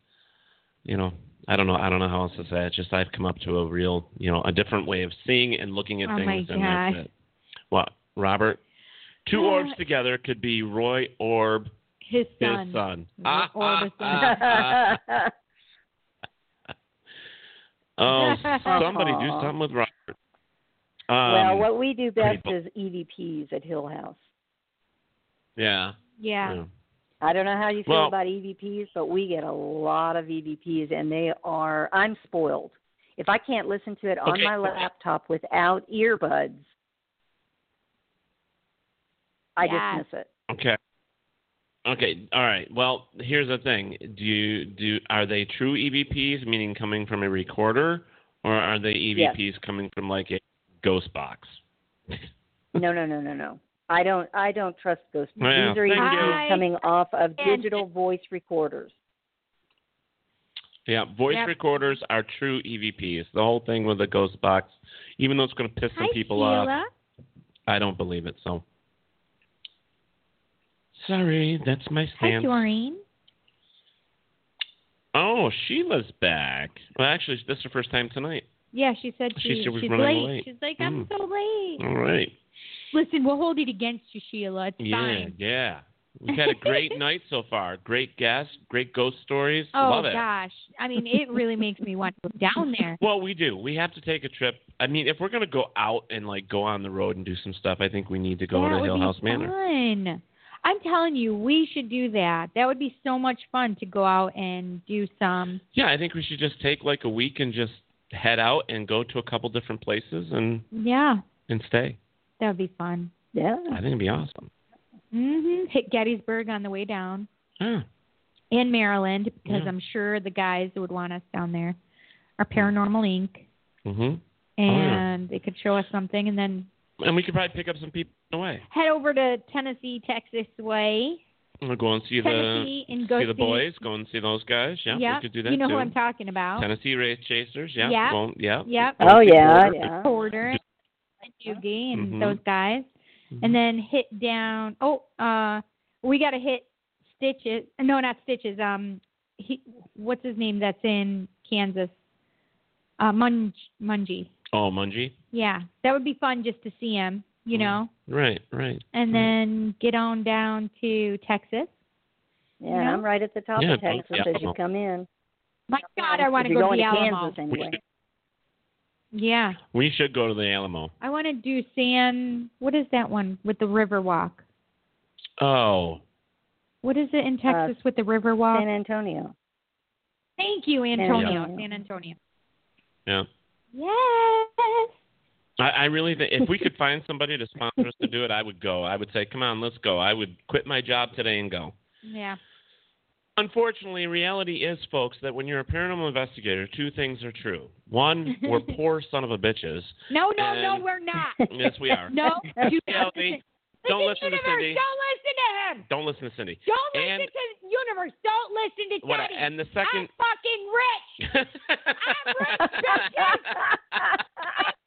S2: you know, I don't know. I don't know how else to say it. Just I've come up to a real, you know, a different way of seeing and looking at
S8: Oh, my
S2: things. and that's
S8: gosh.
S2: it. Well, Robert, two
S8: Yeah.
S2: orbs together could be Roy Orb,
S8: His
S2: his
S8: son.
S2: son.
S8: Roy
S2: Ah,
S8: Orb,
S2: <laughs>
S8: his
S2: ah, ah,
S9: ah.
S2: oh, somebody
S8: <laughs>
S2: do something with Robert. Um,
S9: well, what we do best
S2: people.
S9: is EVPs at Hill House.
S2: yeah.
S8: Yeah.
S9: I don't know how you feel
S2: Well-
S9: about EVPs, but we get a lot of EVPs, and they are. I'm spoiled. If I can't listen to it on
S2: Okay.
S9: my laptop without earbuds, I
S2: Yes.
S9: dismiss it.
S2: Okay. Okay. All right. Well, here's the thing. Do you do are they true EVPs, meaning coming from a recorder, or are they
S9: Yes.
S2: EVPs coming from like a ghost box?
S9: No, no, no, no, no. I don't. I don't trust ghost.
S2: Yeah.
S9: These are E
S2: Thank you.
S9: EVPs
S2: I-
S9: coming off of digital voice recorders.
S2: Yeah, voice
S9: Yep.
S2: recorders are true EVPs. The whole thing with the ghost box, even though it's going to piss some people uh, off, I don't believe it. So sorry, that's my
S8: Hi,
S2: stance.
S8: Doreen.
S2: oh, Sheila's back. Well, actually, this is her first time tonight.
S8: Yeah, she said
S2: She
S8: she,
S2: said was
S8: she's
S2: running
S8: late.
S2: late.
S8: She's like, I'm
S2: Mm.
S8: so late.
S2: All right.
S8: Listen, we'll hold it against you, Sheila. It's
S2: Yeah,
S8: fine.
S2: yeah.
S8: <laughs>
S2: We've had a great night so far. Great guests, great ghost stories.
S8: Oh
S2: Love it.
S8: gosh, I mean, it really makes me want to go
S2: <laughs>
S8: down there.
S2: Well, we do. We have to take a trip. I mean, if we're gonna go out and like go on the road and do some stuff, I think we need to go
S8: that
S2: to
S8: would
S2: Hill
S8: be
S2: House Manor.
S8: fun. I'm telling you, we should do that. That would be so much fun to go out and do some.
S2: Yeah, I think we should just take like a week and just head out and go to a couple different places and
S8: Yeah,
S2: and stay.
S8: that would be fun.
S9: Yeah.
S2: I think it'd be awesome.
S8: hmm Hit Gettysburg on the way down
S2: Yeah.
S8: and Maryland because
S2: Yeah.
S8: I'm sure the guys would want us down there. Our Paranormal Inc.
S2: Mhm.
S8: and
S2: Mm-hmm. yeah.
S8: they could show us something, and then
S2: And we could probably pick up some people on the way.
S8: head over to Tennessee, Texas way.
S2: We'll go and see
S8: Tennessee
S2: the
S8: and go
S2: see the
S8: see-
S2: boys. Go and see those guys. Yeah,
S8: Yep.
S2: we could do that
S8: You know
S2: too.
S8: who I'm talking about.
S2: Tennessee race chasers. Yeah.
S8: Yep.
S2: Go and- yeah.
S8: Yep.
S9: Oh,
S2: Go and see Porter.
S9: Uh-huh.
S8: Porter and Doogie and
S2: Mhm.
S8: those guys,
S2: Mm-hmm.
S8: and then hit down. Oh, uh, we got to hit Stitches. No, not Stitches. Um, he, what's his name? That's in Kansas. Uh, Munge, Mungie.
S2: Oh, Mungie.
S8: Yeah, that would be fun just to see him. You know,
S2: Right, right.
S8: and then get on down to Texas.
S9: Yeah,
S8: You know?
S9: I'm right at the top
S2: Yeah,
S9: of Texas
S2: yeah.
S9: as you come in.
S8: My God, I want
S9: If
S8: to
S9: you're
S8: go to
S9: going
S8: the
S9: to
S8: Alamo.
S9: Kansas anyway.
S8: Yeah,
S2: We should go to the Alamo.
S8: I want to do San. What is that one with the river walk?
S2: Oh,
S8: What is it in Texas with the river walk?
S9: San
S8: <laughs>
S9: Antonio.
S8: Thank you, Antonio. San Antonio.
S2: yeah.
S8: Yes.
S2: I, I really think if we could find somebody to sponsor us to do it, I would go. I would say, come on, let's go. I would quit my job today and go.
S8: Yeah.
S2: Unfortunately, reality is, folks, that when you're a paranormal investigator, two things are true. One, <laughs> we're poor son of a bitches.
S8: No, no,
S2: and-
S8: no,
S9: <laughs>
S8: we're not.
S2: Yes, we are.
S8: No, you
S2: Reality, don't listen to
S16: universe,
S2: Cindy.
S16: don't listen to him.
S2: Don't listen to Cindy.
S16: Don't listen
S2: And
S16: to the universe. Don't listen to
S2: What-
S16: Teddy.
S2: and the
S16: I'm
S2: second-
S16: fucking rich.
S9: Ah!
S16: I'm rich. bitches. I'm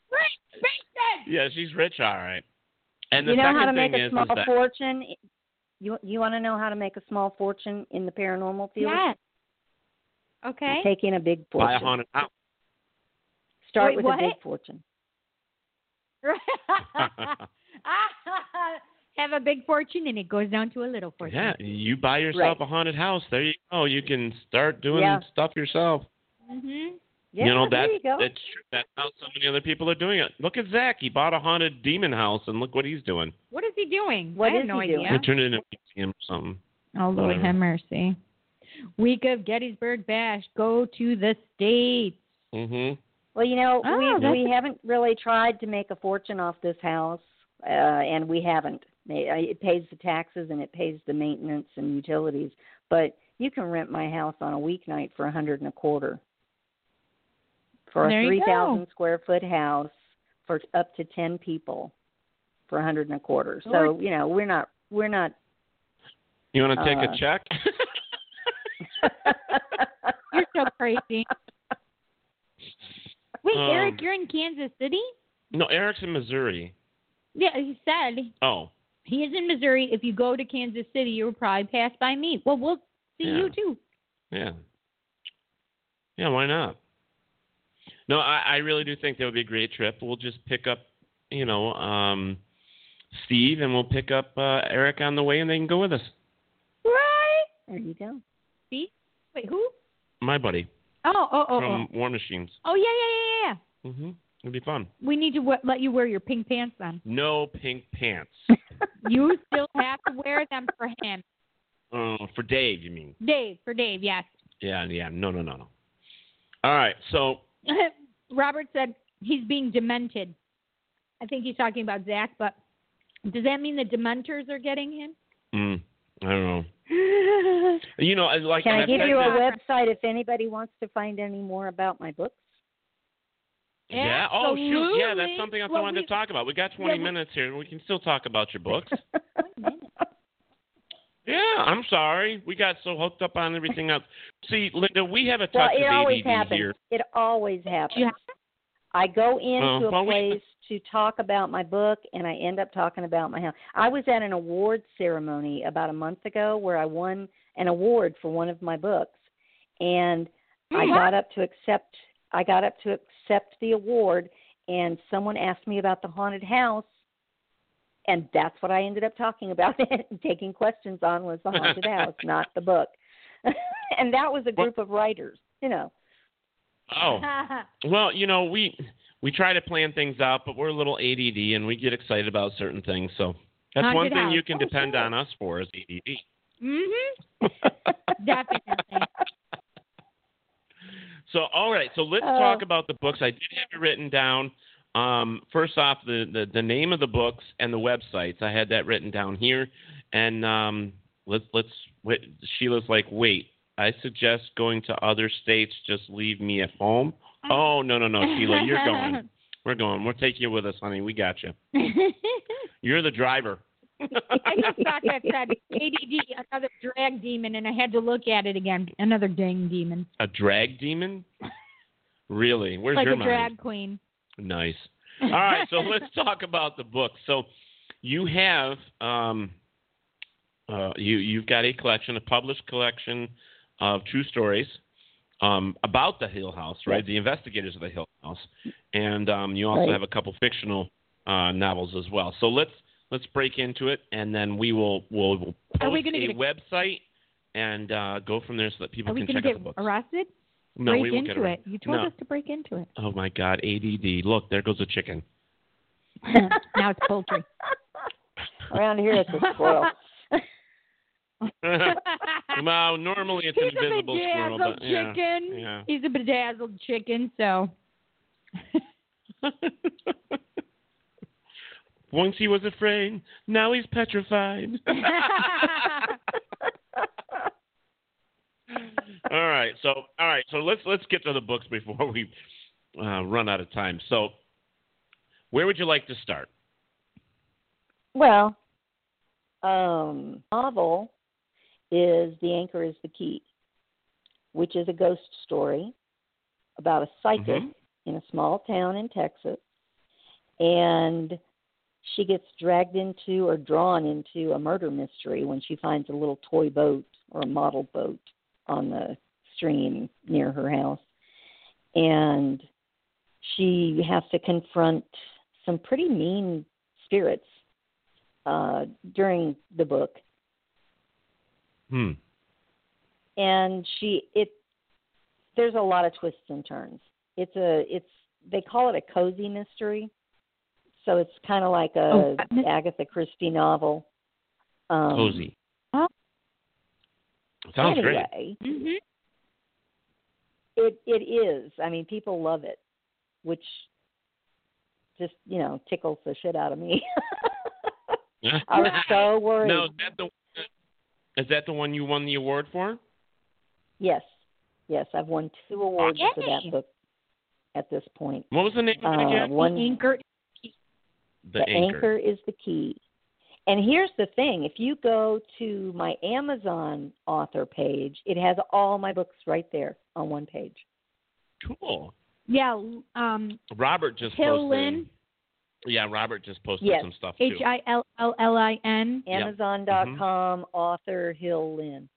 S16: rich bitches.
S2: <laughs> yeah, she's rich, all right. <laughs> And the
S9: you know
S2: second
S9: how to
S2: thing
S9: make a
S2: is,
S9: small
S2: is that
S9: fortune? You you want to know how to make a small fortune in the paranormal field?
S8: Yes. Okay.
S9: <laughs> Take in a big fortune.
S2: buy a haunted house.
S9: Start
S8: Wait,
S9: with
S8: what?
S9: a big fortune.
S8: <laughs> Have a big fortune and it goes down to a little fortune.
S2: Yeah, you buy yourself a haunted house. There you go. You can start doing
S8: Yeah.
S2: stuff yourself.
S8: Mm-hmm.
S2: you know that's that's true. That's how so many other people are doing it. Look at Zach. He bought a haunted demon house, and look what he's doing.
S8: What is he doing?
S9: What
S8: I have
S9: is
S8: no
S9: he
S8: idea.
S9: doing?
S2: He turned it into a museum or something.
S8: Oh Lord
S2: Whatever.
S8: have mercy. Week of Gettysburg Bash. Go to the states.
S2: Mm-hmm.
S9: Well, you know,
S8: Oh,
S9: we
S8: that's
S9: we
S8: a-
S9: haven't really tried to make a fortune off this house, uh, and we haven't. May- uh, It pays the taxes and it pays the maintenance and utilities, but you can rent my house on a weeknight for a hundred and a quarter for
S8: There
S9: a
S8: you
S9: three
S8: go.
S9: thousand square foot house for up to ten people for a hundred and a quarter. So
S8: Lord.
S9: you know, we're not we're not.
S2: You want to take
S9: Uh,
S2: a check?
S8: <laughs>
S2: <laughs>
S8: You're so crazy. Wait,
S2: Um,
S8: Eric, you're in Kansas City?
S2: no, Eric's in Missouri.
S8: Yeah, he said
S2: Oh,
S8: he is in Missouri. If you go to Kansas City, you'll probably pass by me. Well, we'll see
S2: Yeah.
S8: you too.
S2: yeah. Yeah, why not? No, I, I really do think that would be a great trip. We'll just pick up, you know, um, Steve, and we'll pick up uh, Eric on the way, and they can go with us.
S8: Right?
S9: <laughs> There you go.
S8: See? Wait, who?
S2: My buddy
S8: Oh, oh, oh,
S2: from
S8: oh.
S2: War Machines.
S8: Oh, yeah, yeah, yeah, yeah.
S2: Mm-hmm. It'd be fun.
S8: We need to w- let you wear your pink pants then.
S2: No pink pants.
S8: You still have to wear them for him.
S2: Oh, for Dave, you mean?
S8: Dave, for Dave, yes. <laughs>
S2: Yeah, yeah. No, no, no, no. All right. So,
S8: Robert said he's being demented. I think he's talking about Zach, but does that mean the Dementors are getting him?
S9: <laughs>
S2: mm, I don't know. You know, I like
S9: Can I
S2: I've
S9: give
S2: said
S9: you a
S2: this-
S9: website if anybody wants to find any more about my books?
S2: Yeah. Oh shoot. Yeah, that's
S8: Absolutely.
S2: something else I
S8: Well,
S2: wanted
S8: we-
S2: to talk about. We got 20
S8: Yeah, we-
S2: minutes here, and we can still talk about
S9: <laughs>
S2: your books. yeah. I'm sorry. We got so hooked up on everything else. See, Linda, we have a
S9: Well,
S2: touch
S9: it
S2: of
S9: always
S2: ADD
S9: happens.
S2: here.
S9: It always happens. I go into
S2: Oh, well,
S9: a
S2: we-
S9: place to talk about my book, and I end up talking about my house. I was at an award ceremony about a month ago where I won an award for one of my books, and I
S8: Mhm.
S9: got up to accept. I got up to accept the award, and someone asked me about the haunted house, and that's what I ended up talking about. <laughs> and taking questions on was the haunted
S8: <laughs>
S9: house, not the book. <laughs> and that was a group of writers, you know.
S2: Oh. Well, you know, we we try to plan things out, but we're a little ADD and we get excited about certain things. So that's one
S8: Haunted
S2: thing
S8: house.
S2: you can
S8: Oh,
S2: depend
S8: sure.
S2: on us for is ADD.
S8: <laughs> Mm-hmm.
S9: <laughs>
S8: Definitely.
S2: So all right, so let's
S8: Oh.
S2: talk about the books. I did have it written down. Um, first off, the, the the name of the books and the websites. I had that written down here, and um, let's let's wait, Sheila's like, wait. I suggest going to other states. Just leave me at home.
S8: Mm.
S2: Oh no no no, Sheila, you're
S8: <laughs>
S2: going. We're going. We'll take you with us, honey. We got you. You're
S8: <laughs>
S2: the driver.
S8: I just thought that said ADD, another drag demon, and I had to look at it again. Another dang demon.
S2: A drag demon?
S8: <laughs>
S2: Really? Where's
S8: like
S2: your
S8: a
S2: mind?
S8: drag queen.
S2: Nice. All right,
S8: <laughs>
S2: so let's talk about the book. So you have um, uh, you you've got a collection, a published collection of true stories um, about the Hill House, right? The investigators of the Hill House, and um, you also
S17: Right.
S2: have a couple fictional uh, novels as well. So let's let's break into it, and then we will will will post
S8: Are we gonna
S2: a
S8: get a-
S2: website and uh, go from there so that people
S8: Are we
S2: can
S8: going to
S2: check
S8: get
S2: out the book.
S8: arrested?
S2: No,
S8: break
S2: we won't
S8: into
S2: get
S8: it.
S2: arrested.
S8: You told
S2: No.
S8: us to break into
S2: <laughs>
S8: it.
S2: Oh my God, ADD! Look, there goes a chicken.
S8: <laughs> now
S9: <laughs>
S8: it's
S2: <laughs>
S8: poultry.
S9: Around here, it's a
S8: <laughs>
S9: squirrel. <laughs>
S2: <laughs> well, normally it's
S8: He's
S2: an
S8: a
S2: invisible squirrel,
S8: bedazzled
S2: but yeah,
S8: chicken.
S2: yeah.
S8: He's a bedazzled chicken, so.
S2: <laughs> Once he was afraid, <laughs> now he's petrified. right, so let's let's get to the books before we uh, run out of time. So, where would you like to start?
S9: Well, um, novel is The Anchor is the Key, which is a ghost story about a psychic
S2: Mm-hmm.
S18: Mhm.
S9: in a small town in Texas. And she gets dragged into or drawn into a murder mystery when she finds a little toy boat or a model boat on the stream near her house. And she has to confront some pretty mean spirits uh, during the book.
S11: Hmm.
S9: and she it there's a lot of twists and turns it's a it's they call it a cozy mystery so it's kind of like a
S18: Oh, I miss-
S9: agatha christie novel um
S18: Cozy.
S9: oh,
S18: Sounds great.
S9: anyway,
S2: Mm-hmm.
S9: it it is i mean people love it which just you know tickles the shit out of me <laughs>
S2: <laughs>
S9: i was so worried
S2: Now, is that the is that the one you won the award for?
S9: yes yes i've won two awards for that book at this point
S2: What was the name of it
S9: Uh,
S2: again?
S9: one- The anchor-
S2: The,
S9: the
S2: anchor.
S9: anchor is the key. And here's the thing if you go to my Amazon author page, it has all my books right there on one page.
S2: Cool.
S12: Yeah. Um,
S2: Robert just
S12: Hill
S2: posted.
S12: Lynn,
S2: Yeah, Robert just posted
S9: Yes.
S2: some stuff too.
S12: H I L L L I N.
S2: Yep. Mm-hmm.
S9: Amazon.com author Hill Lynn.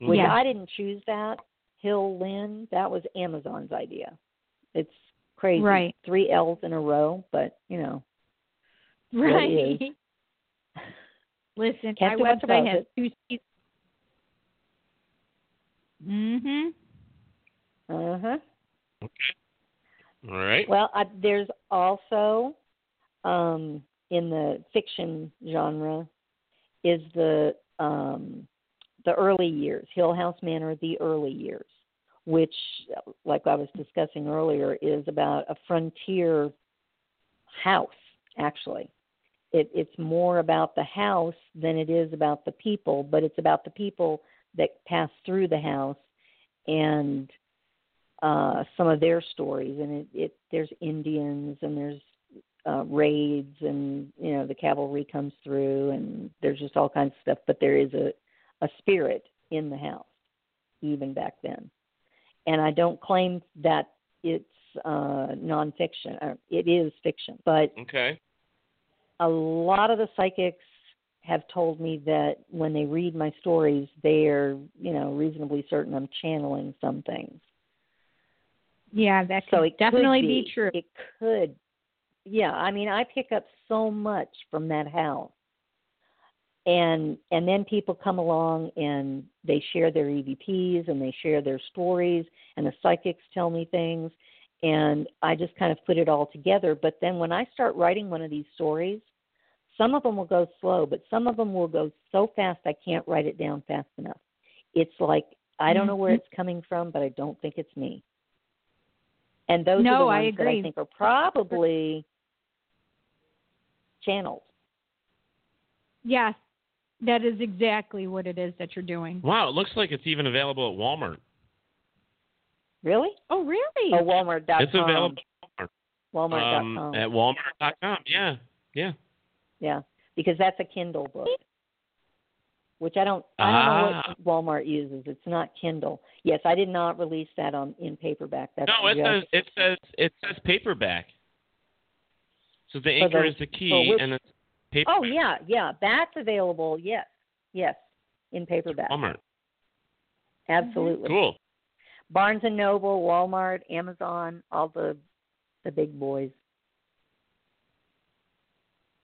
S2: Mm-hmm.
S9: Which
S12: Yeah.
S9: I didn't choose that. Hill Lynn, that was Amazon's idea. It's crazy.
S12: Right.
S9: Three L's in a row, but you know. there it
S12: Right.
S9: is.
S8: <laughs>
S12: Listen,
S9: Can't do
S12: my
S9: much about
S12: website has two seasons.
S8: Mm-hmm.
S12: Mhm.
S9: Uh huh.
S2: All right.
S9: Well, I, there's also um, in the fiction genre is the um, the early years, Hill House Manor, the early years, which, like I was discussing earlier, is about a frontier house. Actually, it, it's more about the house than it is about the people, but it's about the people that pass through the house and uh, some of their stories. And it, it there's Indians and there's uh, raids and you know the cavalry comes through and there's just all kinds of stuff. But there is a a spirit in the house even back then. And I don't claim that it's uh, nonfiction. Uh, It is fiction, but
S2: Okay.
S9: a lot of the psychics have told me that when they read my stories, they're you know reasonably certain I'm channeling some things.
S12: Yeah, that
S9: So
S12: could
S9: it could
S12: definitely
S9: be,
S12: be true.
S9: It could, yeah. I mean, I pick up so much from that house, and and then people come along and they share their EVPs and they share their stories, and the psychics tell me things, and I just kind of put it all together. But then when I start writing one of these stories, some of them will go slow, but some of them will go so fast I can't write it down fast enough. It's like I don't know where
S12: Mhm.
S9: it's coming from, but I don't think it's me. And those are the
S12: No, I
S9: ones that
S12: agree.
S9: I think are probably channeled.
S12: Yes, that is exactly what it is that you're doing.
S2: Wow, it looks like it's even available at Walmart.
S9: Really?
S12: Oh, really?
S9: Oh, Walmart.com.
S2: It's available at Walmart.
S9: Walmart.com.
S2: Um, at Walmart.com. Yeah. Yeah.
S9: yeah, because that's a Kindle book, which I don't. I
S2: Ah.
S9: don't know what Walmart uses. It's not Kindle. Yes, I did not release that on in paperback. That's
S2: no, it
S9: just-
S2: says it says it says paperback. So the
S9: For
S2: anchor
S9: the-
S2: is the
S9: for
S2: key,
S9: which-
S2: and it's paper.
S9: Oh yeah, yeah, that's available. Yes, yes, in paperback.
S2: Walmart.
S9: Absolutely.
S2: Oh, Cool.
S9: Barnes and Noble, Walmart, Amazon, all the the big boys.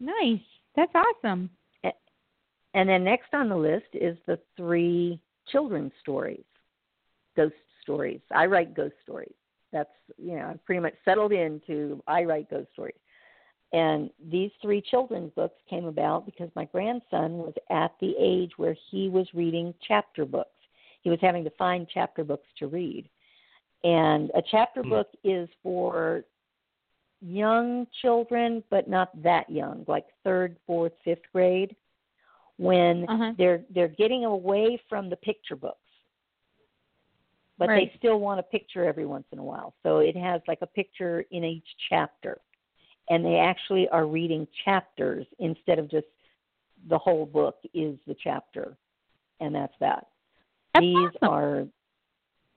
S12: Nice. That's awesome.
S9: And then next on the list is the three children's stories, ghost stories. I write ghost stories. That's you know I've pretty much settled into I write ghost stories. And these three children's books came about because my grandson was at the age where he was reading chapter books. He was having to find chapter books to read. And a chapter book is for young children, but not that young, like third, fourth, fifth grade, when
S18: Uh-huh.
S8: Mm-hmm.
S9: they're they're getting away from the picture books but
S19: Right.
S9: they still want a picture every once in a while. So it has like a picture in each chapter, and they actually are reading chapters instead of just the whole book is the chapter, and that's that. These are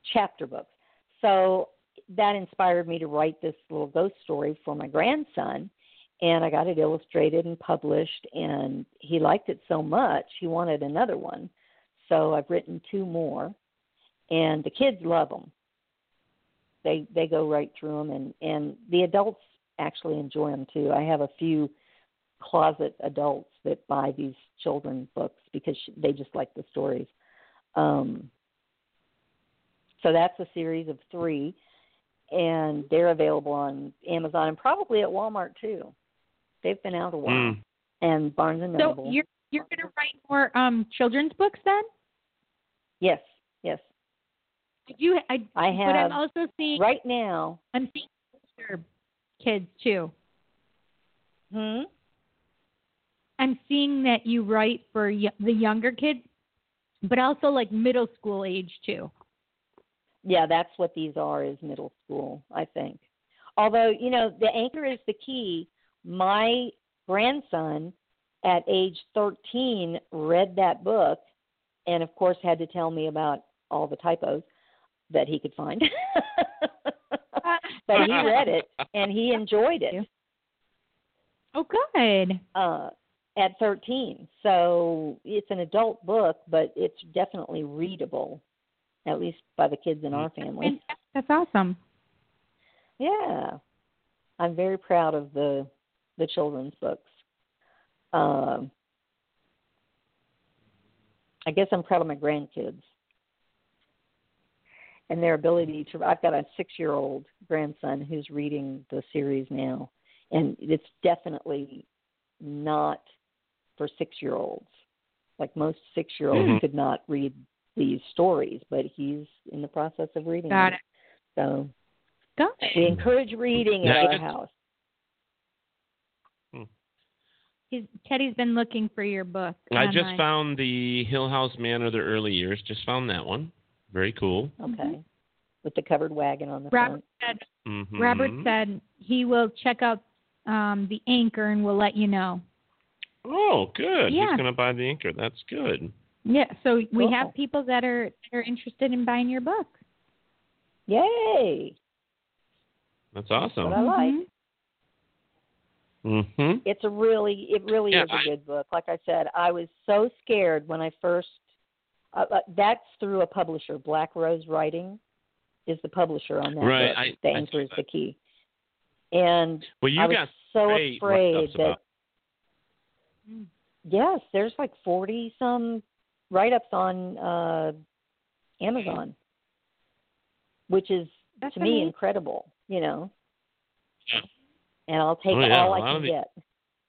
S9: chapter books. So that inspired me to write this little ghost story for my grandson and I got it illustrated and published and he liked it so much he wanted another one. So I've written two more and the kids love them. They they go right through them and and the adults actually enjoy them too. I have a few closet adults that buy these children books because sh- they just like the stories. Um so that's a series of 3 and they're available on Amazon and probably at Walmart too. They've been out a while.
S2: Mm.
S9: And Barnes and Noble.
S8: So you're you're going to write more um children's books then?
S9: Yes, yes.
S8: I do. I,
S9: I
S8: But
S9: have-
S8: I'm also seeing
S9: right now.
S8: I'm seeing older kids too.
S9: Hmm.
S8: I'm seeing that you write for y- the younger kids, but also like middle school age too.
S9: Yeah, that's what these are is middle school, I think. Although, you know, the anchor is the key. My grandson at age 13 read that book and of course had to tell me about all the typos that he could find. <laughs> but he read it and he enjoyed it.
S8: Oh, good.
S9: Uh, at 13. So it's an adult book, but it's definitely readable, at least by the kids in our family.
S8: That's awesome.
S9: Yeah. I'm very proud of the the children's books. Um, I guess I'm proud of my grandkids and their ability to. I've got a six year old grandson who's reading the series now, and it's definitely not for six year olds. Like most six year olds
S19: Mhm.
S9: could not read these stories, but he's in the process of reading
S19: Got
S9: them. So
S8: Got
S9: we encourage reading
S8: Now
S9: at our
S8: it's-
S9: house.
S8: He's, Teddy's been looking for your book.
S2: I just
S8: online.
S2: found the Hill House Manor, the early years. Just found that one. Very cool.
S9: Okay. With the covered wagon on the
S8: Robert
S9: front.
S8: said
S2: Mhm.
S8: Robert said he will check out um, the anchor and will let you know.
S2: Oh, good.
S8: Yeah.
S2: He's going to buy the anchor. That's good.
S8: Yeah, so we
S2: Cool.
S8: have people that are that are interested in buying your book.
S9: Yay!
S2: That's awesome.
S9: What I like.
S2: Mm-hmm.
S9: It's a really, it really
S2: Yeah,
S9: is a
S2: I-
S9: good book. Like I said, I was so scared when I first. Uh, uh, that's through a publisher. Black Rose Writing is the publisher on that
S2: Right,
S9: book.
S2: I-
S9: the
S2: I
S9: anchor is
S2: saw
S9: the key. And
S2: Well, you
S9: I was
S2: got
S9: so
S2: great
S9: afraid
S2: write-ups
S9: that
S2: about-
S8: Mm-hmm.
S9: yes, there's like forty some write-ups on uh, Amazon, which is
S19: That's
S9: to me
S19: amazing.
S9: incredible. You know,
S2: Yeah.
S9: and I'll take
S2: Oh, yeah,
S9: all
S2: a
S9: I
S2: lot
S9: can
S2: of the-
S9: get.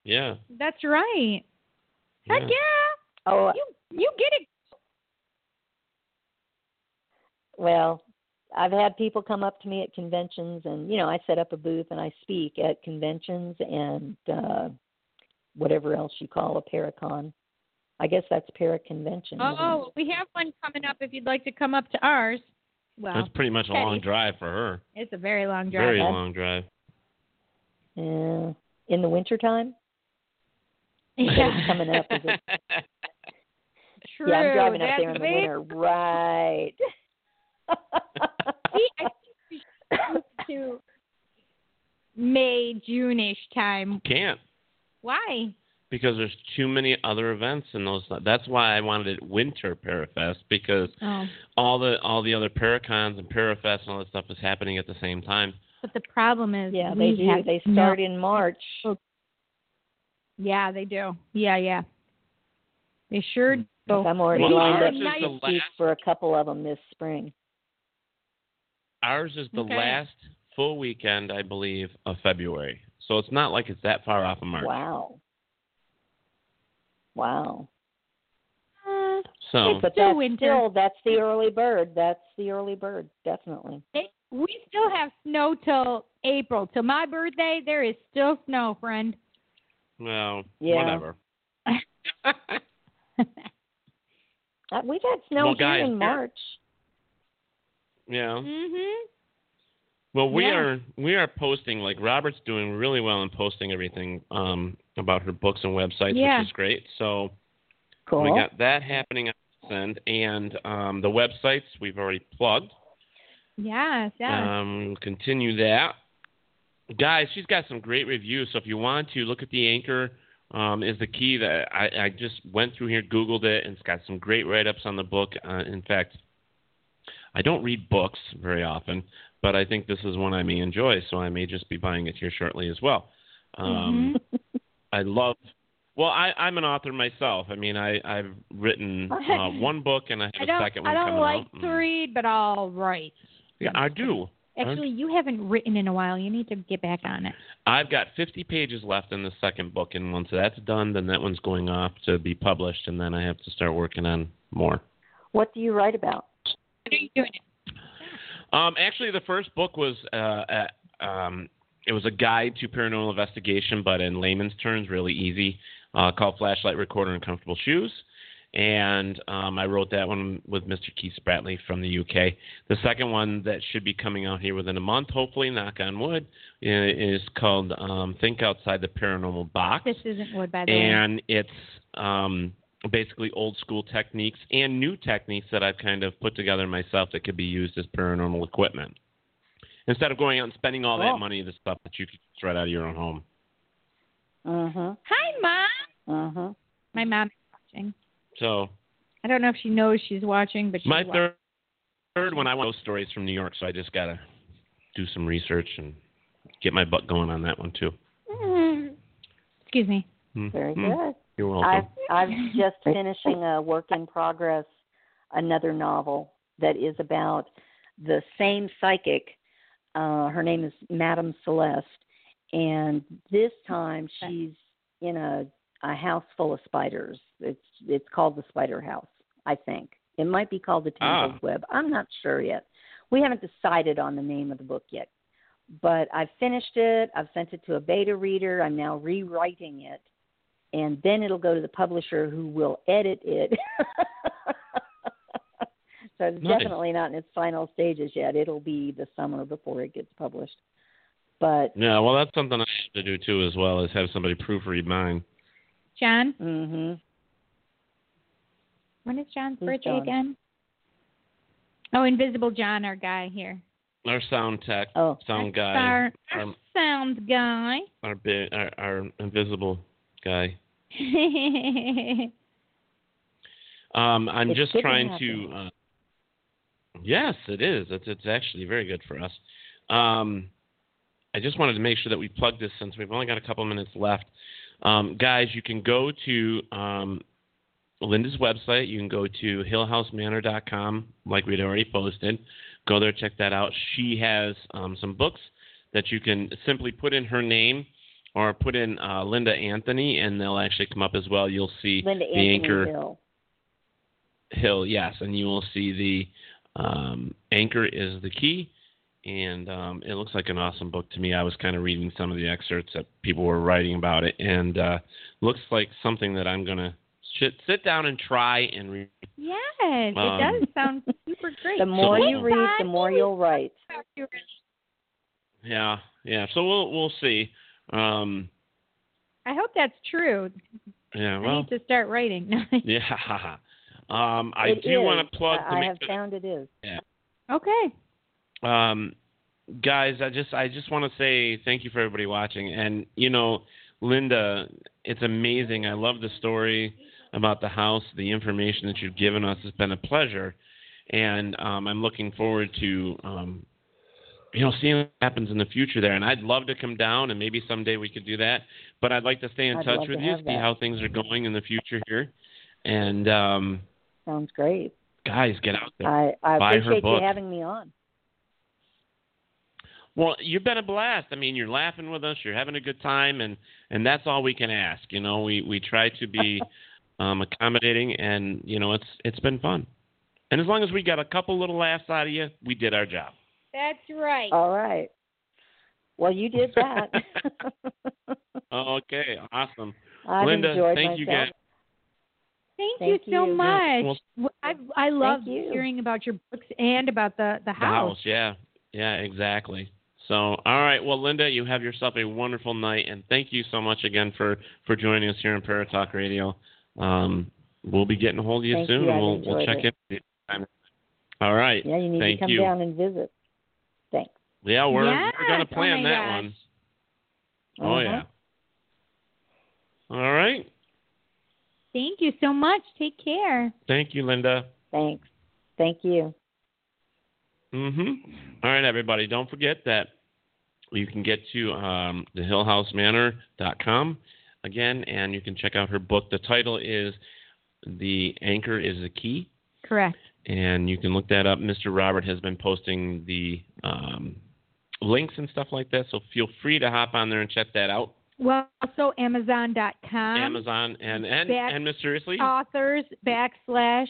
S2: Yeah.
S8: That's right. Heck
S2: Yeah.
S8: yeah.
S9: Oh,
S8: you you get it.
S9: Well, I've had people come up to me at conventions, and you know, I set up a booth and I speak at conventions and uh, whatever else you call a paracon. I guess that's paraconvention.
S8: Oh, we have one coming up. If you'd like to come up to ours, well,
S2: That's pretty much a long drive for her.
S8: It's a very long drive.
S2: Very
S9: <laughs>
S2: long drive.
S9: Yeah. In the wintertime?
S8: <laughs>
S2: <laughs>
S8: Yeah.
S9: coming up. Is it?
S8: True.
S9: yeah, I'm driving up
S8: that's
S9: there in the
S8: way-
S9: winter. Right.
S8: <laughs> See, I think we should move to May June-ish time.
S2: Can't
S8: Why?
S2: because there's too many other events in those. That's why I wanted it winter Parafest because
S8: Oh,
S2: all the all the other Paracons and Parafest and all that stuff is happening at the same time.
S8: but the problem
S9: <laughs>
S8: is
S9: Yeah, they
S8: we
S9: do.
S8: have
S9: They
S8: no- Oh,
S9: start in March.
S8: Yeah, they do. Yeah, yeah. They sure
S9: Mm.
S8: do.
S9: I'm already
S2: Well,
S9: lined up
S2: ours is the
S9: to speak
S2: last-
S9: for a couple of them this spring.
S2: Ours is the
S8: Okay.
S2: last full weekend, I believe, of February. So it's not like it's that far off of March.
S9: Wow. Wow.
S8: Uh,
S2: So
S9: but
S8: still
S9: that's
S8: winter.
S9: still that's the early bird. That's the early bird, definitely.
S8: They, we still have snow till April. Till my birthday, there is still snow,
S12: <laughs>
S8: friend.
S2: well,
S9: Yeah. <laughs>
S2: whatever. <laughs>
S9: Uh, We've had snow
S2: Well,
S9: here
S2: guys,
S9: in March.
S2: Yeah. Mm-hmm.
S12: Mhm.
S2: Well, we
S12: Yeah.
S2: are we are posting like Robert's doing really well in posting everything um, about her books and websites,
S12: Yeah.
S2: which is great. So
S9: cool.
S2: we got that happening on this end, and um, the websites we've already plugged.
S12: Yes, yes.
S2: Um, we'll continue that, guys. She's got some great reviews. So if you want to look at the anchor, um, is the key that I, I just went through here, googled it, and it's got some great write ups on the book. Uh, in fact, I don't read books very often, but I think this is one I may enjoy, so I may just be buying it here shortly as well.
S12: Mm-hmm.
S2: Um, I love. Well, I, I'm an author myself. I mean, I, I've
S12: <laughs>
S2: written uh, one book and I
S12: I
S2: have a second
S12: don't.
S2: one
S12: I don't
S2: coming
S12: like
S2: out. Mm.
S12: to read, but I'll write.
S2: Yeah, I do.
S12: Actually, you haven't written in a while. You need to get back on it.
S2: I've got 50 pages left in the second book, and once that's done, then that one's going off to be published, and then I have to start working on more.
S9: <laughs> What do you write about?
S2: Um, actually, the first book was uh, uh, um, it was a guide to paranormal investigation, but in layman's terms, really easy. Uh, called Flashlight Recorder and Comfortable Shoes, and um, I wrote that one with Mr. Keith Spratley from the UK. The second one that should be coming out here within a month, hopefully, knock on wood, i- is called um, Think Outside the Paranormal Box.
S12: This isn't wood, by the way.
S2: and it's um, basically old school techniques and new techniques that I've kind of put together myself that could be used as paranormal equipment. Instead of going out and spending all
S9: Cool.
S2: that money, the stuff that you could just right out of your own home.
S9: Uh huh.
S12: Hi, mom.
S9: Uh huh.
S12: My mom is watching.
S9: Oh,
S2: So
S12: I don't know if she knows she's watching, but she's
S2: my
S12: watching.
S2: third, third one, I want those stories from New York, so I just gotta do some research and get my butt going on that one too.
S12: <laughs> Excuse me.
S2: Mm.
S9: Very
S2: Mm.
S9: good.
S2: You're
S9: I've
S2: welcome.
S9: I'm just finishing a work in progress, another novel that is about the same psychic. Uh, her name is Madame Celeste, and this time she's in a a house full of spiders. It's it's called the Spider House, I think. It might be called the Tangled
S20: Ah.
S9: Web. I'm not sure yet. We haven't decided on the name of the book yet, but I've finished it. I've sent it to a beta reader. I'm now rewriting it and then it'll go to the publisher who will edit it. <laughs> so it's
S20: Nice.
S9: definitely not in its final stages yet. It'll be the summer before it gets published. But
S2: Yeah, well, that's something I have to do too, as well as have somebody proofread mine.
S12: John.
S9: Mhm.
S12: When is John's
S9: Who's
S12: birthday
S9: John?
S12: again? Oh, Invisible John, our guy here.
S2: Our sound tech,
S9: Oh,
S2: sound guy,
S12: Our,
S2: our
S12: our sound
S8: <laughs>
S12: guy.
S2: our, bi- our our invisible guy. Um, I'm
S12: It's
S2: just
S12: good to
S2: trying
S12: have
S2: to. Uh, yes, it is. It's it's actually very good for us. Um, I just wanted to make sure that we plug this since we've only got a couple minutes left. Um, guys, you can go to um, Linda's website. You can go to hillhousemanor.com, like we'd already posted. Go there, check that out. She has um, some books that you can simply put in her name or put in uh, Linda Anthony, and they'll actually come up as well. You'll see
S9: Linda
S2: the
S9: Anthony
S2: anchor.
S9: Hill.
S2: Hill, yes, and you will see the um, anchor is the key, and um, it looks like an awesome book to me. I was kind of reading some of the excerpts that people were writing about it, and uh, looks like something that I'm gonna sit sit down and try and read.
S12: Yes, it
S2: Um,
S12: does sound super great.
S9: The more
S2: So-
S9: you read, the more you'll write.
S2: Yeah, yeah. So we'll we'll see. Um,
S12: I hope that's true.
S2: yeah,
S12: I
S2: well, <laughs>
S12: need to start
S8: <laughs>
S12: writing.
S2: yeah. <laughs> Um, I
S9: It is.
S2: do want to plug.
S9: I, I
S2: to
S9: have
S2: make,
S9: found it is.
S2: yeah.
S12: okay.
S2: um, guys, I just I just want to say thank you for everybody watching. And you know, Linda, it's amazing. I love the story about the house. The information that you've given us has been a pleasure, and um, I'm looking forward to um, you know seeing what happens in the future there. And I'd love to come down, and maybe someday we could do that. But I'd like to stay in
S9: I'd
S2: touch
S9: love
S2: with
S9: to
S2: you,
S9: have
S2: see
S9: that.
S2: how things are going in the future here, and um,
S9: Sounds great.
S2: guys, get out there.
S9: I, I
S2: Buy her
S9: appreciate you
S2: book.
S9: having me on.
S2: Well, you've been a blast. I mean, you're laughing with us, you're having a good time, and and that's all we can ask. You know, we we try to <laughs> be um, accommodating, and you know, it's it's been fun. And as long as we got a couple little laughs out of you, we did our job.
S12: That's right.
S9: All right. Well, you did
S2: <laughs>
S9: that.
S2: okay, awesome.
S9: I've
S2: Linda,
S9: enjoyed
S2: thank you
S9: myself.
S2: guys.
S8: Thank,
S9: Thank
S8: you so
S9: you.
S8: much.
S2: Well-
S8: Well, I I love
S9: you.
S8: hearing about your books and about the the
S2: The
S8: house.
S2: house, yeah. Yeah, exactly. So, all right. Well, Linda, you have yourself a wonderful night, and thank you so much again for, for joining us here on Paratalk Radio. Um, we'll be getting a hold of you
S9: Thank
S2: soon.
S9: you. I've
S2: and we'll, we'll
S9: enjoyed
S2: check
S9: it.
S2: in. with you. All right.
S9: Yeah, you need
S2: thank
S9: to come
S2: you.
S9: down and visit. Thanks.
S2: Yeah, we're, we're going
S9: Yes, oh
S2: to plan
S9: my
S2: that
S9: gosh.
S2: one. Oh,
S9: Uh-huh.
S2: yeah. All right.
S8: Thank you so much. Take care.
S2: Thank you, Linda.
S9: Thanks. Thank you.
S2: Mm-hmm. All right, everybody. Don't forget that you can get to um, thehillhousemanor.com again, and you can check out her book. The title is The Anchor is the Key,
S8: Correct.
S2: and you can look that up. Mr. Robert has been posting the um, links and stuff like that, so feel free to hop on there and check that out.
S8: Well, also
S9: Um,
S8: Amazon.com.
S2: Amazon and, and,
S8: Back-
S2: and Miss Seriously.
S8: Authors backslash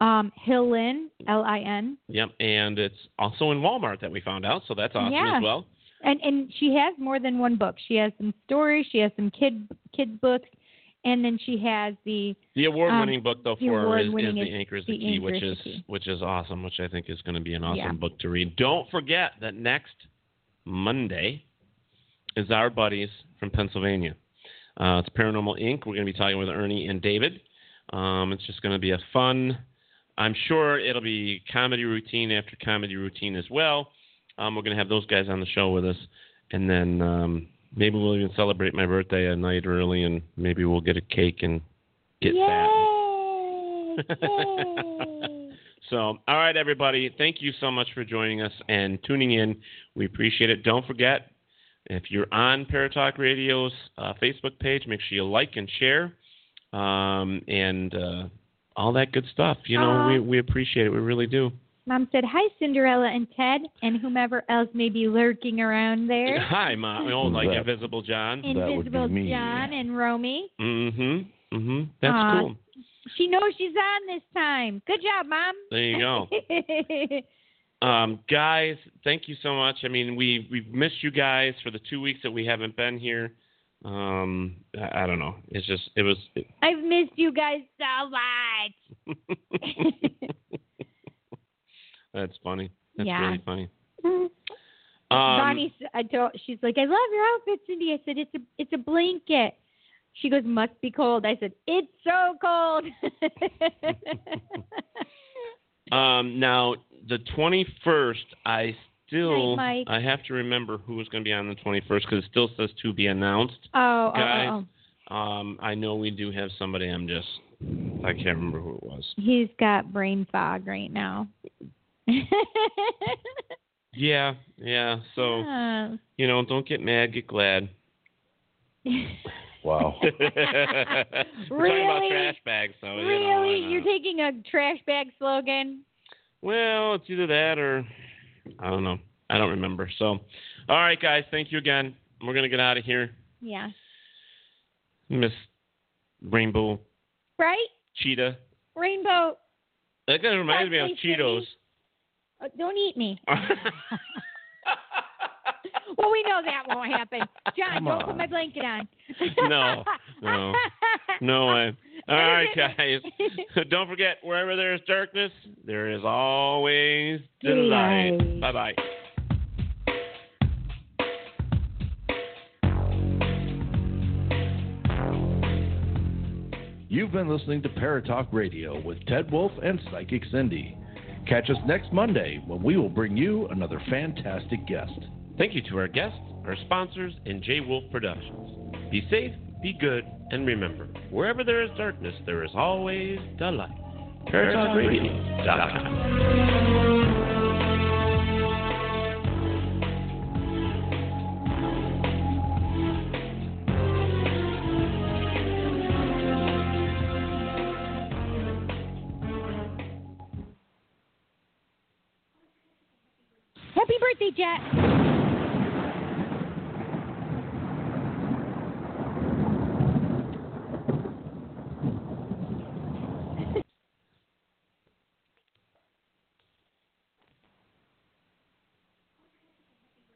S8: um, Hillin L I N.
S2: Yep, and it's also in Walmart that we found out, so that's awesome
S8: Yeah.
S2: as well.
S8: And and she has more than one book. She has some stories. She has some kid kid books, and then she has the
S2: The award-winning
S8: Um,
S2: book, though,
S8: the
S2: for her is, is
S8: award-winning
S2: the
S8: is
S2: Anchor is the,
S8: The
S2: Key,
S8: Anchor
S2: which
S8: is
S2: is
S8: the Key.
S2: which is awesome, which I think is going to be an awesome
S8: Yeah.
S2: book to read. Don't forget that next Monday is our buddies from Pennsylvania. Uh, it's Paranormal Inc. We're going to be talking with Ernie and David. Um, it's just going to be a fun. I'm sure it'll be comedy routine after comedy routine as well. Um, we're going to have those guys on the show with us, and then um, maybe we'll even celebrate my birthday a night early, and maybe we'll get a cake and get
S8: <laughs>
S2: fat. <laughs> so, all right, everybody. Thank you so much for joining us and tuning in. We appreciate it. Don't forget, if you're on Paratalk Radio's uh, Facebook page, make sure you like and share um, and uh, all that good stuff. You know,
S8: Aw.
S2: we, we appreciate it. We really do.
S8: Mom said, "Hi, Cinderella and Ted, and whomever else may be lurking around there."
S2: <laughs> Hi, Mom. Oh, like
S8: That-
S2: Invisible John.
S8: Invisible John and Romy.
S2: Mm hmm. Mm hmm. That's
S8: Aw.
S2: cool.
S8: She knows she's on this time. Good job, Mom.
S2: There you go.
S8: yeah,
S2: Um, guys, thank you so much. I mean, we we've missed you guys for the two weeks that we haven't been here. Um, I, I don't know. It's just it <laughs> was.
S8: <laughs> I've missed you guys so much.
S2: that's funny. That's
S8: Yeah.
S2: really funny.
S8: Mm.
S2: Um,
S8: Bonnie, s- I told, she's like, I love your outfit, Cindy. I said, it's a, it's a blanket. She goes, must be cold. I said, it's so
S2: <laughs>
S8: cold.
S2: Um, now the 21st, I still
S8: Night, Mike.
S2: I have to remember who is going to be on the 21st because it still says to be announced.
S8: oh,
S2: guys,
S8: oh, oh, oh.
S2: um, I know we do have somebody. I'm just I can't remember who it was.
S8: he's got brain fog right now.
S2: Yeah, yeah.
S8: <laughs>
S2: So <laughs>
S8: Uh,
S2: you know, don't get mad, get glad.
S1: <laughs>
S2: <laughs> Oh,
S1: Wow.
S2: We're talking about
S8: Really?
S2: trash bags, so you know, why
S8: really?
S2: not?
S8: You're taking a trash bag slogan?
S2: well, it's either that or I don't know. I don't remember. So, all right, guys, thank you again. We're gonna get out of here,
S8: Yeah.
S2: Miss Rainbow
S8: Right?
S2: Cheetah.
S8: Rainbow,
S2: That kind of reminds me of
S8: Exactly,
S2: Cheetos.
S8: uh, don't eat me. <laughs> Well, we know that won't happen. John,
S2: Come
S8: don't
S2: on.
S8: put my blanket on.
S2: <laughs> no, no,
S8: <laughs>
S2: no way. <laughs> All right, guys. <laughs> Don't forget, wherever there's darkness, there is always delight.
S21: Delight.
S2: Bye bye.
S1: You've been listening to Paratalk Radio with Ted Wolf and Psychic Cindy. Catch us next Monday when we will bring you another fantastic guest.
S2: Thank you to our guests, our sponsors, and J Wolf Productions. Be safe, be good, and remember, wherever there is darkness, there is always delight. ParatalkRadio.com.
S8: Happy birthday, Jack.